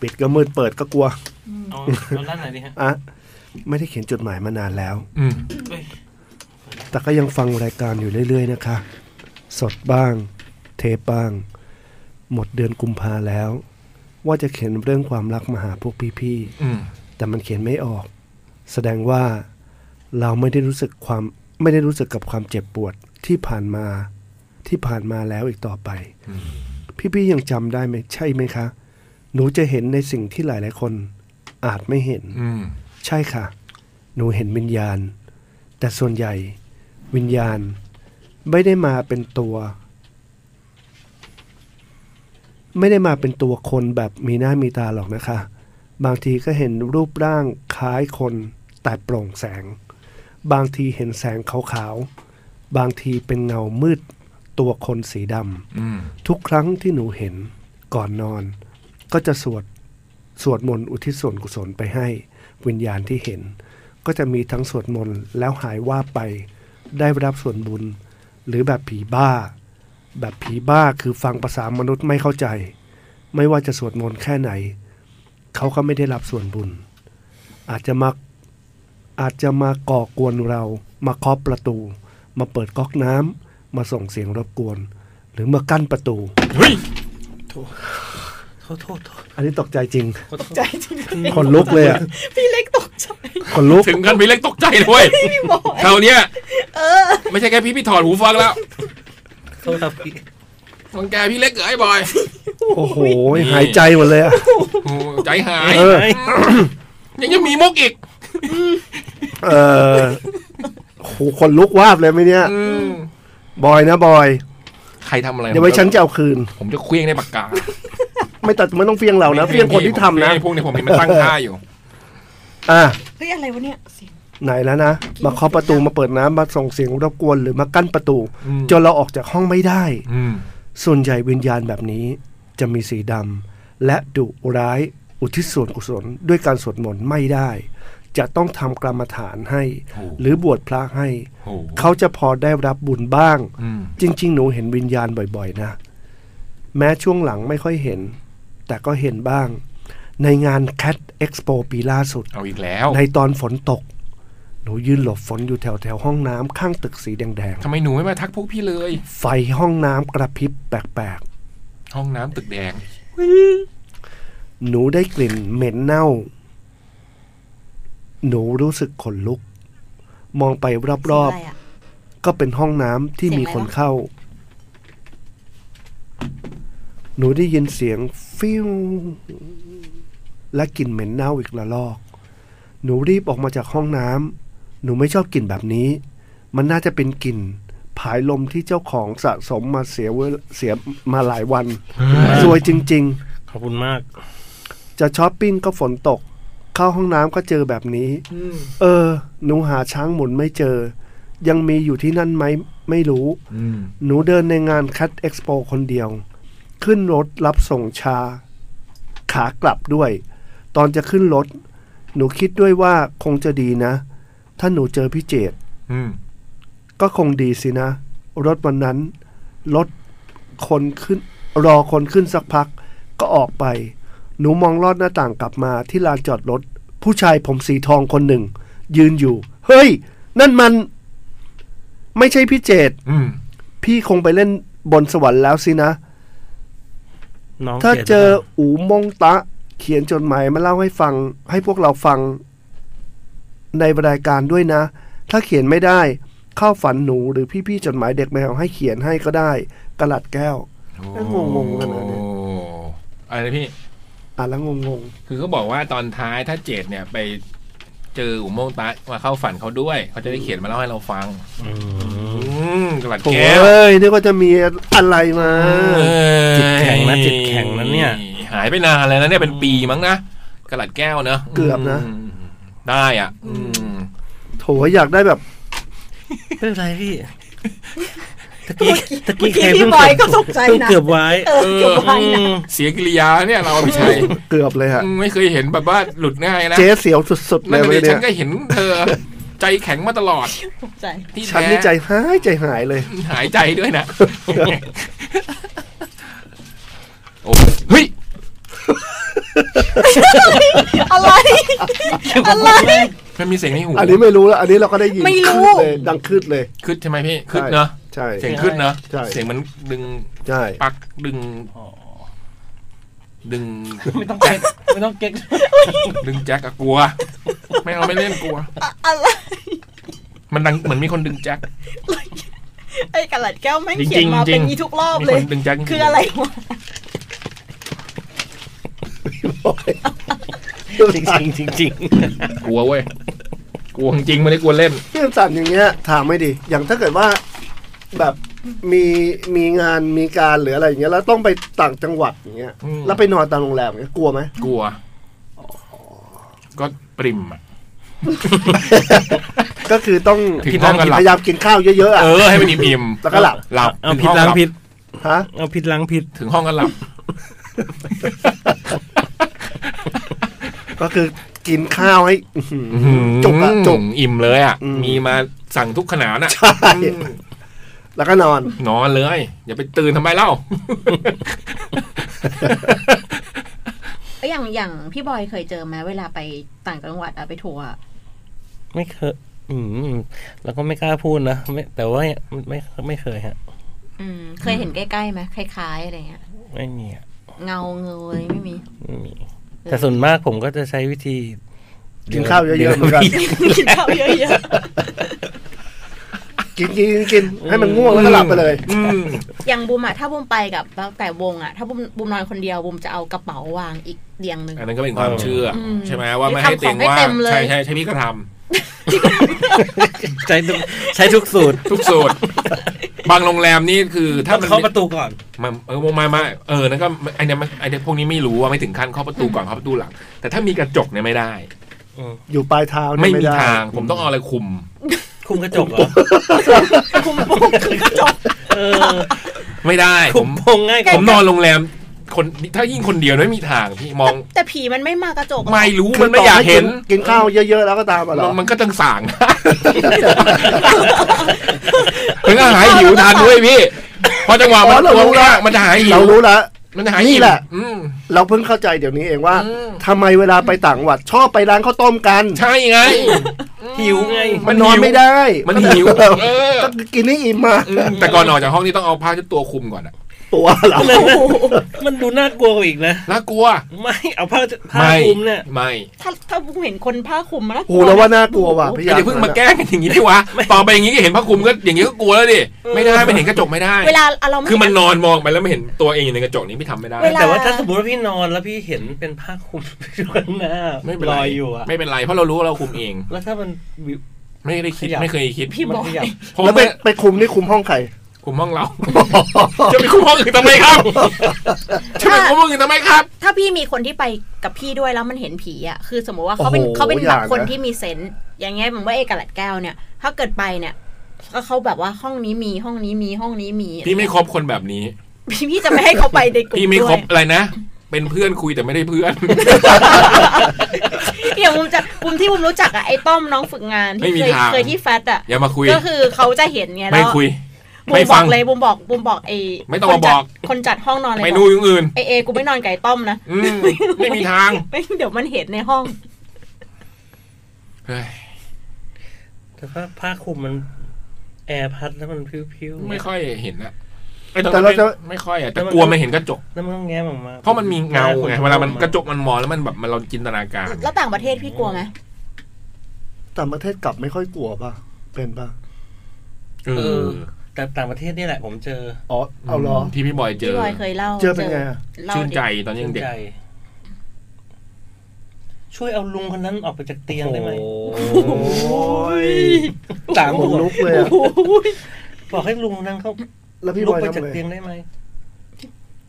ปิดก็มืดเปิดก็กลัว เอาเอาด้านไหนดีฮะ อะไม่ได้เขียนจดหมายมานานแล้ว อืม แต่ก็ยังฟังรายการอยู่เรื่อย ๆ นะคะ สดบ้าง เทปบ้าง หมดเดือนกุมภาแล้ว ว่าจะเขียนเรื่องความรักมาหาพวกพี่ๆ อืม แต่มันเขียนไม่ออก แสดงว่าเราไม่ได้รู้สึกความไม่ได้รู้สึกกับความเจ็บปวดที่ผ่านมาที่ผ่านมาแล้วอีกต่อไป พี่ๆยังจำได้ไหมใช่ไหมคะ หนูจะเห็นในสิ่งที่หลายๆคนอาจไม่เห็น อืม ใช่ค่ะ หนูเห็นวิญญาณ แต่ส่วนใหญ่วิญญาณไม่ได้มาเป็นตัว ไม่ได้มาเป็นตัวคนแบบมีหน้ามีตาหรอกนะคะ บางทีก็เห็นรูปร่างคล้ายคนแต่โปร่งแสง บางทีเห็นแสงขาวๆ บางทีเป็นเงามืดตัวคนสีดำ อืม ทุกครั้งที่หนูเห็นก่อนนอน ก็จะสวดสวดมนต์อุทิศส่วนกุศลไปให้ วิญญาณที่เห็น ก็จะมีทั้งสวดมนต์แล้วหายว่าไป ได้รับส่วนบุญ หรือแบบผีบ้า แบบผีบ้าคือฟังภาษามนุษย์ไม่เข้าใจ ไม่ว่าจะสวดมนต์แค่ไหน เขาก็ไม่ได้รับส่วนบุญ อาจจะมาอาจจะมาก่อกวนเรา มาเคาะประตู มาเปิดก๊อกน้ำมาส่งเสียงรบกวน หรือมากั้นประตู เฮ้ย โทษโทษโทษ อันนี้ตกใจจริง ตกใจจริง ขนลุกเลยอ่ะ ๆพี่เล็กตกใจ ขนลุก ถึงกันพี่เล็กตกใจเลยเว้ย พี่บอย คราวเนี้ยไม่ใช่แค่พี่พี่ถอดหูฟังแล้ว โทษครับพี่ มังแกพี่เล็กเหรอไอ้บอย โอ้โห หายใจหมดเลยอ่ะ โอ้ใจหาย เออ ยังยังมีมุกอีก เออโอ้โหขนลุกวาบเลยไหมเนี่ย อืม บอยนะบอย ใครทำอะไร เดี๋ยวไว้ฉันจะเอาคืน ผมจะเคลี้ยงในปากกา ไม่ตัดไม่ต้องเฟียงเรานะ เฟียงคนที่ทำนะ ไอ้พวกเนี่ยผมเห็นมันตั้งท่าอยู่ อ่ะ เฮ้ยอะไรวะเนี่ยเสียง ไหนแล้วนะ มาเคาะประตูมาเปิดน้ำมาส่งเสียงรบกวนหรือมากั้นประตู อืม จนเราออกจากห้องไม่ได้ อืม ส่วนใหญ่วิญญาณแบบนี้จะมีสีดำและดุร้ายอุทิศส่วนกุศลด้วยการสวดมนต์ไม่ได้ จะต้องทำกรรมฐานให้ โอ้ หรือบวชพระให้ โอ้โห เขาจะพอได้รับบุญบ้าง อืม จริง ๆ หนูเห็นวิญญาณบ่อยๆ นะ แม้ช่วงหลังไม่ค่อยเห็น แต่ก็เห็นบ้าง ในงาน Cat Expo ปีล่าสุด เอาอีกแล้ว ในตอนฝนตก หนูยืนหลบฝนอยู่แถวๆ ห้องน้ำข้างตึกสีแดง ทำไมหนูไม่มาทักพวกพี่เลย ๆ ไฟห้องน้ำกระพริบแปลก ห้องน้ำตึกแดง ๆ หนูได้กลิ่นเหม็นเน่า หนูรู้สึกขนลุก มองไปรอบ เสียงอะไรอะ ๆ ก็เป็นห้องน้ำที่มีคนเข้า หนูได้ยินเสียงฟิวและกลิ่นเหม็นเน่าอีกละลอก หนูรีบออกมาจากห้องน้ำหนูไม่ชอบกลิ่นแบบนี้ มันน่าจะเป็นกลิ่นผายลมที่เจ้าของสะสมมาเสียเวลเสียมาหลายวันสวยจริง ขอบคุณมาก ๆ จะช้อปปิ้งก็ฝนตก เข้าห้องน้ำก็เจอแบบนี้ เออ หนูหาช้างหมุนไม่เจอ ยังมีอยู่ที่นั่นไหมไม่รู้ อืม หนูเดินในงานคัตเอ็กซ์โปคนเดียว ขึ้นรถรับส่งชา ขากลับด้วย ตอนจะขึ้นรถ หนูคิดด้วยว่าคงจะดีนะ ถ้าหนูเจอพี่เจต อืม ก็คงดีสินะ รถวันนั้น รถคนขึ้น รอคนขึ้นสักพัก ก็ออกไป หนูมองลอดหน้าต่างกลับมาที่ลานจอดรถ ผู้ชายผมสีทองคนหนึ่ง ยืนอยู่ เฮ้ย นั่นมัน ไม่ใช่พี่เจต อืม พี่คงไปเล่นบนสวรรค์แล้วสินะ น้อง ถ้า ขียน เจออูมงตะ เขียนจดหมายมาเล่าให้ฟัง ให้พวกเราฟัง ในรายการด้วยนะ ถ้าเขียนไม่ได้ เข้าฝันหนูหรือพี่ๆจดหมายเด็กแมวให้เขียนให้ก็ได้กระหลัดแก้ว งงๆกันเหรอเนี่ย โอ้อะไรนะพี่ อ่านแล้วงง คือเขาบอกว่าตอนท้ายถ้าเจดเนี่ยไปเจออุโมงค์ตะมาเข้าฝันเขาด้วย เขาจะได้เขียนมาเล่าให้เราฟัง อืม อืมกระดาษ ๆโอ้ แก้วย นึกว่าจะมีอะไรมา จิตแข็งนะจิตแข็งนะเนี่ย หายไปนานแล้วนะเนี่ยเป็นปีมั้งนะกระดาษแก้วเนอะ เกือบนะ มได้อ่ะ อืม โถอยากได้แบบ ไม่เป็นไรพี่ตะกี้ตะกี้ เมื่อกี้ ใคร พี่ เพิ่ง บอยก็ เกือบ ตกใจ เพิ่ง นะ เกือบไว้ เออเกือบไว้ อื นะ ม เสียกิริยาเนี่ยเราพี่ชัย เกือบเลยฮะ อืมไม่เคยเห็นแบบว่าหลุดง่ายนะ เจ๊เสียวสุดๆเล นั่น ย เล วัน ย เนี่ ฉั ย นก็เห็นเธอ ใจแข็งมาตลอด ตกใจ ที่ ฉัน แท้ นี่ใจหายใจหายเลย หายใจด้วยนะ โอ้เฮ้ย อะไร อะไร มันมีเสียงในหู อันนี้ไม่รู้แล้วอันนี้เราก็ได้ยิน ไม่รู้ ขึ้นเลยดังขึ้นเลย ขึ้นใช่ไหมพี่ขึ้นเนอะ ใช่ เสียงขึ้นเนอะ ใช่ เสียงมันดึง ใช่ ปักดึงดึง ไม่ต้องเก๊กไม่ต้องเก๊ก ดึงแจ็คอะกลัว ไม่เอาไม่เล่นกลัว อะไร มันดังเหมือนมีคนดึงแจ็ค ไอ้กระหลัดแก้วแม่ง จริงๆ เขียนมา จริ เป็ ง น ๆ นี้ทุกรอบ มี เล ค ย นดึงแจ็คจงๆ คืออะไรวะ จริงจริงจริง กลัวเว้ยกลัวจริงๆไม่ได้กลัวเล่น พี่สันอย่างเงี้ยถามไม่ดีอย่างถ้าเกิดว่าแบบมีมีงานมีการหรืออะไรอย่างเงี้ยแล้วต้องไปต่างจังหวัดอย่างเงี้ย อืม แล้วไปนอนตามโรงแรมอย่างเงี้ยกลัวไหม กลัว ก็ปริมอะ ก็คือต้อง ถึงห้องกันหลับ พยายามกินข้าวเยอะๆอ่ะ เออให้มันอิ่มๆ แล้วก็หลับ หลับ เอา ถึ ผิด ห้ ล้าง หบ ผิด ฮะ เอาผิดล้าง ผิด ถึงห้องก็หลับ ก็คือกินข้าวให้อื้อหือ จบอะจบ อิ่มเลยอะ อืม มีมาสั่งทุกขนาดอะ ใช่แล้วก็นอน นอนเลย อย่าไปตื่นทำไมเล่า เอ้ยอย่างอย่างพี่บอยเคยเจอไหมเวลาไปต่างจังหวัดอะไปทัวร์อะ ไม่เคย อืมแล้วก็ไม่กล้าพูดนะไม่แต่ว่าไม่ไม่เคยฮะ อืมเคยเห็นใกล้ๆไหมคล้ายๆอะไรเงี้ย ไม่มีอะ เงาเงยไม่มี ไม่มี แต่ส่วนมากผมก็จะใช้วิธี กินข้าวเยอะๆเหมือนกัน กินข้าวเยอะ กินกินกินให้มันง่วงแล้วก็หลับไปเลย อืม ๆอย่างบูมอะถ้าบูมไปกับแล้วแต่วงอะถ้าบูมบูมนอนคนเดียวบูมจะเอากระเป๋าวางอีกเตียงหนึ่ง อันนั้นก็เป็นความเชื่ออ ม ใช่ไหมว่าไม่ให้เตียงว่าง ทำของให้เต็มเลย ใช่ใช่ใช่พี่ก็ทำ ใช้ทุกใช้ทุกสูตร ทุกสูตร บางโรงแรมนี่คือ ถ้ามัน เข้าประตูก่อน มันเออมามาเออนั่นก็ไอเนี่ยมันไอเนี่ยพวกนี้ไม่รู้ว่าไม่ถึงขั้นเข้าประตูก่อนเข้าประตูหลัง แต่ถ้ามีกระจกเนี่ยไม่ได้ อยู่ปลายเท้าเนี่ย ไม่มี ด้ ทาง ผมต้องเอาอะไรคุม คุมกระจกเหร อ คุมโปงคือกระจก เออ ไม่ได้ผ คุม ม พงง่ายก ผ ว่าม นอนโรงแรม คนถ้ายิ่งคนเดียวไม่มีทางพี่มอง แต่ผีมันไม่มากระจกอะ ไม่รู้ คื มันไม่อยากเห็น ต่ให้กิกินข้าวเยอะๆแล้วก็ตามอ่ะเหรอ มันก็ต้อง สั่งนะถึงอาหารหิวทันด้วยพี่เพอจังหวะ อ๋อ มัน เรา ตัว รู้แล้ว มันจะหายหิ เรา ว รู้แล้ว มันจะหายหิ นี่ ว แหละ อืม เราเพิ่งเข้าใจเดี๋ยวนี้เองว่า อืม ทำไมเวลาไปต่างจังหวัดชอบไปร้านข้าวต้มกัน ใช่ไง หิวไง มันนอนไม่ได้ มันหิว ก็ เออ กินให้อิ่มมา อืมแต่ก่อนออกจากห้องนี่ต้องเอาผ้าเชุดตัวคลุมก่อนอะ ตัวเรา มันมันดูน่ากลัวกว่าอีกนะ น่ากลัว ไม่เอาผ้าผ้า ไม่ คลุมเนี่ย ไม่ ถ้าถ้าบูมเห็นคนผ้าคลุมมันน่ก โหเราว่าน่ากลัวว่ะ โอ้โห พี่ อย่าเพิ่งมา ะ แกล้งกันอย่างนี้ดิวะต่อไปอย่างนี้ก็เห็นผ้าคลุมก็อย่างนี้ก็กลัวแล้วดิไม่ได้ไม่เห็นกระจกไม่ได้ เวลาเราไม่ คือมันนอนมองไปแล้วไม่เห็นตัวเองอยู่ในกระจกนี้พี่ทำไม่ได้ เวล แต่ว่าถ้าสมมติว่าพี่นอนแล้วพี่เห็นเป็นผ้าคลุม อยู่ข้างหน้า ไม่เป็น ล ไร อยอยู่อะ ไม่เป็นไรเพราะเรารู้ว่าเราคุมเอง แล้วถ้ามันวิว ไม่ได้คิด ขยับ ไม่เคยคิด พี่บ มัน อย ขยับ ผม แล้วไป ไม่ ไปคุมนี่คุมห้ องใคร คุมห้องเรา จะไปคุมห้องอื่นทำไมครับ จะไปคุมห้องอื่นทำไมครับ ถ้าพี่มีคนที่ไปกับพี่ด้วยแล้วมันเห็นผีอ่ะคือสมมติว่าเขาเป็น โอ้โห เขาเป็น อ แบ ยาก บ นะ คนที่มีเซนส์อย่างเงี้ยเหมือนว่าเอกลัดแก้วเนี่ย ถ้าเกิดไปเนี่ย ก็เขาแบบว่าห้องนี้มีห้องนี้มีห้องนี้มี พี่ไม่คบคนแบบนี้ พี่พี่จะไม่ให้เขาไปในกลุ่ม พี่ไม่ ด้ ค วย บอะไรนะ เป็นเพื่อนคุยแต่ไม่ได้เพื่อน อย่างมุมจากมุมที่มุมรู้จักอะไอ้ต้อมน้องฝึกงาน ไม่ ที่ มี เคย ทาง เคยที่แฟตอะ อย่ามาคุย ก็คือเขาจะเห็นไง ไม่ แล้ว คุย บุ ไม่ มบ ฟั อง กเลยบุมบอกบุมบอกไอ้ ไม่ต้องมาบอก คนจัดคนจัดห้องนอนเลย ไม่ บ ดู อก อย่างอื่น ไอเอกูไม่นอนไก่ต้อมนะ อืมไม่มีทาง ไม่เดี๋ยวมันเห็นในห้อง เฮ้ย แต่ผ้าผ้าคลุมมันแอร์พัดแล้วมันพิ้วๆ ไม่ค่อยเห็นนะ แต่เราจะ ไม่ค่อยอะแต่ แต่มัน กลัวมันเห็นกระจก แล้วมันก็แง้มออกมา เพราะมันมีเงาไงเวลามันกระจ ก กมันมองแล้วมันแบบมันเราจินตนาการ แล้วต่างประเทศพี่กลัวไหม ต่างประเทศกลับไม่ค่อยกลัวป่ะ เป็นป่ะ เอ เอ อ อแต่ต่างประเทศนี่แหละผมเจอ อ๋อ เอาเหรอ ที่พี่บอยเจ พี่ อ บอยเคยเล่า เจอเป็นไงอะ เล่า ชื่นใจ ดิ ตอนยังเด็ก ชื่ใจช่วยเอาลุงคนนั้นออกไปจากเตียงได้ไหม โอ้ย สาม ขน คน ลุกเลยอะ บอกให้ลุงนั่งเขา แล้วพี่ ลุ บ ก อย ไป ทำ จาก ไง เตียงได้ไหม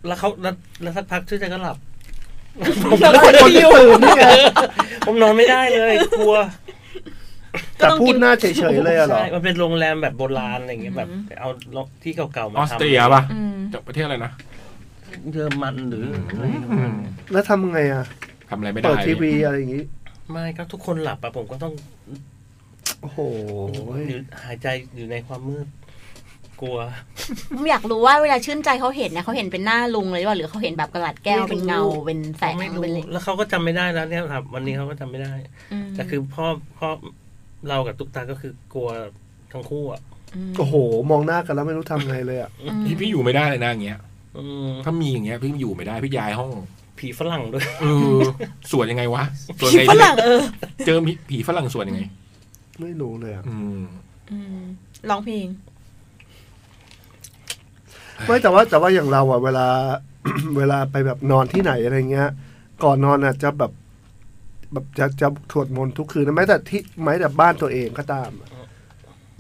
แล้วเขาแล้วแล้วสักพักชื่อใจก็หลับ แล้วคนที่ตื่นนี่ไง ผมนอนไม่ได้เลย กลัว แต่พูดหน้าเฉยๆเลยอะเหรอ ใช่มันเป็นโรงแรมแบบโบราณอะไรอย่างเงี้ยแบบ เอาที่เก่าๆมา ออส ทำ เตรียป่ะ อืม จากประเทศอะไรนะ เยอรมันหรืออะไร แล้วทำไงอะ ทำอะไรไม่ได้ เปิดทีวีอะไรอย่างงี้ ไม่ก็ทุกคนหลับอะผมก็ต้อง โอ้โห อยู่หายใจอยู่ในความมืด กลัว ผมอยากรู้ว่าเวลาชื่นใจเขาเห็นเนี่ยเขาเห็นเป็นหน้าลุงเลยว่าหรือเขาเห็นแบบกระดาษแก้วเป็นเงาเป็นแสง ไม่รู้เป็นอะไร แล้วเขาก็จำไม่ได้แล้วเนี่ยครับ วันนี้เขาก็จำไม่ได้ ม แต่คือพ่อพ่อเรากับตุ๊กตาก็คือกลัวทั้งคู่อ่ะ ม โอ้โห มองหน้ากันแล้วไม่รู้ทำไงเลยอะ อืม พี่พี่อยู่ไม่ได้เลยนะอย่างเงี้ย อืม ถ้ามีอย่างเงี้ยพี่อยู่ไม่ได้พี่ย้ายห้อง ผีฝรั่งด้วย เออ สวดยังไงวะสวด พี่ ไง ฝรั่งเออ เจอผีผีฝรั่งสวดยังไง ไม่รู้เลยอะ อืม อืมร้องเพลง ไม่แต่ว่าแต่ว่าอย่างเราอะเวลา เวลาไปแบบนอนที่ไหนอะไรเงี้ย ก่อนนอนอะจะแบบ แบบจะจะสวดมนต์ทุกคืนนะแม้แต่ที่แม้แต่บ้านตัวเองก็ตามอะ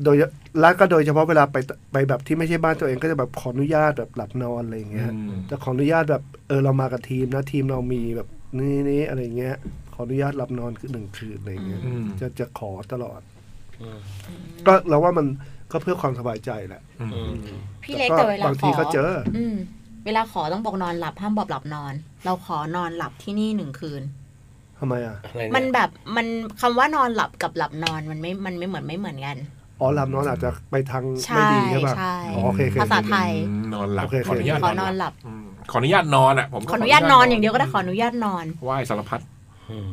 โดยแล้วก็โดยเฉพาะเวลาไปไปแบบที่ไม่ใช่บ้านตัวเองก็จะแบบขออนุญาตแบบหลับนอนอะไรเงี้ย อืม จะขออนุญาตแบบเออเรามากับทีมนะทีมเรามีแบบนี่นี่อะไรเงี้ย ขออนุญาตหลับนอนคือหนึ่งคืนอะไรเงี้ย อืม จะจะขอตลอด อืม ก็เราว่ามันก็เพื่อความสบายใจแหละ อืม อืม พี่เล็กแต่เวลา บาง ข ที อ ก็เจอ อืม เวลาขอต้องบอกนอนหลับห้ามบอกหลับนอน เราขอนอนหลับที่นี่หนึ่งคืน ทำไมอ่ะ อะไรเนี่ย มันแบบมันคำว่านอนหลับกับหลับนอนมันไม่มันไม่เหมือนไม่เหมือนกัน อ๋อหลับนอนอาจจะไปทาง ใช่ ไม่ดีใช่ป่ะ ใช่ อ๋อโอเคโอเค ภาษาไทย อืมนอนหลับ โอเคโอเค ขออนุญาต ขอนอนหลับ อืมขออนุญาตนอนอ่ะผมก็ ขออนุญาตนอนอย่างเดียวก็ได้ขออนุญาตนอน ไหว้สารพัด อืม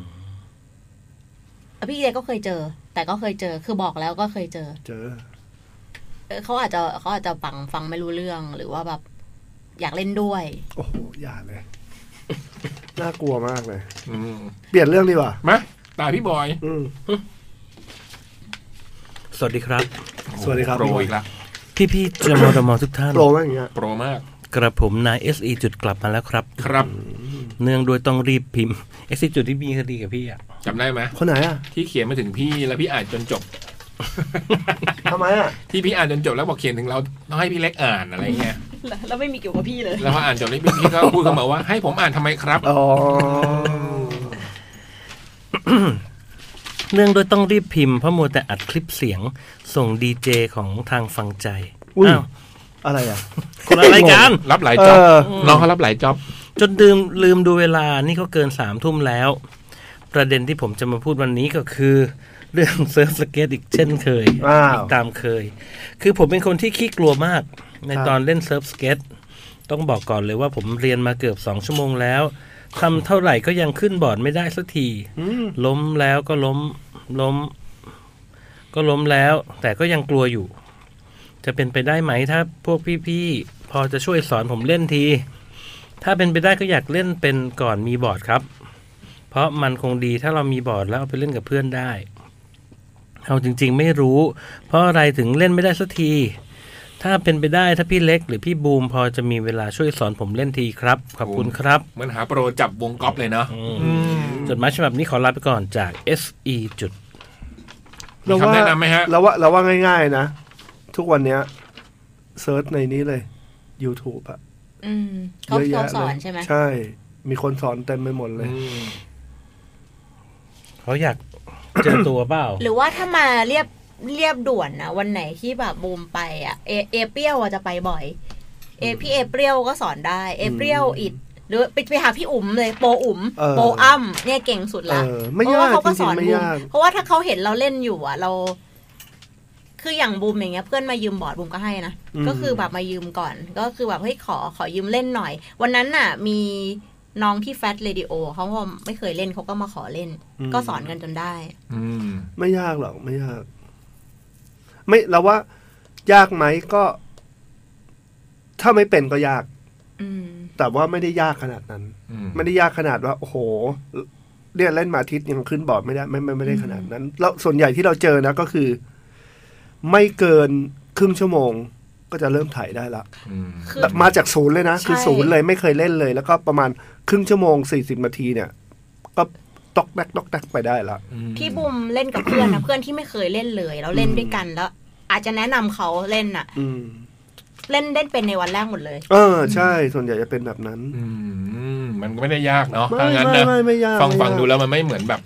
เออพี่เล็กก็เคยเจอ แต่ก็เคยเจอคือบอกแล้วก็เคยเจอ เจอ เออเขาอาจจะเขาอาจจะฟังฟังไม่รู้เรื่องหรือว่าแบบอยากเล่นด้วย โอ้โห อย่าเลย น่ากลัวมากเลย อืม เปลี่ยนเรื่องดีกว่า มาตาพี่บอย อืม สวัสดีครับ สวัสดีครับ โปรอีกละ พี่พี่ๆเจมอดมอทุกท่าน โปรมากอย่างเงี้ย โปรมาก กระผมนาย SE จุดกลับมาแล้วครับ ครับ เนื่องด้วยต้องรีบพิมพ์ SE จุดที่มีคดีกับพี่อ่ะ จำได้ไหม คนไหนอ่ะ ที่เขียนมาถึงพี่แล้วพี่อ่านจนจบ ทำไมอ่ะ ที่พี่อ่านจนจบแล้วบอกเขียนถึงเราต้องให้พี่เล็กอ่านอะไรเงี้ย แล้วไม่มีเกี่ยวกับพี่เลย แล้วพออ่านจบนี้พี่พี่ก็พูดขึ้นมาว่าให้ผมอ่านทำไมครับ อ๋อ เนื่องด้วยต้องรีบพิมพ์เพราะมัวแต่อัดคลิปเสียงส่งดีเจของทางฟังใจ อุ้ย อ้าว อะไรอ่ะ คนละรายการ รับหลาย เอ จ็อบ อ น้องเขารับหลายจ็อบ จนลืมลืมดูเวลานี่ก็เกินสามทุ่มแล้ว ประเด็นที่ผมจะมาพูดวันนี้ก็คือ เรื่องเซิร์ฟสเก็ตอีกเช่นเคย ว้าว อีกตามเคย คือผมเป็นคนที่ขี้กลัวมาก ใน ครับ ตอนเล่นเซิร์ฟสเก็ตต้องบอกก่อนเลยว่าผมเรียนมาเกือบสองชั่วโมงแล้วทำเท่าไหร่ก็ยังขึ้นบอร์ดไม่ได้สักที อืม ล้มแล้วก็ล้มล้ม ก็ล้มแล้ว แต่ก็ยังกลัวอยู่ จะเป็นไปได้ไหมถ้าพวกพี่ๆพอจะช่วยสอนผมเล่นที ถ้าเป็นไปได้ก็อยากเล่นเป็นก่อนมีบอร์ดครับ เพราะมันคงดีถ้าเรามีบอร์ดแล้วเอาไปเล่นกับเพื่อนได้เอาจริงๆไม่รู้ เพราะอะไรถึงเล่นไม่ได้สักที ถ้าเป็นไปได้ถ้าพี่เล็ก หรือพี่บูมพอจะมีเวลาช่วยสอนผมเล่นทีครับขอบคุณครับ เหมือนหาโปรจับวงก๊อปเลยเนาะ จดหมายฉบับนี้ขอลาไปก่อนจาก SE จุด มีคำแนะนำไหมฮะ เราว่าเราว่าง่าย ๆ นะ ทุกวันเนี้ยเซิร์ชในนี้เลย YouTube อะ อืม เย เขา อะ เขา แยะ ส เล อย นใช่ไหม ใช่ มีคนสอนเต็มไปหมดเลย เขาอยาก เจอตัวเปล่า หรือว่าถ้ามาเรียบเรียบด่วนนะวันไหนที่แบบบูมไปอ่ะเอเอเปรี้ยวอะจะไปบ่อย เอพี่เอเปรี้ยวก็สอนได้ เอเปรี้ยวอิด หรือไปไปหาพี่อุ๋มเลยโปอุ๋ม เออ โปอ้ำเนี่ยเก่งสุดละ เออไม่ เพราะว่าายก เขาก็ จริงๆ สอน ไม่ บูม ยาก เพราะว่าถ้าเขาเห็นเราเล่นอยู่อ่ะ เรา คืออย่างบูมอย่างเงี้ยเพื่อนมายืมบอร์ดบูมก็ให้นะ อืม ก็คือแบบมายืมก่อน ก็คือแบบให้ยขอขอยืมเล่นหน่อย วันนั้นน่ะ มีน้องที่แฟตเรดิโอเขาก็ไม่เคยเล่นเขาก็มาขอเล่น ก็สอนกันจนได้ อืม ไม่ยากหรอกไม่ยาก ไม่เราว่า ยากไหมก็ ถ้าไม่เป็นก็ยาก อืม แต่ว่าไม่ได้ยากขนาดนั้น อืม ไม่ได้ยากขนาดว่า โอ้โหเนี่ยเล่นมาอาทิตย์ยังขึ้นบอร์ดไม่ได้ไม่ไม่ไม่ได้ขนาดนั้น แล้วส่วนใหญ่ที่เราเจอนะก็คือ ไม่เกินครึ่งชั่วโมง ก็จะเริ่มถ่ายได้ละ อืม คือ แต่มาจากศูนย์เลยนะ คือ ใช่ ศูนย์เลยไม่เคยเล่นเลย แล้วก็ประมาณครึ่งชั่วโมงสี่สิบนาทีเนี่ย ก็ตอกแตกตอกแตกไปได้ละ ที่บุมเล่นกับเพื่อนนะ เพื่อนที่ไม่เคยเล่นเลยแล้วเล่นด้วยกันแล้ว อาจจะแนะนำเขาเล่นน่ะ อืม เล่นเล่นเป็นในวันแรกหมดเลย เออ ใช่ ส่วนใหญ่จะเป็นแบบนั้น อืมมันก็ไม่ได้ยากเนาะ ไม่ ถ้างั้น ไม่ นะ ไม่ไม่ยาก ฟัง ไม่ ฟัง ยาก ดูแล้วมันไม่เหมือนแบบ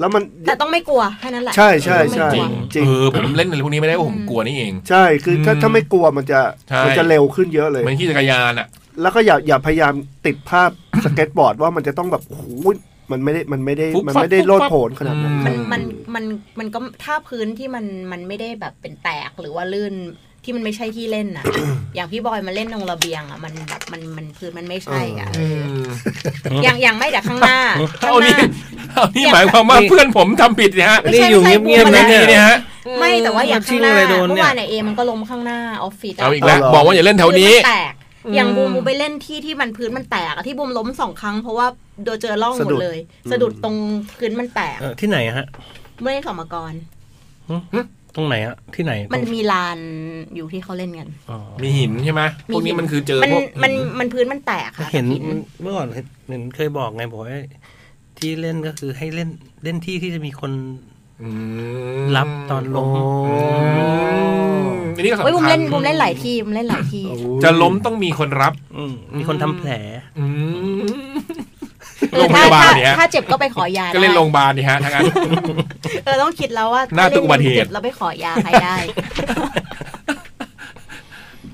แล้วมัน แต่ต้องไม่กลัวแค่นั้นแหละ ใช่ใช่ ต้องไม่ ใช่ กลัว จริง เออผมเล่นอะไรพวกนี้ไม่ได้ว่าผมกลัวนี่เอง ใช่คือถ้า อืม ถ้าไม่กลัวมันจะ ใช่ มันจะเร็วขึ้นเยอะเลย เหมือนขี่จักรยานอ่ะ แล้วก็อย่าอย่าพยายามติดภาพ สเก็ตบอร์ดว่ามันจะต้องแบบโอ้โหมันไม่ได้มันไม่ได้ ฟุบฟับ มันไม่ได้โลดโผนขนาดนั้น อื มัน ครับ มันมันมันก็ถ้าพื้นที่มันมันไม่ได้แบบเป็นแตกหรือว่าลื่นที่มันไม่ใช่ที่เล่นน่ะ อย่างพี่บอยมาเล่นตรงระเบียงอ่ะมันแบบมันมันพื้นมันไม่ใช่อ่ะเอออย่างอย่างไม่แต่ข้างหน้าข้า เอา งห นี่ น้า เอานี่หมายความว่า นี่ เพื่อนผมทำผิดนะฮะ ไม่ นี่ ใช่ อยู่ ไม่ เงี ใช่ ยบเงียบ พูๆนะดมาแล้ว เนี่ยนี่เนี่ยฮะ ไม่แต่ว่าอย่างข้างหน้า ชิงอะไรโดน เมื่ เนี่ อย วานไอเอมันก็ล้มข้างหน้าออฟฟิศะ เอาอีกแล้วบอกว่าอย่าเล่นแถวนี้ พื้มัแตกอย่าง อืม บูมบูมไปเล่นที่ที่มันพื้นมันแตกอะที่บูมล้มสองครั้งเพราะว่าโดนเจอร่องหมดเลย สะดุดตรงพื้นมันแตก เออที่ไหนฮะ เมื่อเล่นสมกร ตรงไหนฮะที่ไหน มัน ตรง มีลานอยู่ที่เขาเล่นกัน อ๋อ มีหินใช่ไหมพวกนี้มันคือเจอ มัน พวก มันมันพื้นมันแตกค่ะ เห็น หิน เมื่อก่อนเห็นเห็นเคยบอกไงบอกว่าที่เล่นก็คือให้เล่นเล่นที่ที่จะมีคน อืม รับตอนล โอ้ ง อันนี้ก็สำ เว้ยบุม คั เล่ ญ นบุมเล่นหลายทีบุมเล่นหลายที จะล้มต้องมีคนรับ อืมมีคนทำแผล อืม เอ โร องถ้ายพาบาล ถ้า เนี่ย ถ้าเจ็บก็ไปขอยา ก็เล่น ได้ โรงพยาบาลนี่ฮะทั้งนั้น เออต้องคิดแล้วว่า หน้าตึกอุบัติเหตุ จ็บแล้วไปขอยาใครได้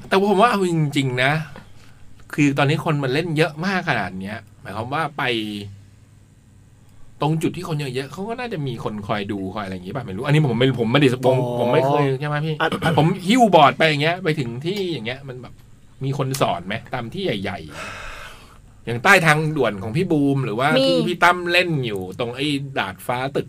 แต่ผมว่าเอาจริง ๆ นะ คือตอนนี้คนมันเล่นเยอะมากขนาดเนี้ย หมายความว่าไป ตรงจุดที่คนเยอะๆเขาก็น่าจะมีคนคอยดูคอยอะไรอย่างงี้ป่ะไม่รู้ อันนี้ผมไม่ผมไม่ได้สปงผมไม่เคยใช่ไหมพี่ อ่ะ ผมหิ้วบอร์ดไปอย่างเงี้ย ไปถึงที่อย่างเงี้ย มันแบบมีคนสอนไหมตามที่ใหญ่ ๆ อย่างใต้ทางด่วนของพี่บูมหรือว่า มี ที่พี่ตั้มเล่นอยู่ ตรงไอ้ดาดฟ้าตึก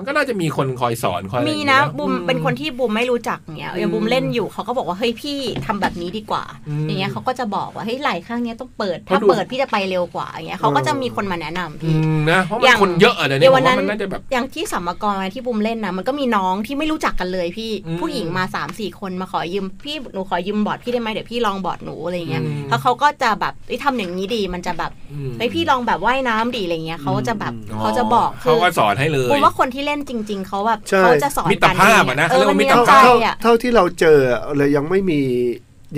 มันก็น่าจะมีคนคอยสอนคอยอะไรอ มี ย่าง นะ งี้ บุมเป็นคนที่บุมไม่รู้จักเนี่ยอย่างบุมเล่นอยู่เขาก็บอกว่าเฮ้ยพี่ทำแบบนี้ดีกว่า อืม อย่างเงี้ยเขาก็จะบอกว่าเฮ้ยไหล่ข้างเนี้ยต้องเปิด เพ ถ้า ราะดู เปิดพี่จะไปเร็วกว่าอย่างเงี้ยเขาก็จะมีคนมาแนะอืนำพี่ มนะเพราะ อ มัน ย่าง คนเยอะอะเดี๋ยว เดี๋ นี้ ยว ผ วัน ม นั้ ว่าน มันน่าจะแบบ อย่างที่สัมมกรที่บุมเล่นนะมันก็มีน้องที่ไม่รู้จักกันเลยพี่ อืม ผู้หญิงมาสามสี่คนมาขอยืมพี่หนูขอยืมบอร์ดพี่ได้ไหมเดี๋ยวพี่ลองบอร์ดหนูอะไรเงี้ย อืม แล้วเขาก็จะแบบเอ้ยทำอย่างนี้ดีมันจะแบบ อืม ไอยพี่ลองแบบว่ายน้ำดีอะไรเงี้ยเขาจะแบบ อ๋อ เขาจะบอก เขาก็สอนให้เลย บุมว่าคนที่เล่นจริง ๆเขาแบบ ใช่ เขาจะสอน มิตรภาพอะนะ กั เขาเรียกว่ามิตรภน้ำใจ พ เท่า อะ เท่าที่เราเจอเลยยังไม่มี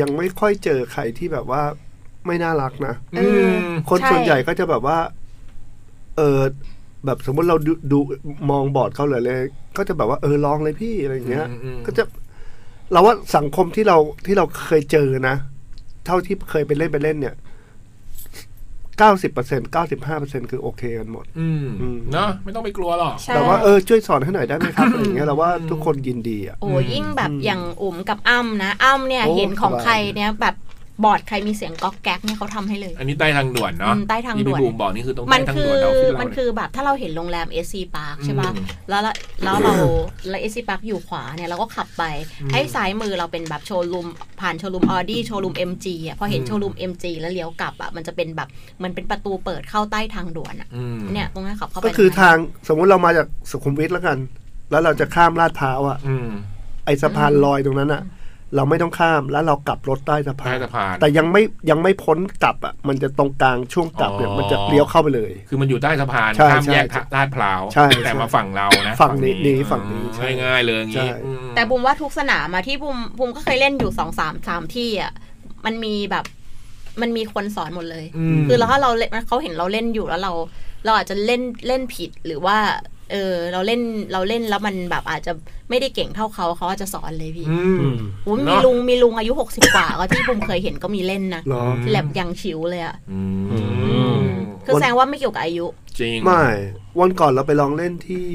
ยังไม่ค่อยเจอใครที่แบบว่าไม่น่ารักนะ อืม คน ใช่ ส่วนใหญ่ก็จะแบบว่า เออแบบสมมติเราดูดูมองบอร์ดเขาเลยเลย ก็จะแบบว่าเออลองเลยพี่อะไรอย่างเงี้ย อืมอืม ก็จะ เราว่าสังคมที่เราที่เราเคยเจอนะ เท่าที่เคยไปเล่นไปเล่นเนี่ยเก้าสิบเปอร์เซ็นเก้าสิบห้าเปอร์เซ็นคือโอเคกันหมด อืม อืม เนาะไม่ต้องไปกลัวหรอก ใช่ แต่ว่าเออช่วยสอนให้หน่อยได้ไหมครับอะไรอย่างเงี้ยเราว่าทุกคนยินดีอ่ะ โอ้ยิ่งแบบอย่างอุ๋มกับอ้ำนะอ้ำเนี่ย โอ้ เห็นของ สบาย ใครเนี่ยแบบบอร์ดใครมีเสียงก๊อกแก๊กเนี่ยเขาทำให้เลย อันนี้ใต้ทางด่วนเนาะ อืมใต้ทางด่วน ที่พี่บูมบอกนี่คือตรง มั ใต้ น ทาง คื ด่ อ วนเราที่ มัน เรา คือแบบถ้าเราเห็นโรงแรม SC Park ใช่ปะ อืม แล้วละแล้วเราแล้ว SC Park อยู่ขวาเนี่ยเราก็ขับไปไอ้ซ้ายมือเราเป็นแบบโชว์รูมผ่านโชว์รูมออดี้โชว์รูม MG อ่ะพอเห็น อืม โชว์รูม MG แล้วเลี้ยวกลับอ่ะมันจะเป็นแบบเหมันเป็นประตูเปิดเข้าใต้ทางด่วนอ่ะ อืม เนี่ยตรงนั้นขับเข้าไป ก็คือ ตรงนั้น ทางสมมุติเรามาจากสุขุมวิทแล้วกัน แล้วเราจะข้ามลาดพร้าวอ่ะ อืม ไอสะพานลอยตรงนั้นอ่ะ เราไม่ต้องข้ามแล้วเรากลับรถใต้สะพา ใต้ น สะพาน แต่ยังไม่ยังไม่พ้นกลับอ่ะ มันจะตรงกลางช่วงกลับเนี่ย อ๋อ มันจะเลี้ยวเข้าไปเลย คือมันอยู่ใต้สะพาน ใช่ ข้าม ใช่ แยกท่าลาดพร้าว ใช่ แต่ ใช่ มาฝั่งเรานะ ฝั่งนี้นี่ฝั่งนี้ใช่ อืมง่ายๆเลยอย่างงี้ ใช่ อืม แต่บุมว่าทุกสนามอะที่บุมบุมก็เคยเล่นอยู่สองสามสามที่อ่ะมันมีแบบมันมีคนสอนหมดเลย ม คือแล้วถ้าเราเล่นเขาเห็นเราเล่นอยู่แล้วเรา เราอาจจะเล่นเล่นผิดหรือว่า เออเราเล่นเราเล่นแล้วมันแบบอาจจะไม่ได้เก่งเท่าเขาเขาอาจจะสอนเลยพี่ อืม อืม อุ้ย เน มี อะ ลุงมีลุงอายุ 60 กว่าก็ที่ผมเคยเห็นก็มีเล่นนะ เหรอ แลบยังชิวเลยอะ อืม ม คือแสดงว่าไม่เกี่ยวกับอายุ จริง ไม่ วันก่อนเราไปลองเล่นที่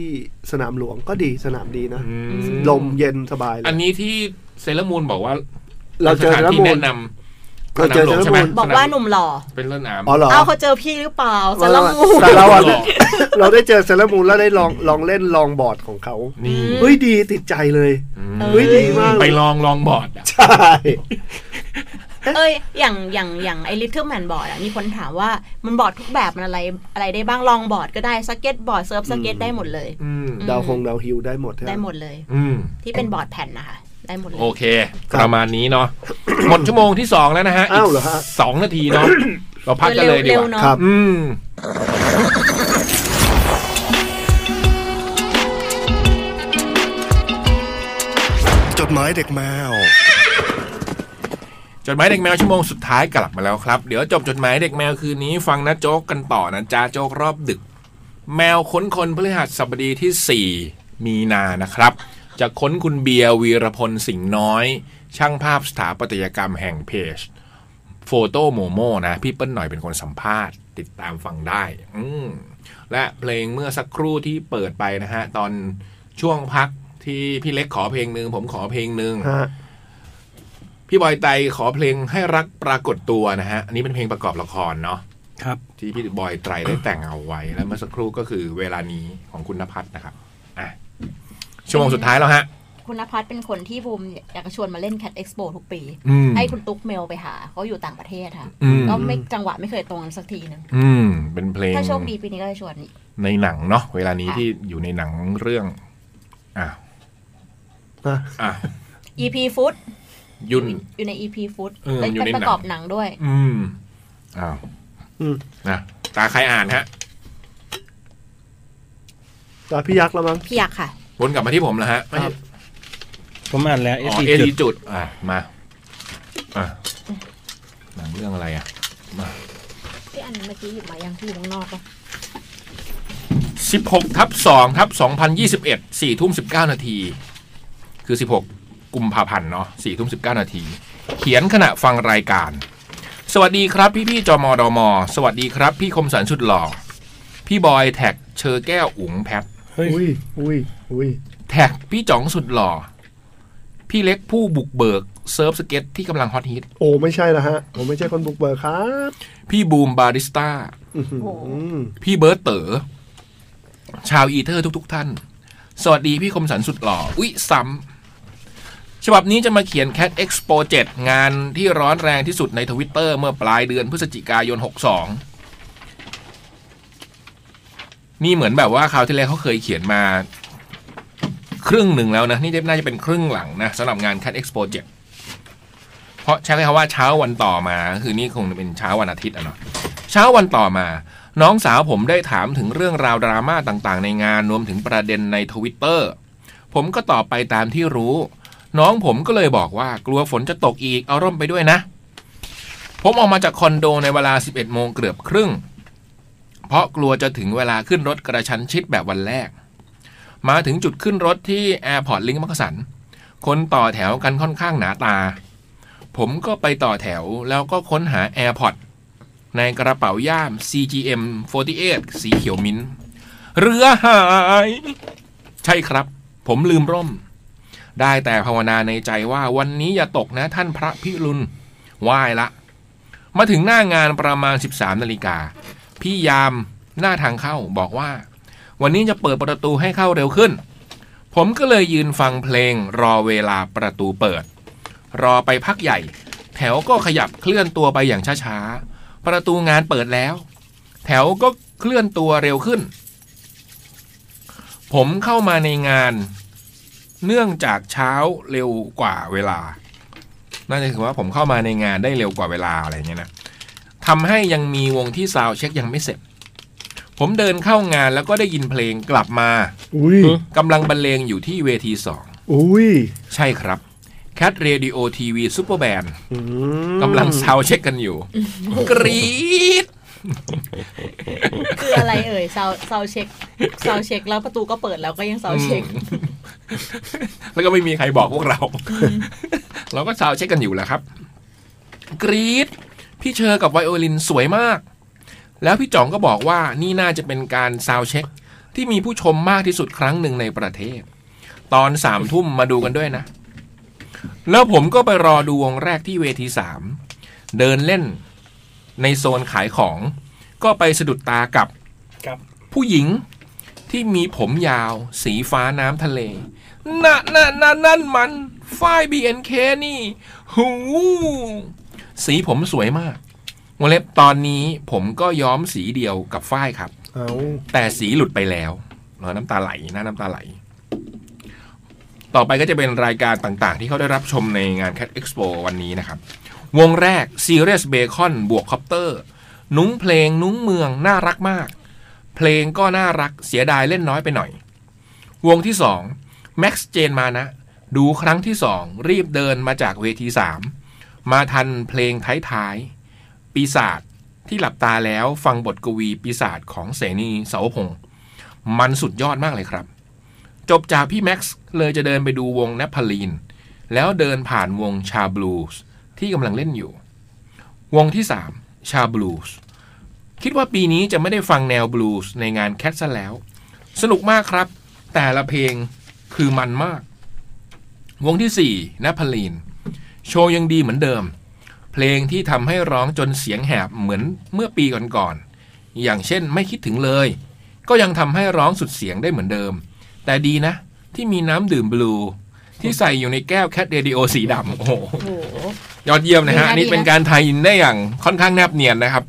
สนามหลวงก็ดีสนามดีนะ อืม ลมเย็นสบายเล อั ย นนี้ที่เซเลอรามูนบอกว่า เราเจอ สถนที่ เซเลอรามูน แนะนำ เราเจอ สนมหลวง เซ ใช่ไหเลอรามูม น บอกว่าหนุ่มหล่อ เป็นเรื่องน้ำ อ๋อเหรอ เอาเขาเจอพี่หรือเปล่าสารมู แต่เราอะ หลอก เราได้เจอเซเลอรามูนแล้วได้ลองลองเล่นลองบอร์ดของเขา นี่ อืม เฮ้ยดีติดใจเลย อืม เฮ้ยดีมาก ไป เลย ลองลองบอร์ดอะ ใช่ เอ้ยอย่างอย่างอย่างไอลิทเทิลแมนบอร์ดอะมีคนถามว่ามันบอร์ดทุกแบบมันอะไรอะไรได้บ้างลองบอร์ดก็ได้สเก็ตบอร์ดเซิร์ฟสเก็ตได้หมดเลย อืม อืม ดาวคงดาวฮิวได้หมดใช่ไหม ได้หมดเลย อืม ที่เป็นบอร์ดแผ่นนะคะได้หมดเลย โอเค ประมาณนี้เนาะ หมดชั่วโมงที่สองแล้วนะฮะ อ้าวเหรอฮะ สองนาทีเนาะ เราพักกันเลยดีก เร็วๆเน ว่า อะ ครับ อืม จดหมายเด็กแมว จดหมายเด็กแมวชั่วโมงสุดท้ายกลับมาแล้วครับ เดี๋ยวจบจดหมายเด็กแมวคืนนี้ฟังนะโจ๊กกันต่อนะจ้าโจ๊กรอบดึก แมวค้นคนพฤหัสบดีที่ 4 มีนานะครับ จะค้นคุณเบียร์วีรพลสิงห์น้อย ช่างภาพสถาปัตยกรรมแห่งเพจ โฟโต้โมโมนะ พี่เปิ้ลหน่อยเป็นคนสัมภาษณ์ ติดตามฟังได้ อืมและเพลงเมื่อสักครู่ที่เปิดไปนะฮะ ตอนช่วงพักที่พี่เล็กขอเพลงหนึ่งผมขอเพลงหนึ่ง ฮะ พี่บอยไตขอเพลงให้รักปรากฏตัวนะฮะ อันนี้เป็นเพลงประกอบละครเนาะ ครับ ที่พี่บอยไตรได้แต่งเอาไว้ แล้วเมื่อสักครู่ก็คือเวลานี้ของคุณนภัสนะครับอ่ะชั่วโมงสุดท้ายแล้วฮะ คุณนภัสเป็นคนที่บูมอยากจะชวนมาเล่น Cat Expo ทุกปี อืม ให้คุณตุ๊กเมลไปหาเขาอยู่ต่างประเทศค่ะ อืม ก็ไม่จังหวะไม่เคยตรงกันสักทีหนึง อืม เป็นเพลง ถ้าโชคดีปีนี้ก็จะชวนอีก ในหนังเนาะเวลานี้ที่อยู่ในหนังเรื่องอ่ะ ฮะ อ่ะ EP Food ยุ่น อยู่ใน EP Food เออ และ อยู่ เป็น ใน ประกอบ หนัง หนังด้วย อืมอ้าว อืม นะตาใครอ่านฮะ ตาพี่ยักษ์แล้วมั้ง พี่ยักษ์ค่ะ วนกลับมาที่ผมแล้วฮะไม่ ครับ ผมอ่านแล้วเอ อ๋อ สี เอ จุ ดี ด จุด อ่ะมาอ่ะหนังเรื่องอะไรอ่ะ พี่อันเมื่อกี้หยิบมายังที่อยู่ข้างนอกปะ 16ทับ2ทับ2021 4ทุ่ม19 นาที คือ 16 กุมภาพันธ์เนาะ4ทุ่ม19 นาที เขียนขณะฟังรายการ สวัสดีครับพี่พี่ๆจมดม สวัสดีครับ พี่คมสันชุดหล่อ พี่บอยแท็กเชอแก้วอุ๋งแพท เฮ้ย อุ้ยอุ้ยอุ้ย แท็กพี่จ๋องสุดหล่อ พี่เล็กผู้บุกเบิกเซิร์ฟสเก็ตที่กำลังฮอตฮิต โอ้ไม่ใช่ละฮะผมไม่ใช่คนบุกเบิกครับ พี่บูมบาริสต้า อื้อหือ พี่เบิร์ตเต๋อ ชาวอีเทอร์ทุกๆทท่าน สวัสดีพี่คมสันสุดหล่อ อุ๊ย ซ้ำ ฉบับนี้จะมาเขียน Cat Expo 7 งานที่ร้อนแรงที่สุดในทวิตเตอร์เมื่อปลายเดือนพฤศจิกายน 62 นี่เหมือนแบบว่าคราวที่แล้วเขาเคยเขียนมา ครึ่งหนึ่งแล้วนะ นี่น่าจะเป็นครึ่งหลังนะสำหรับงาน Cat Expo 7 เพราะใช้คำว่าเช้าวันต่อมา คือนี่คงเป็นเช้าวันอาทิตย์อะเนาะ เช้าวันต่อมา น้องสาวผมได้ถามถึงเรื่องราวดราม่าต่างๆ ในงานรวมถึงประเด็นในทวิตเตอร์ผมก็ตอบไปตามที่รู้ น้องผมก็เลยบอกว่ากลัวฝนจะตกอีกเอาร่มไปด้วยนะ ผมออกมาจากคอนโดในเวลา 11 โมงเกือบครึ่ง เพราะกลัวจะถึงเวลาขึ้นรถกระชั้นชิดแบบวันแรก มาถึงจุดขึ้นรถที่แอร์พอร์ตลิงก์มักกะสัน คนต่อแถวกันค่อนข้างหนาตา ผมก็ไปต่อแถวแล้วก็ค้นหาแอร์พอร์ต ในกระเป๋าย่าม CGM 48 สีเขียวมิ้นท์เรือหาย ใช่ครับ ผมลืมร่ม ได้แต่ภาวนาในใจว่าวันนี้อย่าตกนะท่านพระพิรุณไหว้ละ มาถึงหน้างานประมาณ 13 นาฬิกา พี่ยามหน้าทางเข้าบอกว่า วันนี้จะเปิดประตูให้เข้าเร็วขึ้น ผมก็เลยยืนฟังเพลงรอเวลาประตูเปิด รอไปพักใหญ่ แถวก็ขยับเคลื่อนตัวไปอย่างช้าๆ ประตูงานเปิดแล้ว แถวก็เคลื่อนตัวเร็วขึ้น ผมเข้ามาในงาน เนื่องจากเช้าเร็วกว่าเวลา น่าจะถือว่าผมเข้ามาในงานได้เร็วกว่าเวลาอะไรอย่างเงี้ยนะทำให้ยังมีวงที่ซาวด์เช็คยังไม่เสร็จ ผมเดินเข้างานแล้วก็ได้ยินเพลงกลับมา อุ้ย กำลังบรรเลงอยู่ที่เวทีสอง อุ้ย ใช่ครับ Cat Radio TV Superband อืม กำลังซาวด์เช็คกันอยู่ กรี๊ด คืออะไรเอ่ยเซาเซาเช็คเซาเช็คแล้วประตูก็เปิดแล้วก็ยังเซาเช็ค แล้วก็ไม่ มีใครบอกพวกเรา เราก็ชาวด์เช็คกันอยู่แหละครับ กรีดพี่เชอกับไวโอลินสวยมาก แล้วพี่จ่องก็บอกว่านี่น่าจะเป็นการซาวด์เช็ค ที่มีผู้ชมมากที่สุดครั้งหนึ่งในประเทศ ตอนสามทุ่มมาดูกันด้วยนะ แล้วผมก็ไปรอดูวงแรกที่เวทีสามเดินเล่นในโซนขายของ ก็ไปสะดุดตากับ ครับ ผู้หญิงที่มีผมยาว สีฟ้าน้ำทะเล น่ะน่ะน่ะนั่นมันฝ้าย BNK นี่ หู สีผมสวยมากวงเล็บตอนนี้ผมก็ย้อมสีเดียวกับฝ้ายครับ เอา แต่สีหลุดไปแล้วเออน้ำตาไหลหน้าน้ำตาไหล ต่อไปก็จะเป็นรายการต่างๆ ที่เขาได้รับชมในงาน Cat Expo วันนี้นะครับ วงแรก Serious Bacon บวกคอปเตอร์ นุ้งเพลงนุ้งเมืองน่ารักมาก เพลงก็น่ารักเสียดายเล่นน้อยไปหน่อย วงที่ 2 Max เจนมานะ ดูครั้งที่ 2 รีบเดินมาจากเวที 3 มาทันเพลงท้ายๆ ปีศาจ ที่หลับตาแล้วฟังบทกวีปีศาจของเสนีเสาวพงศ์มันสุดยอดมากเลยครับ จบจากพี่แม็กซ์เลยจะเดินไปดูวงแนปาลีน แล้วเดินผ่านวงชาบลูส์ที่กำลังเล่นอยู่ วงที่ 3 ชาบลูส์คิดว่าปีนี้จะไม่ได้ฟังแนวบลูส์ในงานแคทซะแล้ว สนุกมากครับ แต่ละเพลงคือมันมาก วงที่4ี่นปาลีน โชว์ยังดีเหมือนเดิม เพลงที่ทำให้ร้องจนเสียงแหบเหมือนเมื่อปีก่อนๆ อย่างเช่นไม่คิดถึงเลย ก็ยังทำให้ร้องสุดเสียงได้เหมือนเดิม แต่ดีนะ ที่มีน้ำดื่มบลู ที่ใส่อยู่ในแก้วแคทเรดิโอสีดำโอ้โห โอ้โห ยอดเยี่ยมนะฮะ ดีนะ อันนี่เป็นการไทยอินได้อย่างค่อนข้างแนบเนียนนะครับ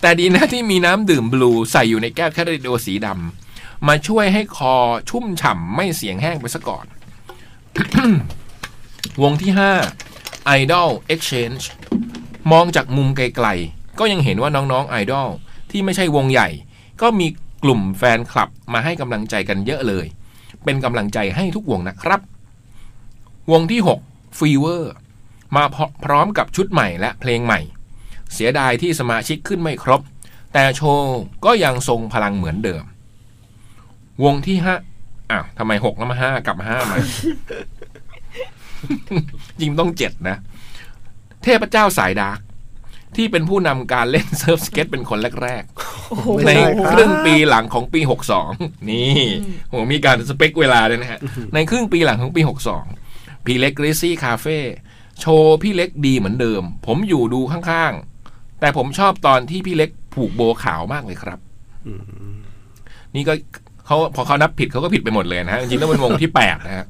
แต่ดีนะที่มีน้ำดื่มบลูใส่อยู่ในแก้วแคทเรดิโอสีดำมาช่วยให้คอชุ่มฉ่ำไม่เสียงแห้งไปซะก่อน วงที่ 5 Idol Exchange มองจากมุมไกลๆ ก็ยังเห็นว่าน้องๆไอดอลที่ไม่ใช่วงใหญ่ ก็มีกลุ่มแฟนคลับมาให้กำลังใจกันเยอะเลย เป็นกำลังใจให้ทุกวงนะครับ วงที่ 6 Fever มาพรพร้อมกับชุดใหม่และเพลงใหม่ เสียดายที่สมาชิกขึ้นไม่ครบ แต่โชว์ก็ยังทรงพลังเหมือนเดิม วงที่ห้าอ้าวทำไมหกแล้วมาห้ากลับมาห้ามา จริงต้องเจ็ดนะ เทพเจ้าสายดาร์กที่เป็นผู้นำการเล่น เซิร์ฟสเก็ตเป็นคนแรก ไม่ ๆ ใน ได้ค ครับรึ่งปีหลังของปี 62 นี่โหมีการสเปคเวลาด้วยนะฮะ ในครึ่งปีหลังของปี 62 พี่เล็กกริซี่คาเฟ่โชว์พี่เล็กดีเหมือนเดิม ผมอยู่ดูข้างๆ แต่ผมชอบตอนที่พี่เล็กผูกโบว์ขาวมากเลยครับ นี่ก็เขาพอเขานับผิดเขาก็ผิดไปหมดเลยนะฮะ จริงๆแล้วเป็นวงที่ 8 นะฮะ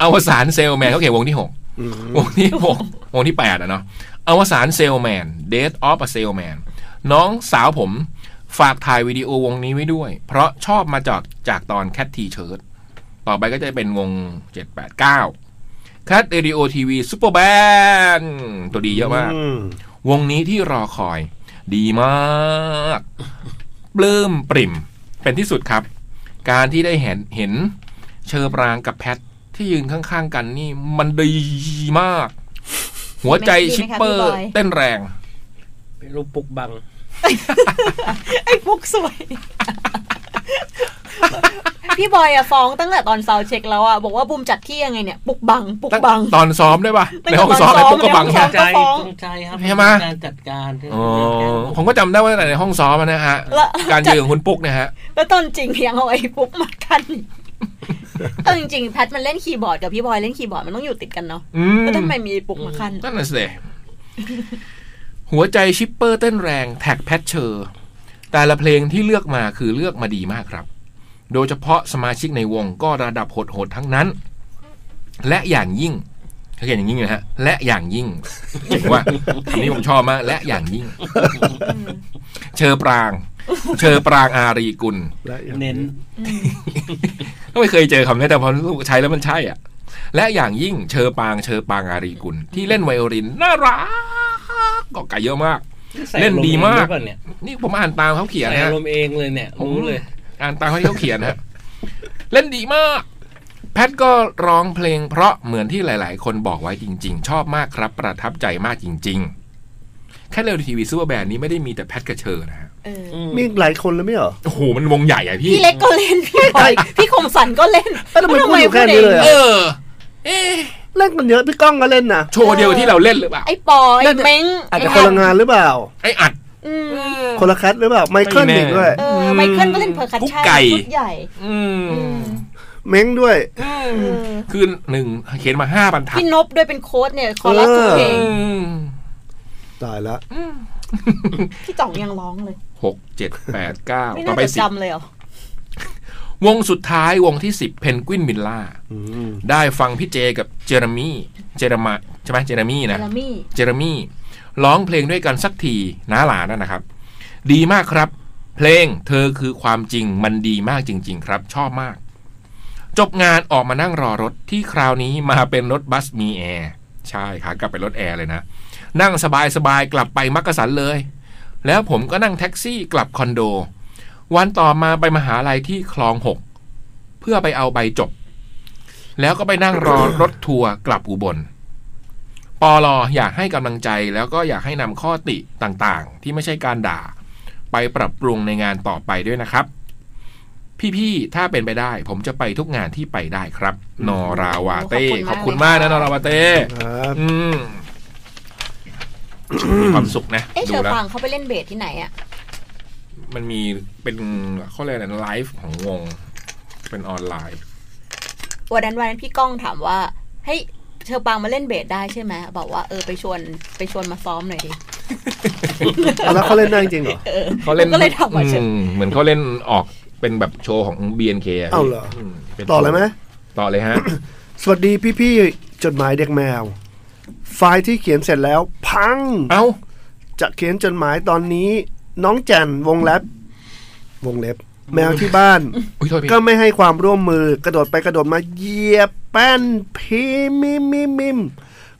อวสานเซลแมนเขาเขียนวงที่ 6 อืม วงที่หกวงที่แปดอะเนาะอวสานเซลแมน Death of a Salesman น้องสาวผมฝากถ่ายวิดีโอวงนี้ไว้ด้วย เพราะชอบมาจากจากตอน Cat T-shirt ต่อไปก็จะเป็นวง 789 Cat Radio TV Super Band ตัวดีเยอะมาก อืม วงนี้ที่รอคอย ดีมาก ปลื้มปริ่ม เป็นที่สุดครับ การที่ได้เห็นเห็นเชอปรางกับแพท ที่ยืนข้างๆกันนี่ มันดีมาก หัวใจชิปเปอร์ เต้นแรง เป็นรูปปุกบัง ไอ้พวกสวย พี่บอยอะฟ้องตั้งแต่ตอนเซาเช็คแล้วอะบอกว่าบูมจัดที่ยังไงเนี่ย ปุกบัง ปุก ตั้ง บัง ตอนซ้อมได้วยปะ ตั้ง ใน แต่ ห้องซ้อม ตอน ไอ้ ซ้อม ปุ๊กก็บัง ในห้ ใช่ปะองใจ ฟ้อง จงใจครับ ใช่ไหม การจัดการที่ อ๋อผมก็จำได้ว่าในห้องซ้อมอะนะฮะ แล้ว การยืนของคุณปุ๊กเนะฮะ แล้วตอนจริงยังเอาไอ้ปุกมากันเออจริงๆแพทมันเล่นคีย์บอร์ดกับพี่บอยเล่นคีย์บอร์ดมันต้องอยู่ติดกันเนาะ อืม แล้วทำไมมีปุกมาคัน นั่นน่ะสิ หัวใจชิปเปอร์เต้นแรงแท็กแพทเชอร์ แต่ละเพลงที่เลือกมาคือเลือกมาดีมากครับ โดยเฉพาะสมาชิกในวงก็ระดับโหดๆทั้งนั้น และอย่างยิ่งเขาเขียนอย่างยิ่งเลยฮะ และอย่างยิ่งเจ๋งว่าคำนี้ผมชอบมาก และอย่างยิ่ง เชอปราง เชอปรางอารีกุล และอย่าง เน้น ก็ไม่เคยเจอคำนี้แต่พอรู้สึกใช้แล้วมันใช่อ่ะ และอย่างยิ่งเชอปางเชอปางอารีกุล ที่เล่นไวโอลินน่ารักก็ไก่เยอะมาก เล่นดีมาก ใส่อรณ์เองหรือเปล่เนี่ย นี่ผมอ่านตามเขาเขียน ใส่ นะ อา ฮะ รมณ์เองเลยเนี่ยรู้เลย อ่านตามเขาที่เขาเขียนฮะ เล่นดีมาก แพทก็ร้องเพลงเพราะเหมือนที่หลาย ๆ คนบอกไว้จริง ๆ ชอบมากครับ ประทับใจมากจริง ๆ แค่เร็วทีวีซูเปอร์แบนด์นี้ไม่ได้มีแต่แพทกับเชอร์นะฮะ เอออ มีอีกหลายคนแล้วไม่เหรอ โอ้โหมันวงใหญ่อะพี่ พี่เล็กก็เล่น พี่บอยพี่คมสันก็เล่น แล้วทำไมพูดอยู่แค่นี้เลย เอ อะ อ เอ๊ะ เล่นกันเยอะพี่ก้องก็เล่นนะ โชว์เดียวที่เราเล่นหรือเปล่า ไอ้ปอยไอ้เม้ง อาจจะคนละงานหรือเปล่า ไอ้อัด อืม คนละคัดหรือเปล่าไมเคิล ไม่แน่ อีกด้วย เออไมเคิลก็เล่นเพอร์คัชกุ๊ชั่นกไก่ ชุดใหญ่ อืม เม้งด้วย เออ คือหนึ่งเขียนมาห้าบรรทัด พี่นบด้วยเป็นโค้ดเนี่ย คอรัสทุกเพลง อืม ตายละ พี่จ่องยังร้องเลย หกเจ็ดแปดเก้า ไม่ ต่อ น่า ไป จะ สิบ จำเลยเหรอ วงสุดท้ายวงที่ 10เพนกวินมิลล่าได้ฟังพี่เจกับเจอร์มี่เจอร์มาใช่ไหมเจอร์มี่นะ เจอร์มี่ เจอร์มี่ร้องเพลงด้วยกันสักทีน้าหลานนนะครับ ดีมากครับ เพลงเธอคือความจริงมันดีมากจริง ๆ ครับ ชอบมาก จบงานออกมานั่งรอรถที่คราวนี้มาเป็นรถบัสมีแอร์ใช่ขากลับเป็นรถแอร์เลยนะ นั่งสบายๆกลับไปมักกะสันเลย แล้วผมก็นั่งแท็กซี่กลับคอนโด วันต่อมาไปมหาลัยที่คลองหก เพื่อไปเอาใบจบ แล้วก็ไปนั่งรอ รถทัวร์กลับอุบลปอลออยากให้กำลังใจแล้วก็อยากให้นำข้อติต่างๆ ที่ไม่ใช่การด่า ไปปรับปรุงในงานต่อไปด้วยนะครับ พี่ๆถ้าเป็นไปได้ ผมจะไปทุกงานที่ไปได้ครับ นอราวาเต้ข ข อ อ บบ คุ คุณมามณาก ก นะนอราวาเต้ ครับ อืมมีความสุขนะ เอ๊ะเช ดู อ แล้ว ฟังเขาไปเล่นเบสที่ไหนอ่ะ มันมีเป็นเขาเรียกอะไรไลฟ์ของวง เป็นออนไลน์ วันนั้นวันนั้นพี่ก้องถามว่าเฮ้ยเชอปางมาเล่นเบสได้ใช่ไหมบอกว่าเออไปชวนไปชวนมาซ้อมหน่อยดิ เอาแล้วเขาเล่นได้จริงเหรอ เออ เขาเล่น ผมก็เลยถามว่าเชอ อืมเหมือนเขาเล่นออกเป็นแบบโชว์ของ B N K เอาเหรอ ต่อเลยไหม ต่อเลย ฮะ สวัสดีพี่ๆจดหมายเด็กแมว ไฟล์ที่เขียนเสร็จแล้ว พัง เอ้า จะเขียนจดหมายตอนนี้ น้องแจันวงเล็บวงเล็บ แมวที่บ้าน อุ้ยโทษพี่ ก็ไม่ให้ความร่วมมือกระโดดไปกระโดดมาเหยียบแป้นพีมิมมิมมิม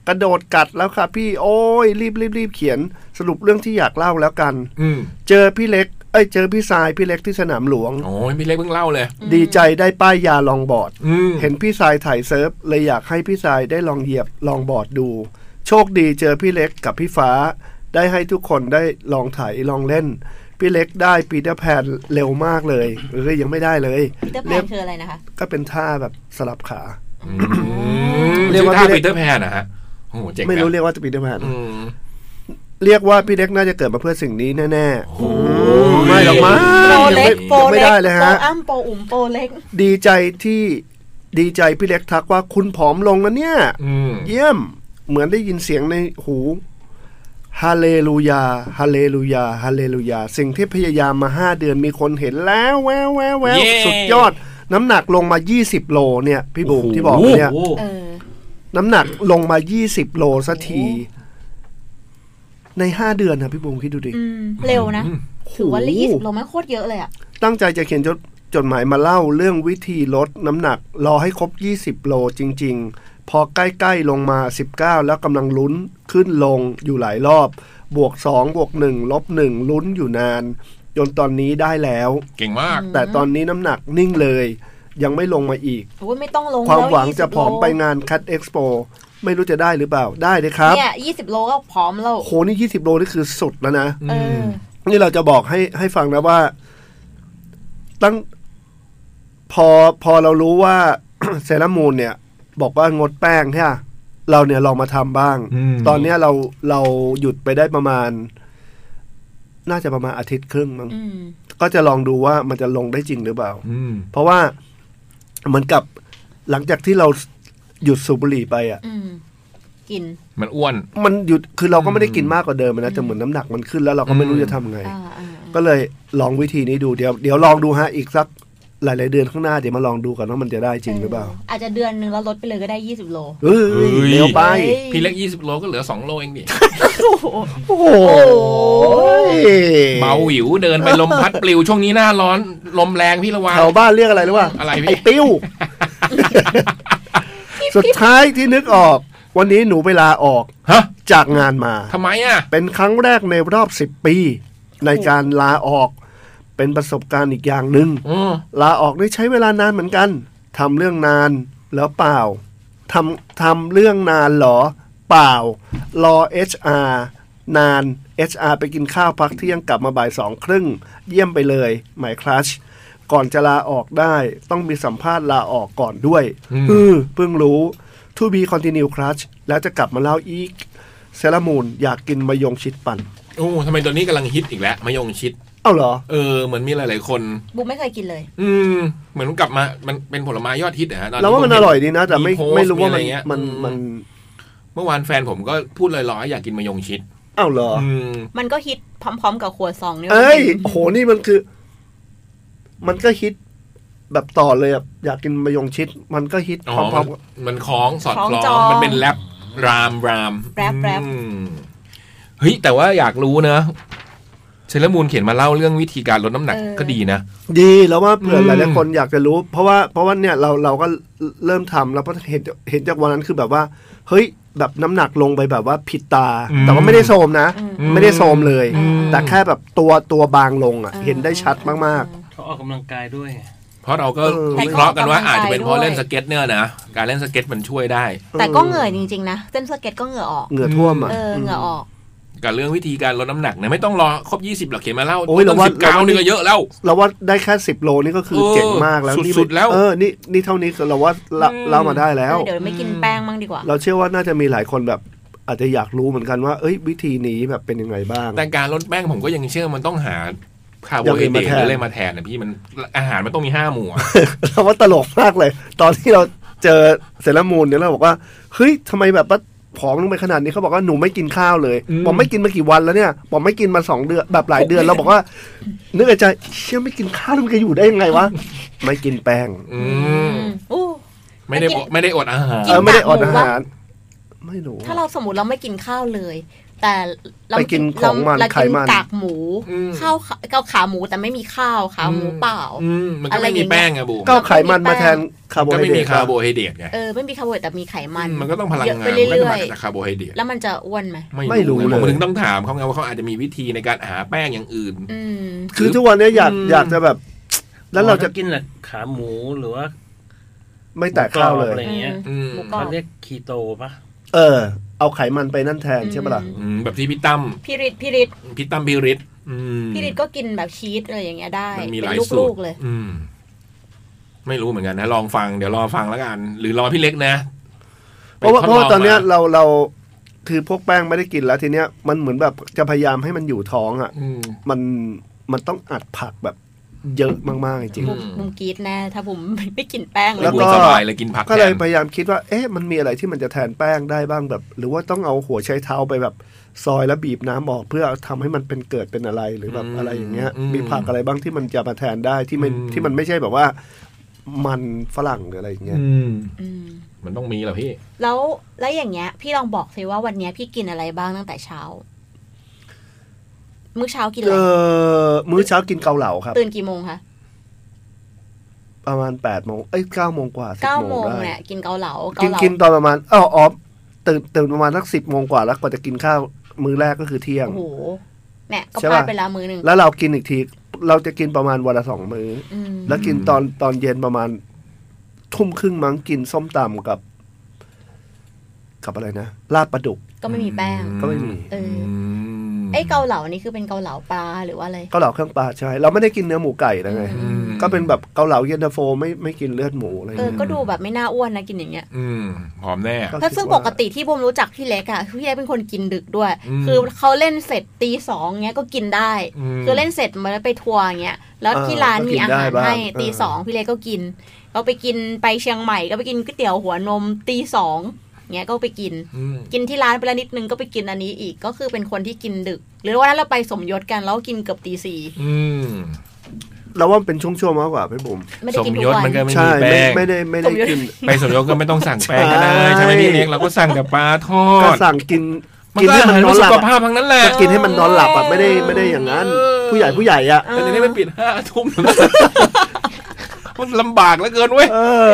กระโดดกัดแล้วค่ะพี่โอ้ยรีบรีบรีบเขียนสรุปเรื่องที่อยากเล่าแล้วกัน อืม เจอพี่เล็กเอ้ยเจอพี่ทรายพี่เล็กที่สนามหลวง โอ้ยพี่เล็กเพิ่งเล่าเลย ดีใจได้ป้ายยาลองบอร์ด อืม เห็นพี่ทรายถ่ายเซิร์ฟ เลยอยากให้พี่ทรายได้ลองเหยียบลองบอร์ดดู โชคดีเจอพี่เล็กกับพี่ฟ้า ได้ให้ทุกคนได้ลองถ่ายลองเล่น พี่เล็กได้ปีเตอร์แพนเร็วมากเลยเอ้ยยังไม่ได้เลย ปีเตอร์แพ รีย น ก คืออะไรนะคะ ก็เป็นท่าแบบสลับขา เรี เรี ย ย ก ก ว่า ว่า ท่า พี่เล็กปีเตอร์แพนนะฮะโอ้โหเจ๋ง ไม่รู้ นะ เรียกว่าจะปีเตอร์แพน อืม เรียกว่าพี่เล็กน่าจะเกิดมาเพื่อสิ่งนี้แน่ๆไม่หรอกมั้ง โปร ยัง เล็ ไม่ กโปร ยังไม่ เล็ก ได้เลย โปร ฮะ อ้ำโปรอุ่มโปรเล็ก ดีใจที่ดีใจพี่เล็กทักว่าคุณผอมลงนะเนี่ย อืม เยี่ยมเหมือนได้ยินเสียงในหูฮาเลลูยาฮาเลลูยาฮาเลลูยา สิ่งที่พยายามมาห้าเดือนมีคนเห็นแล้วแววแววแวว เย้ สุดยอด น้ำหนักลงมา 20 โลเนี่ย พี่บุ๋มที่บอกเนี่ย โอ้โห เออ น้ำหนักลงมา 20 โลสักที ใน 5 เดือนนะพี่บูมคิดดูดิ อืม เร็วนะ ถือว่า โอ้โห ยี่สิบโลมันโคตรเยอะเลยอ่ะ ตั้งใจจะเขียนจดจดหมายมาเล่าเรื่องวิธีลดน้ำหนัก รอให้ครบ 20 โลจริง ๆ พอใกล้ ๆ ลงมา 19 แล้วกำลังลุ้นขึ้นลงอยู่หลายรอบ บวก 2 บวก 1 ลบ 1 ลุ้นอยู่นาน จนตอนนี้ได้แล้ว เก่งมาก แต่ตอนนี้น้ำหนักนิ่งเลย ยังไม่ลงมาอีก โอ้ยไม่ต้องลง ความหวัง แล้ จะผอมไป 20โล งานคัดเอ็กซ์โปไม่รู้จะได้หรือเปล่าได้เลยครับ เนี่ยยี่สิบโลก็ผอมแล้ว โหนี่ยี่สิบโลนี่คือสุดแล้วนะ เออ นี่เราจะบอกให้ให้ฟังนะว่า ตั้ง พอพอเรารู้ว่า เซรามูนเนี่ย บอกว่างดแป้งใช่ไหมเราเนี่ยลองมาทำบ้าง อืม ตอนเนี้ยเราเราหยุดไปได้ประมาณ น่าจะประมาณอาทิตย์ครึ่งมั้ง อืม ก็จะลองดูว่ามันจะลงได้จริงหรือเปล่า อืม เพราะว่าเหมือนกับหลังจากที่เราหยุดสูบบุหรี่ไปอ่ะ อืม กิน มันอ้วน มันหยุดคือเราก็ไม่ได้กินมากกว่าเดิมนะแต่เหมือนน้ำหนักมันขึ้นแล้วเราก็ไม่รู้จะทำไง อ่าอ่าอ่า ก็เลยลองวิธีนี้ดูเดี๋ยวเดี๋ยวลองดูฮะอีกสักหลาย ๆ เดือนข้างหน้าเดี๋ยวมาลองดูกันว่ามันจะได้จริงหรือเปล่า อาจจะเดือนหนึงแล้วลดไปเลยก็ได้ยี่สิบโล เฮ้ย เฮ้ย เร็วไป พี่เล็ก 20 โลก็เหลือ 2 โลเองดิ โอ้โห โอ้โห เบาหวิวเดินไปลมพัดปลิวช่วงนี้หน้าร้อนลมแรงพี่ระวัง แถวบ้านเรียกอะไรหรือว่า อะไรพี่ ไอ้ปิ้ ว สุดท้ายที่นึกออก วันนี้หนูเวลาออก ฮะ จากงานมา ทำไมอ่ะ เป็นครั้งแรกในรอบสิบปี ในการลาออก เป็นประสบการณ์อีกอย่างหนึ่ง อืม ลาออกได้ใช้เวลานานเหมือนกัน ทำเรื่องนานแล้วเปล่า ทำทำเรื่องนานเหรอ เปล่า รอ HR นาน HR ไปกินข้าวพักเที่ยงกลับมาบ่ายสองครึ่ง เยี่ยมไปเลยหมายคลัชก่อนจะลาออกได้ต้องมีสัมภาษณ์ลาออกก่อนด้วย อืม เออเพิ่งรู้ To be continue crush แล้วจะกลับมาเล่าอีกเซรามูนอยากกินมะยงชิดปั่น โอ้ทำไมตอนนี้กำลังฮิตอีกแล้วมะยงชิด เอ้าเหรอ เออเหมือนมีหลาย ๆ คน บูมไม่เคยกินเลย อืม เหมือนกลับมามันเป็นผลไม้ยอดฮิตนะฮะต เราว่ามัน ผ อ เห็ ร่อยดีนะ แต่ไม่ โพสต์ ไม่รู้ว่ามัน อะเงี้ย มัน อื มัน เมื่อวานแฟนผมก็พูดลอยๆอยากกินมะยงชิด เอ้าเหรอ อืม มันก็ฮิตพร้อม ๆ กับครัวซองนี่ เอ้ยโหนี่มันคือ มันก็ฮิตแบบต่อเลยอะอยากกินมะยงชิด มันก็ฮิต อ๋ พ อ ร้อมๆกัมัน บ มันคล้องสอดคล้อง มันเป็นแรปรามราม แรปแรป อืมเฮ้ย แต่ว่าอยากรู้นะเซเลอร์มูนเขียนมาเล่าเรื่องวิธีการลดน้ำหนัก เออ ก็ดีนะ ดีแล้วว่าเผื่อห อื ลาย ม ๆคนอยากจะรู้ เพราะว่าเพราะว่าเนี่ยเราเราก็เริ่มทำแล้วก็เห็นเห็นจากวันนั้นคือแบบว่า เฮ้ย แบบน้ำหนักลงไปแบบว่าผิดตา อืม แต่ว่าไม่ได้โทรมนะ อืม ไม่ได้โทรมเลย อืม แต่แค่แบบตัวตัวบางลงอ่ะ เห็นได้ชัดมาก เขาออกกำลังกายด้วย เพราะเราก็ เออ วิเคราะห์กันว่าอาจจะเป็นเพราะ แต่ก็ออกกำลังกายด้วย เล่นสเก็ตเนี่ยนะ การเล่นสเก็ตมันช่วยได้ ๆ แต่ก็เหงื่อจริง ๆ นะเส้นสเก็ตก็เหงื่อออก เหงื่อท่วมอ่ะ เออเหงื่อออก กับเรื่องวิธีการลดน้ำหนักเนี่ยไม่ต้องรอครบ 20 หรอกเขียนมาเล่า โอ้ยเราว่า สิบเก้านี่ก็เยอะแล้ว เราว่าได้แค่สิบโลนี่ก็คือ เออ เจ๋งมากแล้วนี่ สุดๆแล้ว เออนี่นี่เท่านี้คือเราว่าละเล่ามาได้แล้ว เออเดี๋ยวไม่กินแป้งมั่งดีกว่า เราเชื่อว่าน่าจะมีหลายคนแบบอาจจะอยากรู้เหมือนกันว่า เอ้ย วิธีนี้แบบเป็นยังไงบ้าง แต่การลดแป้งผมก็ยังเชื่อมันต้องหาคาร์โบไฮเดรตหรืออะไรมาแทนนะพี่มันอาหารมันต้องมีห้าหมู่อะ เราว่าตลกมากเลย ตอนที่เราเจอเซรามูนเนี่ยเราบอกว่าเฮ้ยทำไมแบบว่าผอมลงไปขนาดนี้เขาบอกว่าหนูไม่กินข้าวเลย อืม ผมไม่กินมากี่วันแล้วเนี่ยผมไม่กินมาสองเดือนแบบหลายเดือนเราบอกว่านึกในใจเชื่อไม่กินข้าวแล้วมันจะอยู่ได้ยังไงวะไม่กินแป้ง อื อื ม มอู้ ไม่ได้อดไม่ได้อดอาหาร เออไม่ได้อดอา หมูวะ หาร ไม่รู้ ถ้าเราสมมติเราไม่กินข้าวเลย แต่เรา ไปกินของมัน เรา ไข กิน มัน กากหมู อืม ข้าวขาข้าวขาหมูแต่ไม่มีข้าวขาหมูเปล่า อืมมันก็ไม่มีแป้งอะบูม ก็เอาไขมันมาแทนคาร์โบ ก็ ไฮ ไม่ เดร มี ต คาร์โบไฮเดรตไง เออ ไม่มีคาร์โบไฮเดรตแต่มีไขมัน มันก็ต้องพลัง เยอะ งาน ไป มันก็ เรื่ ต้อง อย มาจากคาร์โบไฮเดรต ๆแล้วมันจะอ้วนไหม ผมถึงต้องถามเขาไงว่าเขาอาจจะมีวิธีในการหาแป้งอย่างอื่น อืม คือทุกวันเนี้อยาก อืม อยากจะแบบ แล้วเราจะ กินแบบขาหมูหรือว่า ไม่แตะข้าวเลย อะไรเงี้ย อืม หมูกรอบ เขาเรียกคีโตปะ เออ เอาไขมันไปนั่นแทนใช่ปะล่ะ อืมแบบที่พี่ตั้ม พี่ริดพี่ริด พี่ตั้มพี่ฤทธิ์อืม พี่ริดก็กินแบบชีสอะไรอย่างเงี้ยได้ มันมีห เป็ ลาย น สู ลู ต ก ร ๆเลย อืม ไม่รู้เหมือนกันนะ ลองฟังเดี๋ยวรอฟังแล้วกัน หรือรอพี่เล็กนะ เพราะว่า ไป เพ ทดล ราะ อง ว่าตอนเนี้ย มา เราเราคือพวกแป้งไม่ได้กินแล้วทีเนี้ยมันเหมือนแบบจะพยายามให้มันอยู่ท้องอ่ะ อืม มันมันต้องอัดผักแบบเยอะมากๆจริง อื บุมบุมกรีดแน่ถ้าผมไม่กินแป้งเล แล้ ยว บุ ก็ ญสบายเลยกินผัก ๆก็เลย แทน พยายามคิดว่า เอ๊ะมันมีอะไรที่มันจะแทนแป้งได้บ้างแบบ หรือว่าต้องเอาหัวใช้เท้าไปแบบซอยแล้วบีบน้ำออกเพื่อทำให้มันเป็นเกิดเป็นอะไรหรือแบบอะไรอย่างเงี้ย มีผักอะไรบ้างที่มันจะมาแทนได้ที่มันที่มันไม่ใช่แบบว่า มันฝรั่งหรืออะไรอย่างเงี้ย อืม อืม มันต้องมีแหละพี่ แล้วแล้วอย่างเงี้ย พี่ลองบอกสิว่าวันเนี้ยพี่กินอะไรบ้างตั้งแต่เช้า มื้อเช้ากินอะ เอ ไร อมื้อเช้ากินเกาเหลาครับ ตื่นกี่โมงคะ ประมาณ8ปดโมงเอ้ยเก้าโมงกว่าสิบ เก้า โม โม ง ง ได้ เนี่ยกินเกาเหลาเกา กิน เหลา กินตอนประมาณอ้าวอ๋อตื่นตื่นประมาณสักสิบโมงกว่าแล้วกว่าจะกินข้าวมื้อแรกก็คือเที่ยง โอ้โหเนี่ยก็ ใช่ พลาด ปะ ไปแล้วมื้อหนึ่ง แล้วเรากินอีกทีเราจะกินประมาณวันละสองมื้อ อืม อแล้วกินตอนตอนเย็นประมาณ ทุ่มครึ่งมั้งกินส้มตำกับ กับอะไรนะลาบปลาดุก ก็ไม่มีแป้ง ก็ไม่มี เอออื ม ไอ้เกาเหลานี่คือเป็นเกาเหลาปลาหรือว่าอะไร เก็เหลาเครื่องปลาใช่เราไม่ได้กินเนื้อหมูไก่นะไง อื อืม ก็เป็นแบบเกาเหลาเย็นตาโฟไม่ไม่กินเลือดหมูอะไร เออ เงี้ย ก็ดูแบบไม่น่าอ้วนนะกินอย่างเงี้ย อืมหอมแน่ ก็คิดว่า แล้วซึ่งปกติที่บุมรู้จักพี่เล็กอะพี่เล็กเป็นคนกินดึกด้วย อืม คือเขาเล่นเสร็จตีสองเงี้ยก็กินได้ ม คือเล่นเสร็จมาแล้วไปทัวร์อย่างเงี้ย แล้ว เออ ที่ร้าน ก็กิน มีอาหาร ได้บ้าง ให้ เออ ตีสองพี่เล็กก็กิน ก็ไปกินไปเชียงใหม่ก็ไปกินก๋วยเตี๋ยวหัวนมตีสองเงี้ยก็ไปกิน อืม กินที่ร้านไปละนิดนึงก็ไปกินอันนี้อีกก็คือเป็นคนที่กินดึก หรือว่านั้นเราไปสมยศกันแล้วกินเกือบตีสี่ อืม เราว่ามันเป็นช่วงๆมากกว่าพี่บุ๋ม ไม่ได้ สม กินทุ ย ก ศ วัน มันก็ไม่ ใช่ มีแป้ ไม่ ง ไม่ได้ไม่ได้ สมยศ กิน ไปสมยศก็ไม่ต้องสั่งแป้งก็ได้ ใช่ ใช่ไหมพี่เล็กเราก็สั่งแต่ปลาทอ ก็ ด สั่งกิน มัน กิน ก็ ให้ อา มัน หาร นอหเพื่อน สุลั ข บอะ ภาพทั้งนั้นแหละ ก็กินให้มันนอนหลับอะไม่ได้ไม่ได้อย่างนั้น ผู้ใหญ่ผู้ใหญ่อะ เอ แต่ อ เดี๋ยวนี้มันปิดห้าทุ่ม แล้วมันลำบากเหลือเกินเว้ย เออ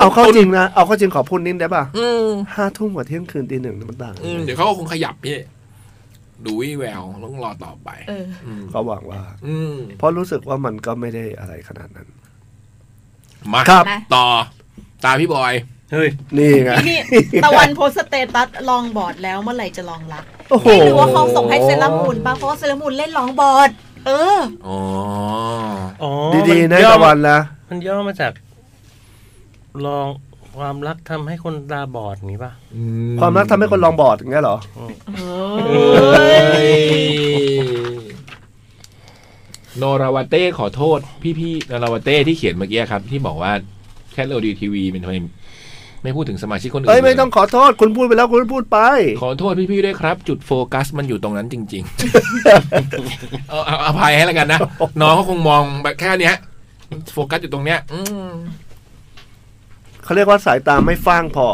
เอาเข้าจริงนะเอาเข้าจริงขอพูดนิดได้ป่ะ อืม ห้าทุ่มกว่าเที่ยงคืนตีหนึ่งมันต่างกัน อืมเดี๋ยวเขาก็คงขยับพี่ดูวิแววต้องรอต่อไป เออ ม ก็หวังว่า อืม เพราะรู้สึกว่ามันก็ไม่ได้อะไรขนาดนั้น มา ครับ มา ต่อ ตาพี่บอย เฮ้ย นี่ไง นี่ตะวันโพสต์สเตตัสลองบอร์ดแล้วเมื่อไหร่จะลองรัก โอ้โห ไม่รู้ว่าเขาส่งให้เซรามูนป่ะเพราะว่าเซรามูนเล่นร้องบอร์ดเออ อ๋อ อ๋อ ดีๆ มั นะ ย่อ ตะวันนะ มันย่อมาจาก ลองความรักทำให้คนตาบอดอย่างนี้ป่ะ ความรักทำให้คนลองบอดอย่างเงี้ยเหรอ โนราวาเต้ขอโทษ พี่ๆโนราวาเต้ที่เขียนเมื่อกี้ครับ ที่บอกว่าแค่เราดีทีวีเป็นทำไมไม่พูดถึงสมาชิกคนอื่น เอ้ยไม่ ล ต้องขอโทษ คุณพูดไปแล้วคุณพูดไป ขอโทษพี่ๆด้วยครับ จุดโฟกัสมันอยู่ตรงนั้นจริง ๆ เอาเอาอภัยให้แล้วกันนะ น้องเขาคงมองแบบแค่เนี้ย โฟกัสอยู่ตรงเนี้ย อืม เขาเรียกว่าสายตาไม่ฟ้างพอ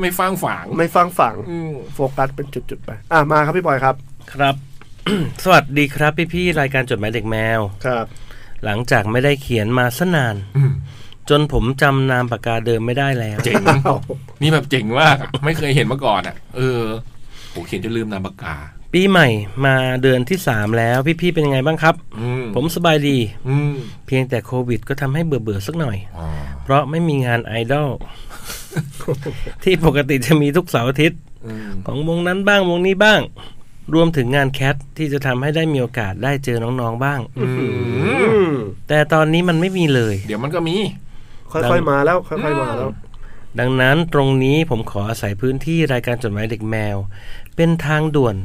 ไม่ฟังฝาง ไม่ฟ้างฝัง อืม โฟกัสเป็นจุดๆไป อ่ะมาครับพี่บอยครับ ครับ สวัสดีครับพี่ๆรายการจดหมายเด็กแมว ครับ หลังจากไม่ได้เขียนมาสนาน อืม จนผมจำนามปากกาเดิมไม่ได้แล้ว เจ๋ง นี่แบบเจ๋งมากอะไม่เคยเห็นมาก่อนอ่ะ เออโหเขียนจนลืมนามปากกา ปีใหม่มาเดือนที่สามแล้วพี่ๆเป็นยังไงบ้างครับ อืม ผมสบายดี อืม เพียงแต่โควิดก็ทำให้เบื่อเบื่อๆสักหน่อย อ๋อ เพราะไม่มีงานไอดอล ที่ปกติจะมีทุกเสาร์อาทิตย์ อืม ของวงนั้นบ้างวงนี้บ้าง รวมถึงงานแคทที่จะทำให้ได้มีโอกาสได้เจอน้องๆบ้าง อืม แต่ตอนนี้มันไม่มีเลย เดี๋ยวมันก็มี ค่อยๆมาแล้ว ค่อยๆมาแล้ว ดังนั้นตรงนี้ผมขออาศัยพื้นที่รายการจดหมายเด็กแมว เป็นทางด่วน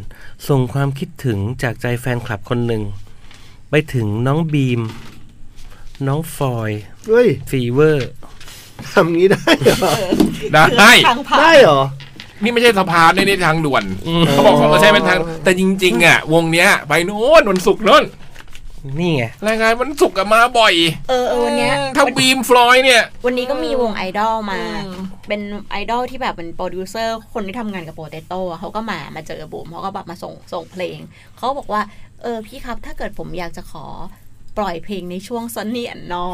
ส่งความคิดถึงจากใจแฟนคลับคนหนึ่ง ไปถึงน้องบีม น้องฟอย เฮ้ย ฟีเวอร์ ทำงี้ได้เหรอ ได้ ทางผ่า ได้ น เหรอ นี่ไม่ใช่สะพานนี่นี่ทางด่วน เขาบอกเขาใช้เป็นทาง แต่จริง ๆ อ่ะ วงเนี้ย ไปโน่นวันศุกร์โน่น นี่ไง รายงานวันศุกร์อะมาบ่อย เออเออวันเนี้ย ถ้าบีมฟลอยเนี่ย วันนี้ก็มีวงไอดอลมา เป็นไอดอลที่แบบเป็นโปรดิวเซอร์คนที่ทำงานกับโปเตโต้เขาก็มามาเจอบุ๋มเขาก็แบบมาส่งส่งเพลง เขาบอกว่า เออพี่ครับถ้าเกิดผมอยากจะขอปล่อยเพลงในช่วงซันนี่แอนนอ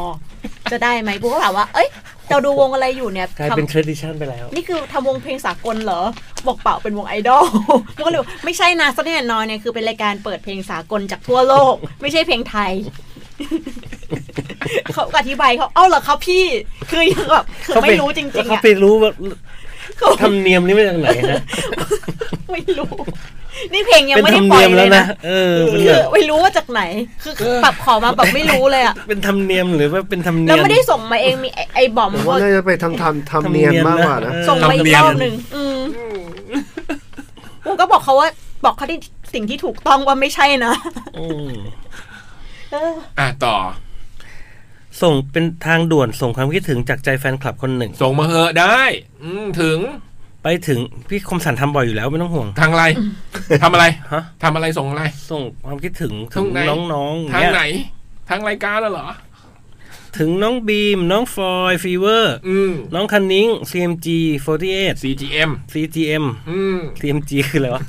จะได้ไหมบุ๋มก็ถามว่า เอ้ยเราดูวงอะไรอยู่เนี่ย กลายเป็น ท tradition ไปแล้ว ำนี่คือทำวงเพลงสากลเหรอ บอกเปล่าเป็นวงไอดอล บุ๋มก็เลยบอกไม่ใช่นะซันนี่แอนนอเนี่ยคือเป็นรายการเปิดเพลงสากลจากทั่วโลก ไม่ใช่เพลงไทย เขาก็อธิบายเขาเอ้าเหรอครับพี่ คือยังแบบคือไม่รู้จริงๆ แล้ว อะ เขาไปรู้ว่า เขา ธรรมเนียมนี้มาจากไหนฮะ ไม่รู้ นี่เพลงยัง เป็น ไม่ ธร ได้ รม ปล่ เนีมอย ยเล แล้ว ย นะ นะ เออ เอ มันแบ อบ ไม่รู้ว่าจากไหน คือปรับขอมาแบบไม่รู้เลยอะ เป็นธรรมเนียมหรือว่าเป็นธรรมเนียม แล้วไม่ได้ส่งมาเองมีไอ้ไอ้บอม ผม ก็ ว่าน่าจะไปทางทำทำเนียนมากกว่านะ ทำเนียนนะ ส่งมาอี ทำเนี ก ย ร ม อบหนึ่งอืม กูก็บอกเขาว่า บอกเขาที่สิ่งที่ถูกต้องว่าไม่ใช่นะ อืม เออ อ่ะต่อ ส่งเป็นทางด่วนส่งความคิดถึงจากใจแฟนคลับคนหนึ่ง ส่งมาเหอะได้ อืมถึง ไปถึงพี่คมสันทำบ่อยอยู่แล้วไม่ต้องห่วง ทางอะไรทำอะไร ฮะ ทำอะไรส่งอะไร ส่งความคิดถึงถึง ทางไหน น้องๆอย่าง ทาง เงี้ย ไหน ทางรายการแล้วเหรอ ถึงน้องบีม น้องฟอยฟีเวอร์ อืม น้องคันนิ้ง CMG 48 CGM CGM อืม CMG คืออะไรว ะ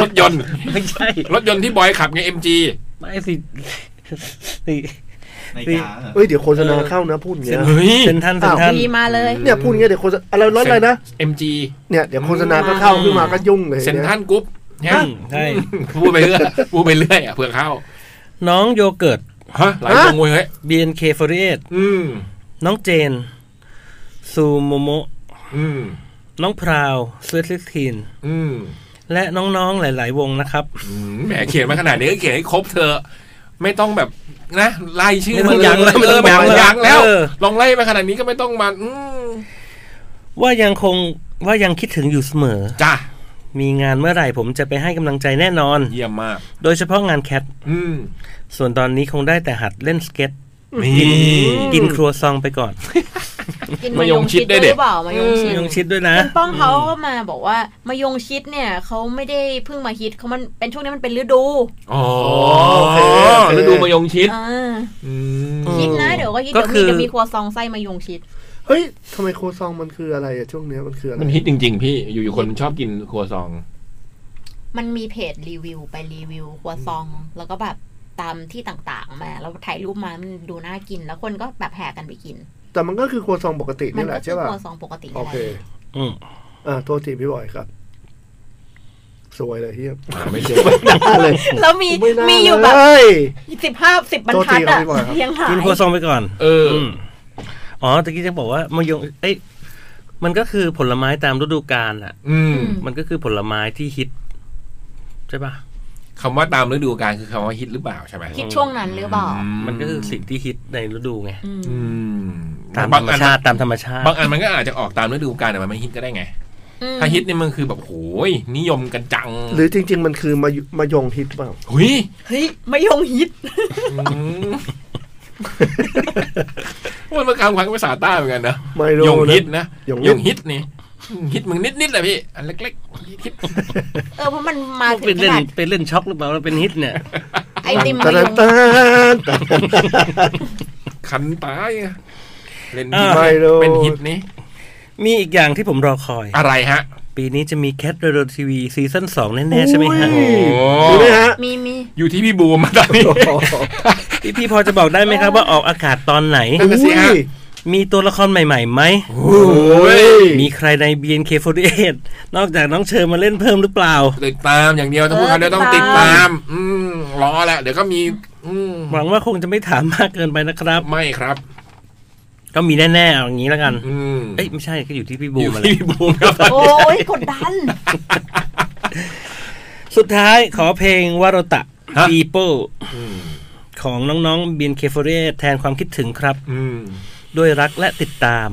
รถยนต์ ไม่ใช่ รถยนต์ที่บอยขับไง MG ไม่สิ สิ ในกาเหรอ เอ้ยเดี๋ยวโฆษณาเข้านะพูดอย่างเงี้ย เฮ้ย เซนทันเซน อ้าว ทัน ดีมาเลย เนี่ยพูดอย่างเงี้ยเดี๋ยวโฆษณาอะไรร้อนอะไรนะ MG เนี่ยเดี๋ยวโฆษณาก็เข้าขึ้นมาก็ยุ่งเลย เซน ย ทันกรุ๊ปเนี่ย อืมใช่ พูดไปเรื่อยพูดไปเรื่อยอ่ะเผื่อเข้า น้องโยเกิร์ต ฮะหลาย ฮะ วงเว้ยเฮ้ย BNK48 อืม น้องเจน ซูโมโมะ อืม น้องพราวสวีทซิทีน อืม และน้องๆ หลาย ๆ วงนะครับ อืมแหมเขียนมาขนาดนี้ก็เขียนให้ครบเธอะไม่ต้องแบบนะไล่ชื่อ ไม่ต้อง มา ยั้งแล้ว เออ ไม่ต้อไม่ต้อง ง ยั้ ยัง ง แล้ แล้วว เออ ลองไล่มาขนาดนี้ก็ไม่ต้องมาอืม ว่ายังคงว่ายังคิดถึงอยู่เสมอ จ้า มีงานเมื่อไหร่ผมจะไปให้กำลังใจแน่นอน เยี่ยมมาก โดยเฉพาะงานแคท อืม ส่วนตอนนี้คงได้แต่หัดเล่นสเก็ต นี่ กินครัวซองไปก่อน กิน มะ มาย ย ง ง ชิ ชิ ด ด ได้ ด้วย เด็ดหรือเปล่ามายงชิด ยงชิดด้วยนะ คุณป้องเขาก็มาบอกว่ามายงชิดเนี่ยเขาไม่ได้เพิ่งมาฮิตเขามันเป็นช่วงนี้มันเป็นฤดู อ๋อ โอเคโอเค ฤดูมายงชิด อ่า อืม คิดนะเดี๋ยวก็คิด ก็ เดี๋ยว คือมีเดี๋ยวมีครัวซองไส้มายงชิด เฮ้ยทำไมโคซองมันคืออะไรอะช่วงเนี้ยมันคืออะไร มันฮิตจริง ๆ พี่อยู่ๆคนชอบกินครัวซอง มันมีเพจรีวิวไปรีวิวครัวซอง แล้วก็แบบตามที่ต่างๆมา แล้วถ่ายรูปมามันดูน่ากินแล้วคนก็แบบแห่กันไปกิน แต่มันก็คือโคซองปกติ มั นี่แห ก็ ละ คื ใช่ป่ะ ครัวซองปกติ โอเค อืม อ่าโทษทีพี่บอยครับ สวยเลยเฮีย หาไม่เจอ น่าเลย แล้วมี ไม่น่า มีอยู่ เล แบบ ย สิบห้าสิบบรรทัดอะ โทษทีครับพี่บอยครับ ยังหาย กินครัวซองไปก่อน เอออ มอ๋อตะกี้จะบอกว่ามะยงเอ้ยมันก็คือผลไม้ตามฤดูกาลอ่ะ อืม มันก็คือผลไม้ที่ฮิต ใช่ปะ คำว่าตามฤดูกาลคือคำว่าฮิตหรือเปล่าใช่ไหม คิดช่วงนั้นหรือเปล่า มันก็คือสิ่งที่ฮิตในฤดูไง อืม ตาม บ ธรง รม อัน ชาติตามธรรมชาติ บางอันมันก็อาจจะออกตามฤดูกาลแต่มันไม่ฮิตก็ได้ไง อืม ถ้าฮิตเนี่ยมันคือแบบโอ้ยนิยมกันจัง หรือจริง ๆ มันคือมายมายงฮิตเปล่า หุย เฮ้ยไม่ยงฮิต อืมมันมาคำควังภาษาใต้เหมือนกันนะ ไม่รู้ยนะงฮิตนะ ยง ยงฮิตนี่ฮิตมึงนิดๆแหละพี่อันเล็กๆฮิต เออเพราะมันมาถึ เป็น งข เล่น นาด เป็นเล่นช็อกหรือเปล่าว่าเป็นฮิตเนี่ย ไอติม ตะ มาย นั ง นตะนันตะ คันตายอะเล่น เออ ไม่รู้ เป็นฮิตนี้ มีอีกอย่างที่ผมรอคอย อะไรฮะ ปีนี้จะมีแคทเรดทีวีซีซั่นสองแน่ๆใช่ไหมฮะ อุ้ย โอ้ ดูไหมฮะ มีมี อยู่ที่พี่บูมมาตอนนี้ พี่พี่พอจะบอกได้ไหมครับว่าออกอากาศตอนไหน นั่นน่ะสิฮะ มีตัวละครใหม่ๆไหม โอ้ย มีใครใน BNK48 นอกจากน้องเชิญมาเล่นเพิ่มหรือเปล่า ติดตามอย่างเดียวถ้าพูดคำเดียวต้องติดตาม อืมรอแหละเดี๋ยวก็มี อืม หวังว่าคงจะไม่ถามมากเกินไปนะครับ ไม่ครับ ก็มีแน่ๆเอาอย่างนี้แล้วกัน อืม เอ้ยไม่ใช่ก็อยู่ที่พี่ อ บูม ยู่ มาแห ที่ ละ พี่บูมครับ โอ้ยกดดัน สุดท้ายขอเพลงวารตะ ฮะ People อืม ของน้องๆ BNK48 แทนความคิดถึงครับ อืม ด้วยรักและติดตาม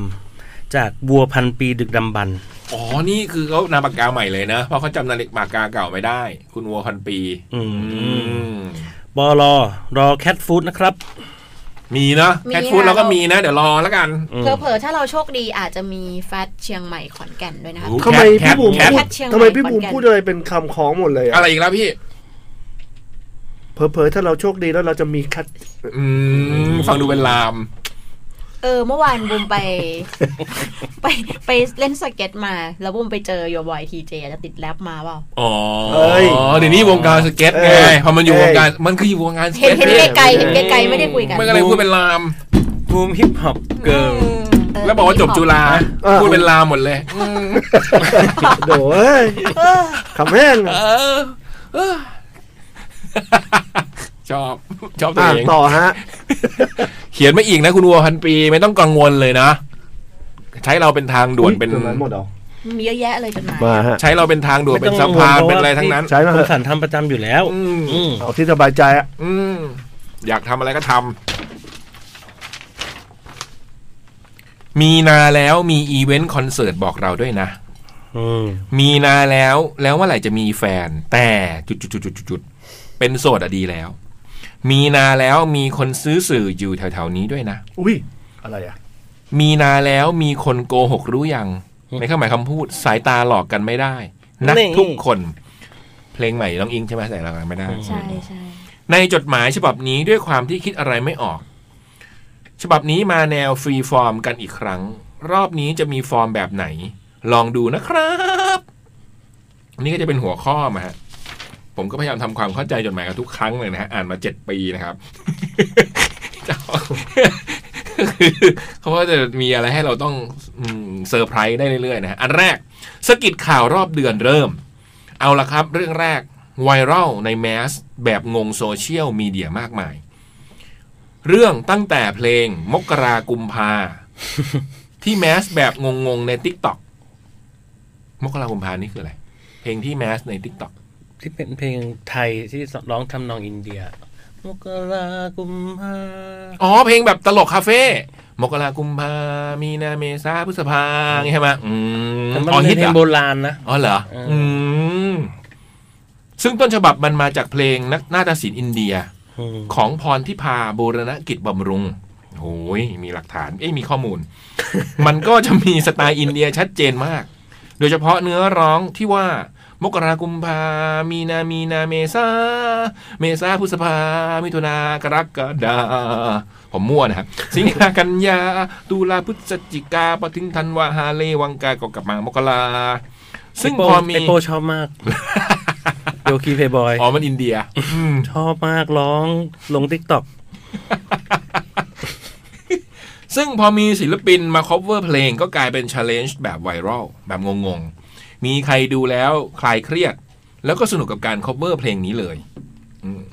จากบัวพันปีดึกดำบรรพ์ อ๋อนี่คือเขานามปากกาใหม่เลยนะ เพราะเขาจำนาฬิกาปากกาเก่าไม่ได้ คุณวัวพันปี อืม อืม บอรอรอแคทฟู้ดนะครับ มีนะ มี แคทฟูด นะ เราก็มีนะ เดี๋ยวรอแล้วกัน อืม เผลอๆถ้าเราโชคดีอาจจะมีแฟตเชียงใหม่ขอนแก่นด้วยนะคะ ทำไม แค พี่ ท บูม แคท พูด แคทเชียงใหม่ ทำไมพี่บูม ขอนแก่น พูดอะไรเป็นคำคล้องหมดเลย อะ อะไร อีกแล้วพี่ เผลอๆถ้าเราโชคดีแล้วเราจะมีคัด อืมฟังดูเป็นลาม เออเมื่อวานบุมไป ไปไปเล่นสเก็ตมา แล้วบุมไปเจอโยบอยทีเจจะติดแรปมาเปล่า อ๋อ เอ้ย เดี๋ยวนี้วงการสเก็ตไง เอ้ย พอมันอยู่ เอ้ วย งการมันคืออยู่วงการส เห็ เก็ตนเห็น พี่ ไกลๆเห็นไกลๆไม่ได้คุยกัน มันก็เลยพูดเป็นลาม บูมฮิปฮอปเกิร์ล เออ แล้วบอกว่าจบจุฬา เออ พูดเป็นลามหมดเลย โดเอ้ยคำแห้ง เอ อ่ะ อเออชอบ ชอบตัวเอง ต่อฮะ เขียนมาอีกนะคุณวัวพันปีไม่ต้องกังวลเลยนะ ใช้เราเป็นทางด่วนเป็น มีเยอะแยะเลยจดหมาย มาฮะ ใช้เราเป็นทางด่วนเป็นสะพานเป็นอะไรทั้งนั้น ใช้ผมาม เถอะ สันทำประจำอยู่แล้ว อืม อืม เอาที่สบายใจอ่ะ อืมอยากทำอะไรก็ทำมีนาแล้วมีอีเวนต์คอนเสิร์ตบอกเราด้วยนะ อืม มีนาแล้วแล้วเมื่อไหร่จะมีแฟน แต่จุดจุดจุดจุดจุดๆๆๆๆเป็นโสดอะดีแล้ว มีนาแล้วมีคนซื้อสื่ออยู่แถวๆนี้ด้วยนะ อุ้ยอะไรอ่ะ มีนาแล้วมีคนโกหกรู้ยังในข้างหมายคำพูดสายตาหลอกกันไม่ได้ นักทุกคน เพลงใหม่น้องอิงใช่ไหมสายตาหลอกกันไม่ได้ ใช่ใช่ ในจดหมายฉบับนี้ด้วยความที่คิดอะไรไม่ออก ฉบับนี้มาแนวฟรีฟอร์มกันอีกครั้ง รอบนี้จะมีฟอร์มแบบไหน ลองดูนะครับ นี่ก็จะเป็นหัวข้อมาฮะผมก็พยายามทำความเข้าใจจดหมายกันทุกครั้งเลยนะฮะอ่านมาเจ็ดปีนะครับ เขาก็จะมีอะไรให้เราต้องอืมเซอร์ไพรส์ได้เรื่อยๆนะฮะอันแรกสกิดข่าวรอบเดือนเริ่ม เอาละครับ เรื่องแรกไวรัลในแมส แบบงงโซเชียลมีเดียมากมาย เรื่องตั้งแต่เพลงมกรากุม ภา ที่แมส แบบงงๆใน t ิ k t o k มกรากุมภานี่คืออะไร เพลงที่แมส ใน t ิ k t o k ที่เป็นเพลงไทยที่ร้องทำนองอินเดียมกรากุมภา อ๋อ เพลงแบบตลกคาเฟ่มกรากุมภามีนาเมษาพฤษภาอย่างงี้ใช่ไหมอืม แต่มัน อ๋อ เป็ ฮิ น ต เพล เหรงอ โบราณนะ อ๋อเหรอ เอออื อืม ซึ่งต้นฉบับมันมาจากเพลงนักนาฏศิลป์อินเดีย อืม ของพรทิพาบูรณกิจบำรุงโอ้ยมีหลักฐาน เอ้ยมีข้อมูล มันก็จะมีสไตล์อินเดียชัดเจนมาก โดยเฉพาะเนื้อร้องที่ว่า มกรากุมภา มีนา มีนาเมษา เมษาพฤษภา มิถุนากรกฎาผมมั่วนะครับ สิงหากันยา ตุลาพฤศจิกาปทิงธันวาฮาเลวังกาก็กลับมามกราซึ่งพอมี ไอโปชอบ มากโยคีเพย์บอย อ๋อ มันอินเดีย อืม ชอบมากร้องลงติ๊กต็อก ซึ่งพอมีศิลปินมา cover เพลงก็กลายเป็น challenge แบบไวรัลแบบงงๆ มีใครดูแล้วคลายเครียด แล้วก็สนุกกับการ cover เพลงนี้เลยอืม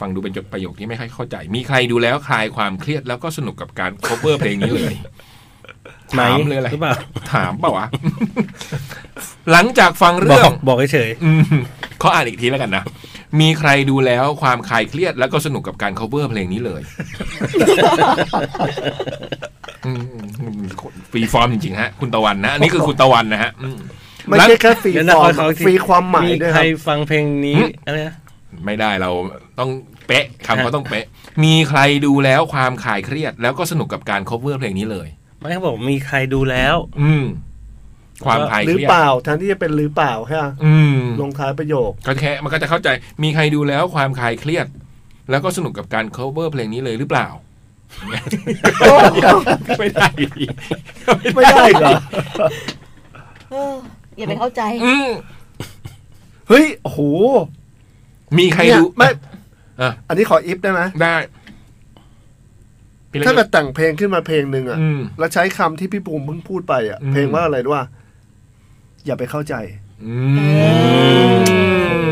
ฟังดูเป็นจดประโยคที่ไม่ค่อยเข้าใจ มีใครดูแล้วคลายความเครียดแล้วก็สนุกกับการ cover เพลงนี้เลย ถามเลยอะไร หรือเปล่า ถามเปล่าวะ หลังจากฟังเรื่อบ ง อกบอกเฉย อืม ขออ่านอีกทีแล้วกันนะ มีใครดูแล้วความคลายเครียดแล้วก็สนุกกับการ cover เพลงนี้ เลยอืมฟรีฟอร์มจริงๆฮะ คุณตะวันนะ อันนี้คือคุณตะวันนะฮะอืม ไม่ใช่แค่ฟรี เดี๋ยว ฟ นะ อ ขอร์ม ขออีกที ฟรีความหมายด้วย ใครครับ ฟังเพลงนี้ หืม อะไรนะ ไม่ได้เราต้องเป๊ะคำ ฮะ เขาต้องเป๊ะ มีใครดูแล้วความคลายเครียด แล้วก็สนุกกับการ cover เพลงนี้เลย ไม่เขาบอกมีใครดูแล้ว อืม ความคลาย หรื เค อ รียด เปล่าแทนที่จะเป็นหรือเปล่าใช่ไหม อืม ลงท้ายประโยค ก็แค่มันก็จะเข้าใจมีใครดูแล้วความคลายเครียด แล้วก็สนุกกับการ cover เพลงนี้เลยหรือเปล่า ไม่ได้ ไม่ได้เหรอ เอออย่าไปเข้าใจ อืม เฮ้ย โอ้โห มีใคร เนี่ย ดู ไม่ อ่ะ อันนี้ขออิฟได้ไหม ได้พี่เล็ก ถ้าเกิดแต่งเพลงขึ้นมาเพลงหนึ่งอ่ะ อืม แล้วใช้คำที่พี่ปูมเพิ่งพูดไปอ่ะ อืม เพลงว่าอะไรด้วยว่า อย่าไปเข้าใจ อืม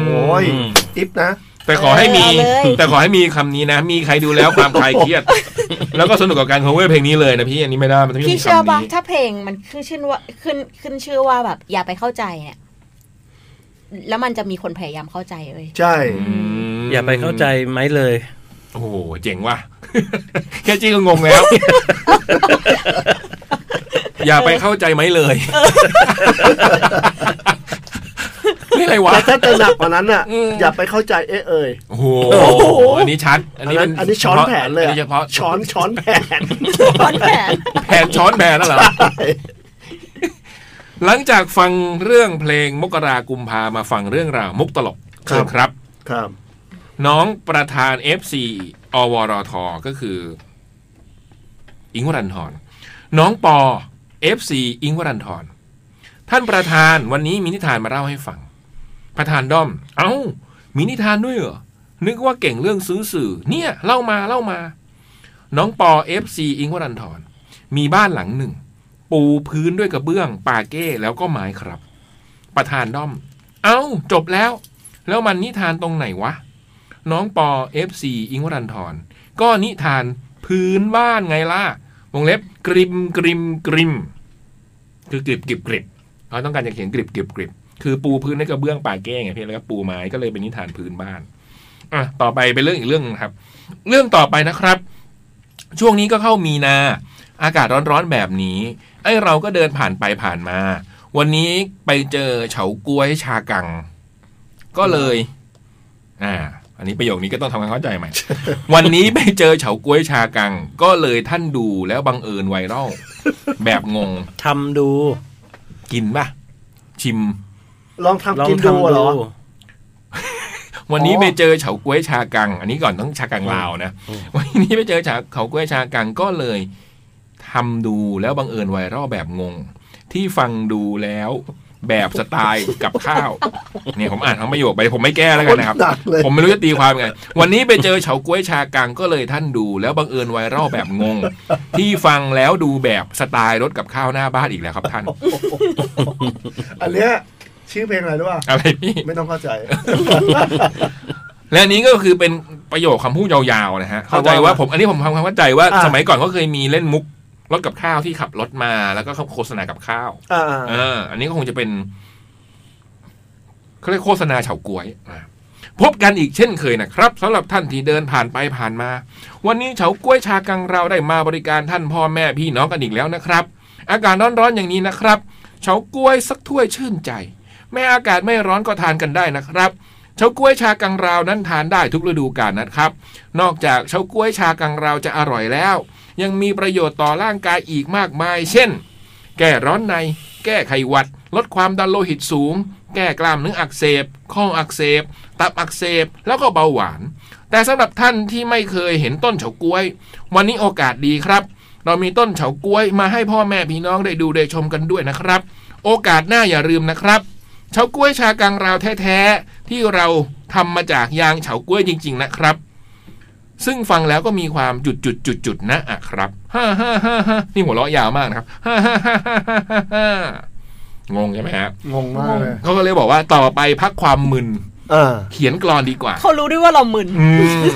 โอ้ยอิฟนะ แต่ขอให้มี เอาเลย แต่ขอให้มีคำนี้นะ มีใครดูแล้วความคลายเครี ยด แล้วก็สนุกกับการ cover เพลงนี้เลยนะพี่อันนี้ไม่ได้มันต้องมี พี่เชื่อ คำ ปะ นี้ ถ้าเพลงมันขึ้นชื่อว่าขึ้นขึ้นชื่อว่าแบบ อย่าไปเข้าใจเนี่ยแล้วมันจะมีคนพยายามเข้าใจเว้ย ใช่ อืม อย่าไปเข้าใจไหมเลย โอ้โหเจ๋งว่ะ แค่จี้ก็งงแล้ว อย่าไปเข้าใจไหมเลย ไม่อะไรวะ แต่ถ้าจะหนักกว่านั้นอ่ะ อืม อย่าไปเข้าใจเอะเอ่ย โอ้โห อันนี้ชัด อัน อัน นี้ นั้ เป็น น อันนี้ช้อนแผนเลย อั อะ นนี้เฉพาะ ช้อนช้อนแผน คนแผน แผนช้อนแผนนั่นเหรอ หลังจากฟังเรื่องเพลงมกรากุมพามาฟังเรื่องราวมุกตลก ครัเชิญบครับ ครับ น้องประธาน FC อวรท ก็คือ อิงค์วรันทรน้องปอ FC อิงค์วรันทรท่านประธานวันนี้มีนิทานมาเล่าให้ฟัง ประธานด้อม เอ้า มีนิทานด้วยเหรอ นึกว่าเก่งเรื่องซื้อสื่อ เนี่ย เล่ามาเล่ามา น้องปอ FC อิงค์วรันทรมีบ้านหลังหนึ่ง ปูพื้นด้วยกระเบื้องปาเก้แล้วก็ไม้ครับ ประธานด้อม เอ้า จบแล้ว แล้วมันนิทานตรงไหนวะ น้องปอ FC อิงค์วรันทรก็นิทานพื้นบ้านไงล่ะ วงเล็บกริมกริมกริม คือกริบกริบกริบเขาต้องการจะเขียนกริบกริบกริบคือปูพื้นในกระเบื้องป่าแก้งไงพี่แล้วก็ปูไม้ก็เลยเป็นนิทานพื้นบ้านอ่ะต่อไปเป็นเรื่องอีกเรื่องนะครับ เรื่องต่อไปนะครับ ช่วงนี้ก็เข้ามีนา อากาศร้อนๆแบบนี้ ไอ้เราก็เดินผ่านไปผ่านมา วันนี้ไปเจอเฉาก้วยชากัง ก็เลย อ่า อันนี้ประโยคนี้ก็ต้องทำความเข้าใจใหม่ วันนี้ไปเจอเฉาก้วยชากัง ก็เลยท่านดูแล้วบังเอิญไวรัลแบบงง ทำดู กินป่ะ ชิม ลองทำ ลอง กิน ทำ ดู ดู เหรอ วันนี้ อ๋อ ไปเจอเฉาก้วยชากัง อันนี้ก่อนต้องชากังลาวนะวันนี้ไปเจอเฉาเขาก้วยชากังก็เลยทำดูแล้วบังเอิญไวรัลแบบงง ที่ฟังดูแล้วแบบสไตล์กับข้าว เนี่ยผมอ่านทั้งประโยคไปผมไม่แก้แล้วกันนะครับ หนักเลย ผมไม่รู้จะตีความยังไง วันนี้ไปเจอเฉาก้วยชากังก็เลยท่านดู แล้วบังเอิญไวรัลแบบง ง ที่ฟังแล้วดูแบบสไตล์รถกับข้าวหน้าบ้านอีกแล้วครับท่าน อันเนี้ยชื่อเพลงอะไรรู้ป่ะ อะไรพี่ ไม่ต้องเข้าใจ และอันนี้ก็คือเป็นประโยคคำพูดยาวๆนะฮะ เข้าใจว่าผมอันนี้ผมทำความเข้าใจว่า อ่ะ สมัยก่อนก็เคยมีเล่นมุกรถกับข้าวที่ขับรถมาแล้วก็เขาโฆษณากับข้าว อ่า เอออันนี้ก็คงจะเป็นเขาเรียกโฆษณาเฉาก๊วยอ่ะพบกันอีกเช่นเคยนะครับสำหรับท่านที่เดินผ่านไปผ่านมา วันนี้เฉาก๊วยชากังเราได้มาบริการท่านพ่อแม่พี่น้องกันอีกแล้วนะครับ อากาศร้อนๆอย่างนี้นะครับ เฉาก๊วยสักถ้วยชื่นใจ แม้อากาศไม่ร้อนก็ทานกันได้นะครับ เฉาก๊วยชากังราวนั้นทานได้ทุกฤดูกาลนะครับ นอกจากเฉาก๊วยชากังราวจะอร่อยแล้ว ยังมีประโยชน์ต่อร่างกายอีกมากมาย เช่น แก้ร้อนใน แก้ไขหวัด ลดความดันโลหิตสูง แก้กล้ามเนื้ออักเสบ ข้ออักเสบ ตับอักเสบ แล้วก็เบาหวาน แต่สำหรับท่านที่ไม่เคยเห็นต้นเฉาก๊วย วันนี้โอกาสดีครับ เรามีต้นเฉาก๊วยมาให้พ่อแม่พี่น้องได้ดูได้ชมกันด้วยนะครับ โอกาสหน้าอย่าลืมนะครับ เฉาก๊วยชากังราวแท้ๆ ที่เราทำมาจากยางเฉาก๊วยจริง ๆ นะครับ ซึ่งฟังแล้วก็มีความจุดจุดจุดจุดๆๆๆนะอะครับฮ่าฮ่าฮ่าฮ่านี่หัวเราะยาวมากนะครับฮ่าฮ่าฮ่าฮ่าฮ่าฮ่างงใช่ไหมฮะ งงมากเลย เขาก็เลยบอกว่าต่อไปพักความมึน อ่า เขียนกรอนดีกว่า เขารู้ด้วยว่าเรามึน อืม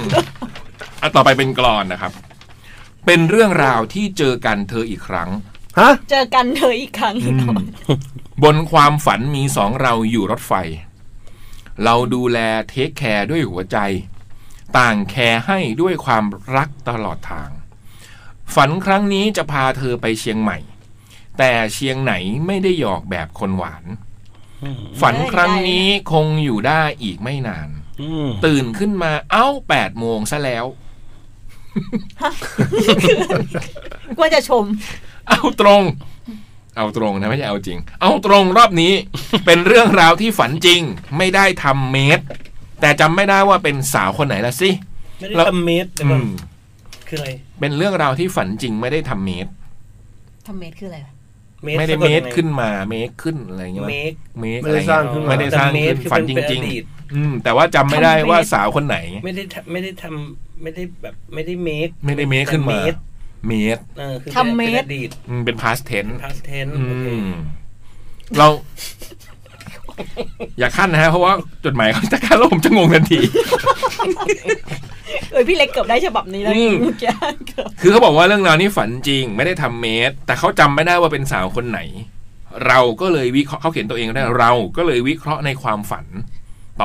อ่ะต่อไปเป็นกรอนนะครับ เป็นเรื่องราวที่เจอกันเธออีกครั้ง ฮะ เจอกันเธออีกครั้ง บนความฝันมีสองเราอยู่รถไฟ เราดูแลเทคแคร์ด้วยหัวใจ ต่างแคร์ให้ด้วยความรักตลอดทาง ฝันครั้งนี้จะพาเธอไปเชียงใหม่ แต่เชียงไหนไม่ได้หยอกแบบคนหวาน ฝันครั้งนี้คงอยู่ได้อีกไม่นาน อืม ตื่นขึ้นมาเอ้าแปดโมงซะแล้ว กลัวจะชม เอาตรง เอาตรงนะไม่ใช่เอาจริง เอาตรงรอบนี้ เป็นเรื่องราวที่ฝันจริง ไม่ได้ทำเมดแต่จำไม่ได้ว่าเป็นสาวคนไหนละสิ ไม่ได้ แล้ว ทำเมดแต่ อื ว่าม คืออะไร เป็นเรื่องราวที่ฝันจริงไม่ได้ทำเมด ทำเมดคืออะไรวะ ไม่ได้ สะก เมด ยังง ขึ้นมาเมดขึ้นอะไรอย่างเงี้ย เมด เมด ไม่ อะไร ได้สร้างขึ้นมา ไม่ได้สร้าง แต่เมด ขึ้น คือ ฝัน เป็ จ เป็ ริง อดีต ๆ อืม แต่ว่าจำไม่ได้ว่าสาวคนไหน ไม่ได้ทำไม่ได้ทำไม่ได้แบบไม่ได้เมค ไม่ได้เมดขึ้นเมมาค เมด เออคือ ทำเมค ป็นอดีต อืมเป็นพาสเทน พาสเทน อืมเรา อย่าขั้นนะฮะ เพราะว่าจดหมายเขาจะขั้นแล้วผมจะงงทันที เอ้ยพี่เล็กเกือบได้ฉบับนี้แล้ว อืม เมื่อกี้เกือบ คือเขาบอกว่าเรื่องราวนี้ฝันจริง ไม่ได้ทำเมสแต่เขาจำไม่ได้ว่าเป็นสาวคนไหน เราก็เลยวิเคราะห์เขาเขียนตัวเองได้เราก็เลยวิเคราะห์ในความฝัน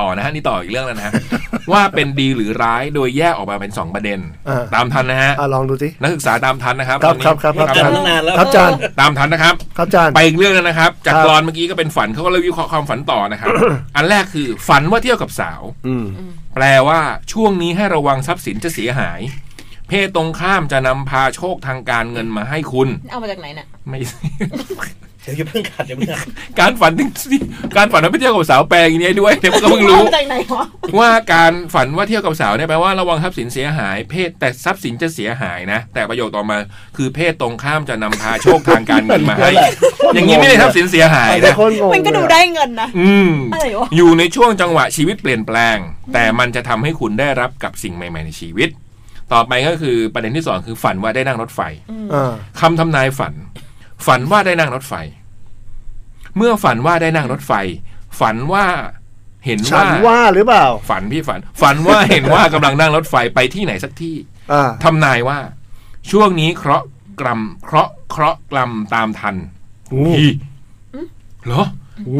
ต่อนะฮะนี่ต่ออีกเรื่องแล้ว นะฮะ ว่าเป็นดีหรือร้ายโดยแยกออกมาเป็นสองประเด็น อ่า ตามทันนะฮะ อ่ะลองดูสิ นักศึกษาตามทันนะครับ ครับ ตอนนี้ ครับครับ จำตั้งนานแล้ว ครับจาน ตามทันนะครับ ครับจาน ไปอีกเรื่องแล้วนะครับ จาก ครับ กรอนเมื่อกี้ก็เป็นฝันเขาก็เลยวิเคราะห์ความฝันต่อ นะครับ อันแรกคือฝันว่าเที่ยวกับสาว อืม แปลว่าช่วงนี้ให้ระวังทรัพย์สินจะเสียหาย เพศตรงข้ามจะนำพาโชคทางการเงินมาให้คุณ เอามาจากไหนน่ะ ไม่ เดี๋ยวอย่าเพิ่งขาดอย่าเพิ่งขาด การฝันถึงการฝันว่าไปเที่ยวกับสาวแปลอย่างนี้ด้วยเดี๋ยวมันก็เพิ่งรู้ เอามาจากไหนวะ ว่าการฝันว่าเที่ยวกับสาวเนี่ยแปลว่าระวังทรัพย์สินเสียหาย เพศแต่ทรัพย์สินจะเสียหายนะ แต่ประโยคต่อมา คือเพศตรงข้ามจะนำพาโชคทางการเงินมาให้ อย่างนี้ไม่ได้ทรัพย์สินเสียหาย แต่ นะ คนงง มันก็ดูได้เงินนะ อืม อะไรวะ อยู่ในช่วงจังหวะชีวิตเปลี่ยนแปลง แต่มันจะทำให้คุณได้รับกับสิ่งใหม่ ๆ ในชีวิต ต่อไปก็คือประเด็นที่สองคือฝันว่าได้นั่งรถไฟ อ่า คำทำนายฝัน ฝันว่าได้นั่งรถไฟ เมื่อฝันว่าได้นั่งรถไฟ ฝันว่าเห็น ฉั ว่าน ว่าหรือเปล่า ฝันพี่ฝัน ฝันว่าเห็นว่ากำลังนั่งรถไฟไปที่ไหนสักที่ อ่า ทำนายว่า ช่วงนี้เคราะห์กรรมเคราะห์เคราะห์กรรมตามทันอีเหรอ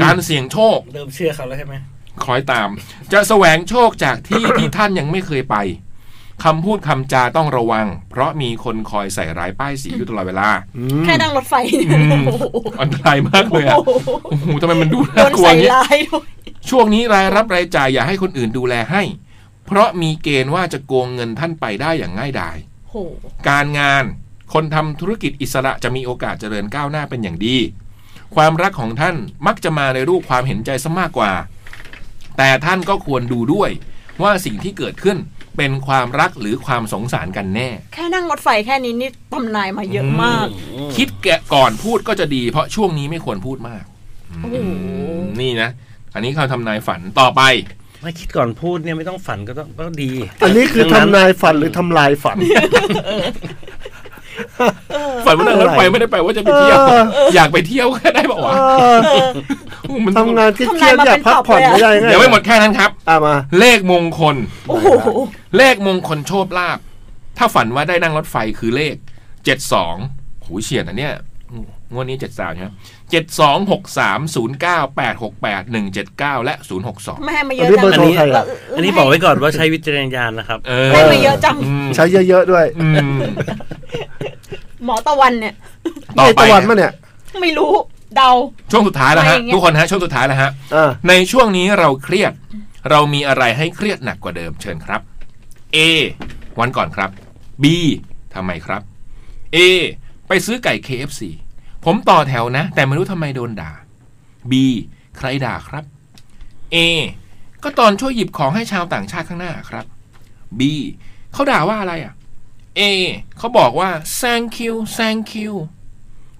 การเสี่ยงโชค เริ่มเชื่อเขาแล้วใช่ไหม คล้อยตาม จะแสวงโชคจากที่ ที่ท่านยังไม่เคยไปคำพูดคำจาต้องระวัง เพราะมีคนคอยใส่ร้ายป้ายสีอยู่ตลอดเวลา แค่นั่งรถไฟเนี่ย อืม โอ้โห อันตรายมากเลยอะ โอ้โห โอ้โหทำไมมันดู โด น่าน กลัว ใส่ เงี้ย ร้ายด้วย ช่วงนี้รายรับรายจ่ายอย่าให้คนอื่นดูแลให้ เพราะมีเกณฑ์ว่าจะโกงเงินท่านไปได้อย่างง่ายดาย โอ้โห การงานคนทำธุรกิจอิสระจะมีโอกาสเจริญก้าวหน้าเป็นอย่างดี ความรักของท่านมักจะมาในรูปความเห็นใจซะมากกว่า แต่ท่านก็ควรดูด้วยว่าสิ่งที่เกิดขึ้นเป็นความรักหรือความสงสารกันแน่ แค่นั่งรถไฟแค่นี้นี่ตำนายมาเยอะมาก คิดแกะก่อนพูดก็จะดี เพราะช่วงนี้ไม่ควรพูดมาก โอ้โห นี่นะ อันนี้คำทำนายฝันต่อไป ไม่คิดก่อนพูดเนี่ยไม่ต้องฝันก็ต้องก็ดี อันนี้คือ ดัง ทำนายฝันหรือทำลายฝัน ฝันว่านั่งรถไฟ อะไร ไม่ได้ไปว่าจะไปเที่ยว เออ อยากไปเที่ยวแค่ได้บอกว่า เออ มัน ทำงานที่เครียดอยากพักผ่อนไม่ได้ไง เดี๋ยวไม่หมดแค่นั้นครับ อ่ะมา เลขมงคล โอ้โห เลขมงคลโชคลาภ ถ้าฝันว่าได้นั่งรถไฟคือเลขเจ็ดสองหูเฉียดนะเนี่ย งวดนี้เจ็ดสามใช่ไหมเจ็ดสองหกสามศูนย์เก้าแปดหกแปดหนึ่งเจ็ดเก้าและศูนย์หกสอง ไม่ให้มาเยอะ อันนี้ จัง เบอร์ อัน โทร นี้ ใคอะ อันนี้บอกไว้ก่อนว่าใช้วิจารณญาณนะครับ เออ ให้มาเยอะจัง ม ใช้เยอะๆด้วย อืม หมอตะวันเนี่ย ต่อ ไอ้ ไป ตะวันมาเนี่ย ไม่รู้เดา ช่วงสุดท้ายแล้ว อะไร ฮะ อย่างเงี้ย ทุกคนฮะ ช่วงสุดท้ายแล้วฮะ อ่า ในช่วงนี้เราเครียด เรามีอะไรให้เครียดหนักกว่าเดิมเชิญครับ A วันก่อนครับ B ทำไมครับ A ไปซื้อไก่ KFC ผมต่อแถวนะ แต่ไม่รู้ทำไมโดนด่า B ใครด่าครับ A ก็ตอนช่วยหยิบของให้ชาวต่างชาติข้างหน้าครับ B เขาด่าว่าอะไรอ่ะ A เขาบอกว่า thank you thank you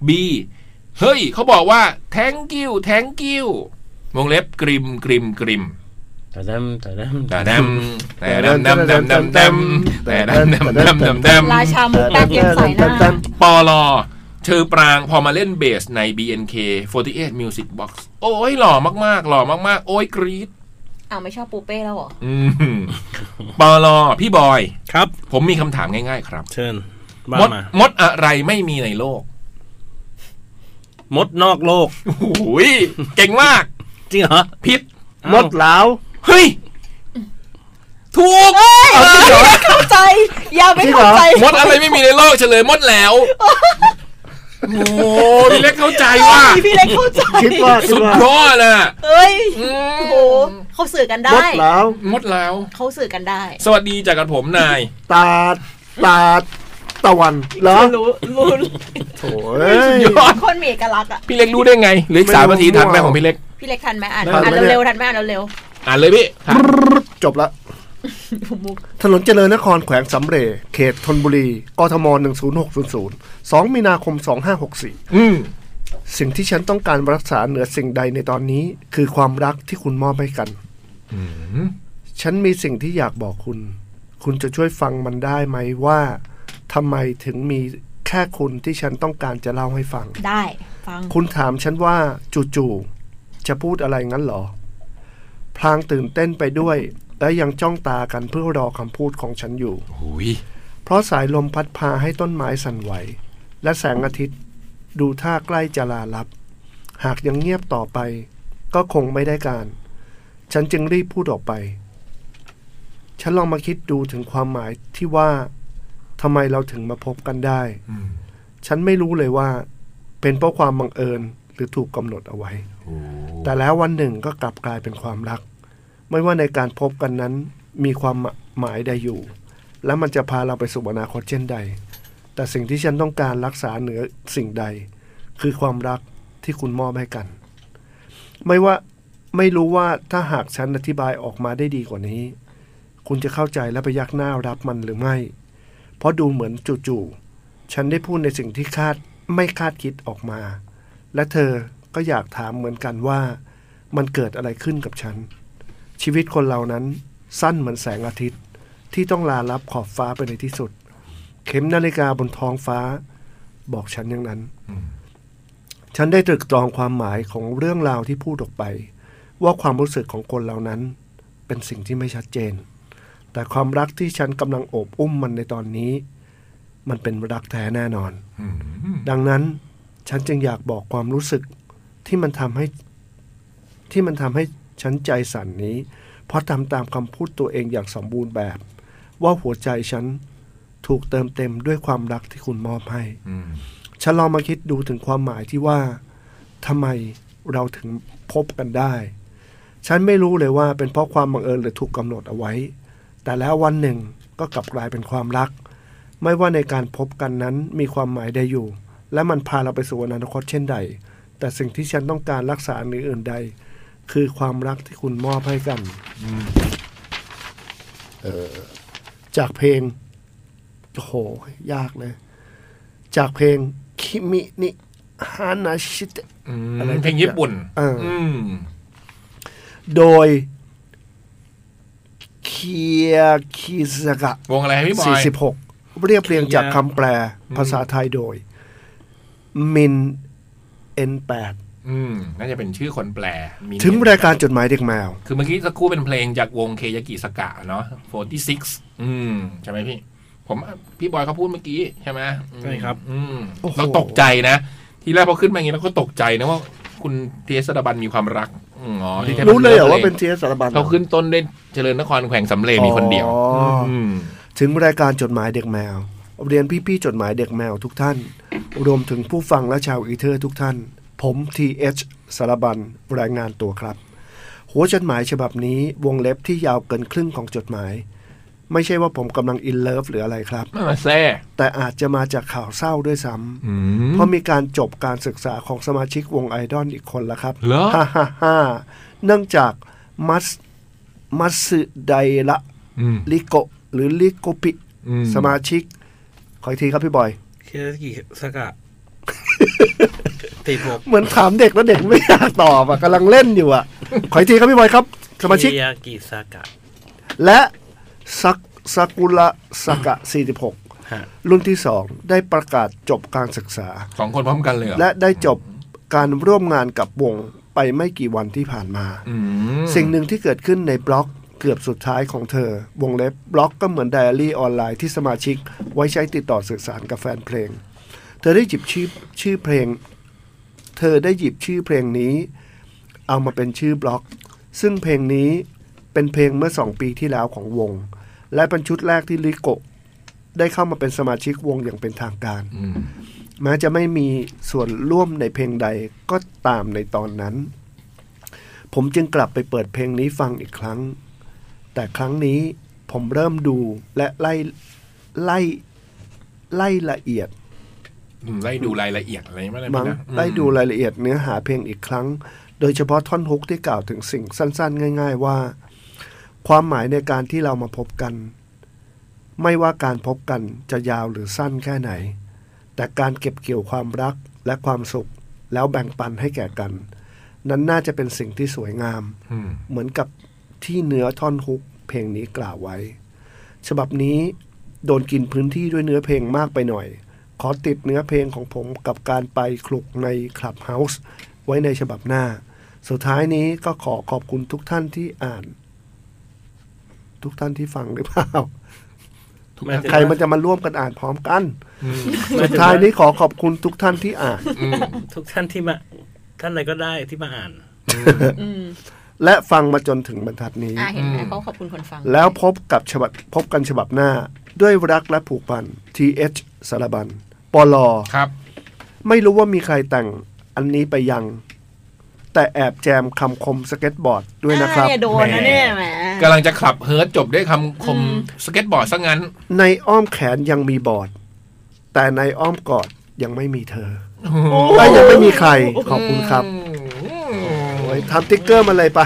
B เฮ้ยเขาบอกว่า thank you thank you วงเล็บกริมกริมกริม แต่ดำแต่ดำ แต่ด ำแต่ดำดำดำดำดำแต่ดำดำดำดำด ราชามุกแป๊บเดียวใส่หน้า ำปอลอเชอปรางพอมาเล่นเบสใน BNK 48 Music Box โอ้ยหล่อมากๆ หล่อมากๆ โอ้ยกรี๊ด อ้าวไม่ชอบปูเป้แล้วเหรอ อืมปอลอพี่บอย ครับ ผมมีคำถามง่ายๆครับ เชิญบ้าม ด มาม ดอะไรไม่มีในโลก มดนอกโลก โอ้ยเก่งมาก จริงเหรอ พิษ มดเหลาว เฮ้ย ถูก อย่าไปเข้าใจ อย่าไปเข้าใจ มดอะไรไม่มีในโลกเฉลยมดแหล้ว โอ้ยพี่เล็กเข้าใจว่า พี่เล็กเข้าใจ คิดว่าคิ สุ ด ด ว่าย อดน่ะ เอ้ย อืม โอ้โหเขาสื่อกัน ล ได้ ดแล้ว มดแหล้ว เขาสื่อกันได้ สวัสดีจากกับผมนาย ตาตาตะวันเหรอ รู้รู้ โถ่เอ้ย ยอด คนมีเอกลักษณ์อ่ะ พี่เล็กรู้ได้ไงเหลืออีกสามนาทีทันไหมของพี่เล็ก พี่เล็กทันไหมอ่าน ทันไหม อ่าเนี่นย เร็วๆทันไหมอ่านเร็ว อ่านเลยพี่ถาม จบละ ๆมุก ถนนเจริญนครแขวงสำเรย์เขตธนบุรี กทม 10600 2 มีนาคม 2564 อืม สิ่งที่ฉันต้องการรักษาเหนือสิ่งใดในตอนนี้ คือความรักที่คุณมอบให้กัน ฉันมีสิ่งที่อยากบอกคุณ คุณจะช่วยฟังมันได้ไหมว่าทำไมถึงมีแค่คุณที่ฉันต้องการจะเล่าให้ฟัง ได้ฟัง คุณถามฉันว่าจู่ๆจะพูดอะไรงั้นเหรอ พลางตื่นเต้นไปด้วย และยังจ้องตากันเพื่อรอคำพูดของฉันอยู่ หุย เพราะสายลมพัดพาให้ต้นไม้สั่นไหว และแสงอาทิตย์ดูท่าใกล้จะลาลับ หากยังเงียบต่อไป ก็คงไม่ได้การ ฉันจึงรีบพูดออกไป ฉันลองมาคิดดูถึงความหมายที่ว่าทำไมเราถึงมาพบกันได้ ฉันไม่รู้เลยว่า เป็นเพราะความบังเอิญหรือถูกกำหนดเอาไว้ แต่แล้ววันหนึ่งก็กลับกลายเป็นความรัก ไม่ว่าในการพบกันนั้น มีความหมายใดอยู่ และมันจะพาเราไปสู่อนาคตเช่นใด แต่สิ่งที่ฉันต้องการรักษาเหนือสิ่งใด คือความรักที่คุณมอบให้กัน ไม่ว่าไม่รู้ว่าถ้าหากฉันอธิบายออกมาได้ดีกว่านี้ คุณจะเข้าใจและไปยักหน้ารับมันหรือไม่ เพราะดูเหมือนจู่ๆฉันได้พูดในสิ่งที่คาดไม่คาดคิดออกมา และเธอก็อยากถามเหมือนกันว่า มันเกิดอะไรขึ้นกับฉัน ชีวิตคนเรานั้นสั้นเหมือนแสงอาทิตย์ ที่ต้องลาลับขอบฟ้าไปในที่สุด เข็มนาฬิกาบนท้องฟ้า บอกฉันอย่างนั้น ฉันได้ตรึกตรองความหมายของเรื่องราวที่พูดออกไป ว่าความรู้สึกของคนเหล่านั้น เป็นสิ่งที่ไม่ชัดเจน แต่ความรักที่ฉันกำลังโอบอุ้มมันในตอนนี้ มันเป็นรักแท้แน่นอน ดังนั้นฉันจึงอยากบอกความรู้สึกที่มันทำให้ที่มันทำให้ฉันใจสั่นนี้ เพราะทำตามคำพูดตัวเองอย่างสมบูรณ์แบบ ว่าหัวใจฉันถูกเติมเต็มด้วยความรักที่คุณมอบให้ ฉันลองมาคิดดูถึงความหมายที่ว่าทำไมเราถึงพบกันได้ ฉันไม่รู้เลยว่าเป็นเพราะความบังเอิญหรือถูกกำหนดเอาไว้ แต่แล้ววันหนึ่งก็กลับกลายเป็นความรัก ไม่ว่าในการพบกันนั้นมีความหมายใดอยู่ และมันพาเราไปสู่อนาคตเช่นใด แต่สิ่งที่ฉันต้องการรักษาเหนืออื่นใด คือความรักที่คุณมอบให้กันเอ่อจากเพลงโอ้โหยากเลย จากเพลงคิมินิฮานาชิเตะ อะไร เพลงญี่ปุ่น เอออื ม โดยเคียคิซากะ วงอะไรพี่บอย 46 เรียบเรียงจากคำแปลภาษาไทยโดย มิน N8 อืมน่าจะเป็นชื่อคนแปลมี ถึงรายการจดหมายเด็กแมว คือเมื่อกี้สักครู่เป็นเพลงจากวงเคยากิสกะเนาะ46 อืม ใช่ไหมพี่ ผมพี่บอยเขาพูดเมื่อกี้ใช่ไหม ใช่ครับ อืม โอ้โห เราตกใจนะ ทีแรกพอขึ้นมาอย่างนี้เราก็ตกใจนะว่าคุณเทสดาบันมีความรักอืมอ๋อที่ทพ รู้เลยเหรอว่าเป็นเทียสารบัญ เขาขึ้นต้นด้วยเจริญนครแขวงสำเรมีคนเดียว อ๋ออ อืม ถึงรายการจดหมายเด็กแมว เรียนพี่ๆจดหมายเด็กแมวทุกท่าน รวมถึงผู้ฟังและชาวอีเทอร์ทุกท่าน ผมทีเอชสารบัญรายงานตัวครับ หัวจดหมายฉบับนี้วงเล็บที่ยาวเกินครึ่งของจดหมาย ไม่ใช่ว่าผมกำลังอินเลิฟหรืออะไรครับ มามาแซ่ แต่อาจจะมาจากข่าวเศร้าด้วยซ้ำ อืม เพราะมีการจบการศึกษาของสมาชิกวงไอดอลอีกคนแล้วครับ เหรอ ฮ่าฮ่าฮ่าเนื่องจากมัสมัสไดละ อืม ลิโกะหรือลิโกปิ อืม สมาชิก ขออีกทีครับพี่บอย เคสกิสกะตีบก เหมือนถามเด็กแล้วเด็กไม่อยากตอบอะกำลังเล่นอยู่ อะขออีกทีครับพี่บอยครับ สมาชิก เคยากิสกะ และซักซากุระสากะ 46 ฮะ รุ่นที่ 2 ได้ประกาศจบการศึกษา สองคนพร้อมกันเลยเหรอ และได้จบการร่วมงานกับวงไปไม่กี่วันที่ผ่านมา อืม สิ่งหนึ่งที่เกิดขึ้นในบล็อกเกือบสุดท้ายของเธอ วงเล็บบล็อกก็เหมือนไดอารี่ออนไลน์ที่สมาชิกไว้ใช้ติดต่อสื่อสารกับแฟนเพลง เธอได้หยิบชื่อชื่อเพลง เธอได้หยิบชื่อเพลงนี้ เอามาเป็นชื่อบล็อก ซึ่งเพลงนี้ เป็นเพลงเมื่อ 2 ปีที่แล้วของวง และเป็นชุดแรกที่ลิโกะได้เข้ามาเป็นสมาชิกวงอย่างเป็นทางการ อืม แม้จะไม่มีส่วนร่วมในเพลงใดก็ตามในตอนนั้น ผมจึงกลับไปเปิดเพลงนี้ฟังอีกครั้ง แต่ครั้งนี้ผมเริ่มดูและไล่ไล่ไล่ละเอียด อืมไล่ดูรายละเอียดอะไรไม่ได้ มั้ง นะอืม ได้ดูรายละเอียดเนื้อหาเพลงอีกครั้ง โดยเฉพาะท่อนฮุกที่กล่าวถึงสิ่งสั้นๆ ง่าย ๆ ว่า ความหมายในการที่เรามาพบกัน ไม่ว่าการพบกันจะยาวหรือสั้นแค่ไหน แต่การเก็บเกี่ยวความรักและความสุขแล้วแบ่งปันให้แก่กัน นั้นน่าจะเป็นสิ่งที่สวยงาม อืม เหมือนกับที่เนื้อท่อนฮุกเพลงนี้กล่าวไว้ ฉบับนี้โดนกินพื้นที่ด้วยเนื้อเพลงมากไปหน่อย ขอติดเนื้อเพลงของผมกับการไปคลุกในคลับเฮาส์ไว้ในฉบับหน้า สุดท้ายนี้ก็ขอขอบคุณทุกท่านที่อ่าน ทุกท่านที่ฟังหรือเปล่า ทุกท่าน ใครมันจะมาร่วมกันอ่านพร้อมกัน อืม สุดท้ายนี้ขอขอบคุณทุกท่านที่อ่าน อืม ทุกท่านที่มา ท่านอะไรก็ได้ที่มาอ่าน อืม และฟังมาจนถึงบรรทัดนี้ อ่าเห็นไหมเขาขอบคุณคนฟัง แล้วพบกับฉบับพบกันฉบับหน้า ด้วยรักและผูกพัน TH สารบันปลอ ครับ ไม่รู้ว่ามีใครแต่งอันนี้ไปยัง แต่แอบแจมคำคมสเก็ตบอร์ดด้วยนะครับ อ่าเนี่ยโดนนะเนี่ยแหม กำลังจะขับเฮิร์ตจบด้วยคำคม อืม สเก็ตบอร์ดซะงั้น ในอ้อมแขนยังมีบอร์ด แต่ในอ้อมกอดยังไม่มีเธอและยังไม่มีใครขอบคุณครับโอ้ยทำติ๊กเกอร์มาเลยปะ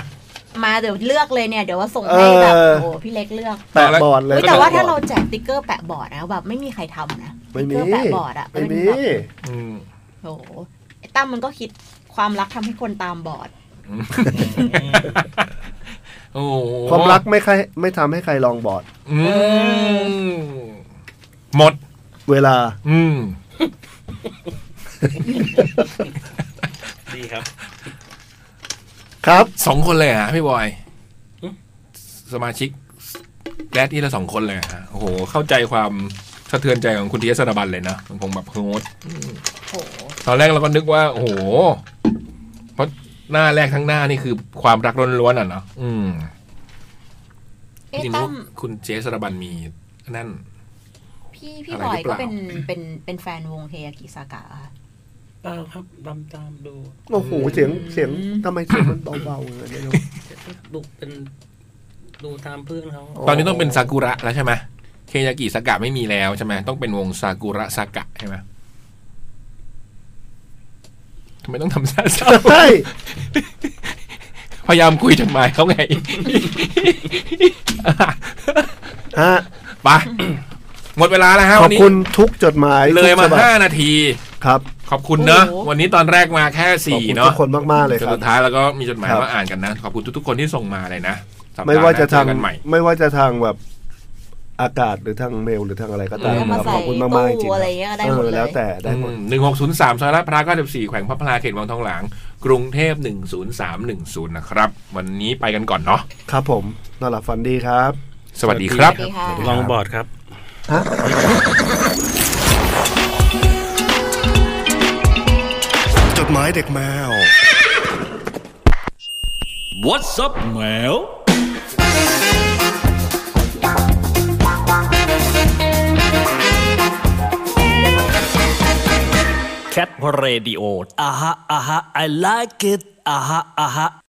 มาเดี๋ยวเลือกเลยเนี่ยเดี๋ยวว่าส่งให้แบบ เออ โอ้โหพี่เล็กเลือก แปะบอร์ดเลย เฮ้ยแต่ว่าถ้าเราแจกติ๊กเกอร์แปะบอร์ดนะแบบไม่มีใครทำนะ ไม่มี ติ๊กเกอร์แปะบอร์ดอะ ไม่ เป็น มี แบบ อืม โอ้โหไอ้ตั้มมันก็คิดความรักทำให้คนตามบอด โอ้โห ความรักไม่ใครไม่ทำให้ใครลองบอร์ด อืมหมด เวลา อืม ดีครับ ครับ สองคนเลยเหรอฮะพี่บอย สมาชิกแรดที่ละสองคนเลยเหรอฮะโอ้โห เข้าใจความสะเทือนใจของคุณทีเอสนบันเลยนะมันคงแบบโหด โอ้โห ตอนแรกเราก็นึกว่า โอ้โห เพราะหน้าแรกทั้งหน้านี่คือความรักล้วนๆอ่ะเนาะอืม เอ๊ะ นี่ ตั้ รู้ ม คุณเจสนบันมีนั่น พี่พี่ อะไรหบอรื ย อเป ก็ ล่า เป็นเป็นเป็นแฟนวงเฮยากิซากะอะ ตามครับตามตามดู โอ้โห เสียง เสียงทำไมเสียงมันเบาๆเลยไม่ รู้ ดูเป็นดูตามเพื่อนเขา ตอนนี้ต้องเป็นซากุระแล้วใช่ไหมเคยากิสากะไม่มีแล้วใช่ไหมต้องเป็นวงซากุระซากะใช่ไหมทำไมต้องทำเศร้า ใช่ ๆพยายามคุยจดหมายเขาไง ฮะ ไปะ หมดเวลาแล้วฮะ ขอ วั บ นนี้ คุณทุกจดหมาย เลยมา ทุกฉบับ ห้านาที ครับ ขอบคุณเนอะวันนี้ตอนแรกมาแค่ ขอบ สี่ คุณทุ เนาะ กคนมาก ๆ เลย จน ครั สุ บ ดท้ายแล้วก็มีจดหมาย ครับ มาอ่านกันนะ ขอบคุณทุกๆคนที่ส่งมาเลยนะสัปดห์ ไม่ว่าจะทาง หน้เอกันใหม่ ไม่ว่าจะทางแบบอากาศหรือทางเมลหรือทางอะไรก็ตาม แล้ว ค มา รับ ใส่ ขอบคุณมากๆจริ ตู้ ง อะไรเงี้ยก็ได้หมด เออ เล แล้ว ย แต่ได้หมด หนึ่งหกศูนย์สามซอยลาดพร้าวเก้าสิบสี่แขวงพระพลาเขตวังทองหลาง กรุงเทพหนึ่งศูนย์สามหนึ่งศูนย์นะครับ วันนี้ไปกันก่อนเนาะ ครับผมนอนหลับฝันดีครับ สวัสดีครับ สวัสดีค่ะ ลองบอร์ดครับ จดหมายเด็กแมว What's up แมว Cat Radio อ่ะฮะอ่ะฮะ I like it อ่ะฮะอ่ะฮะ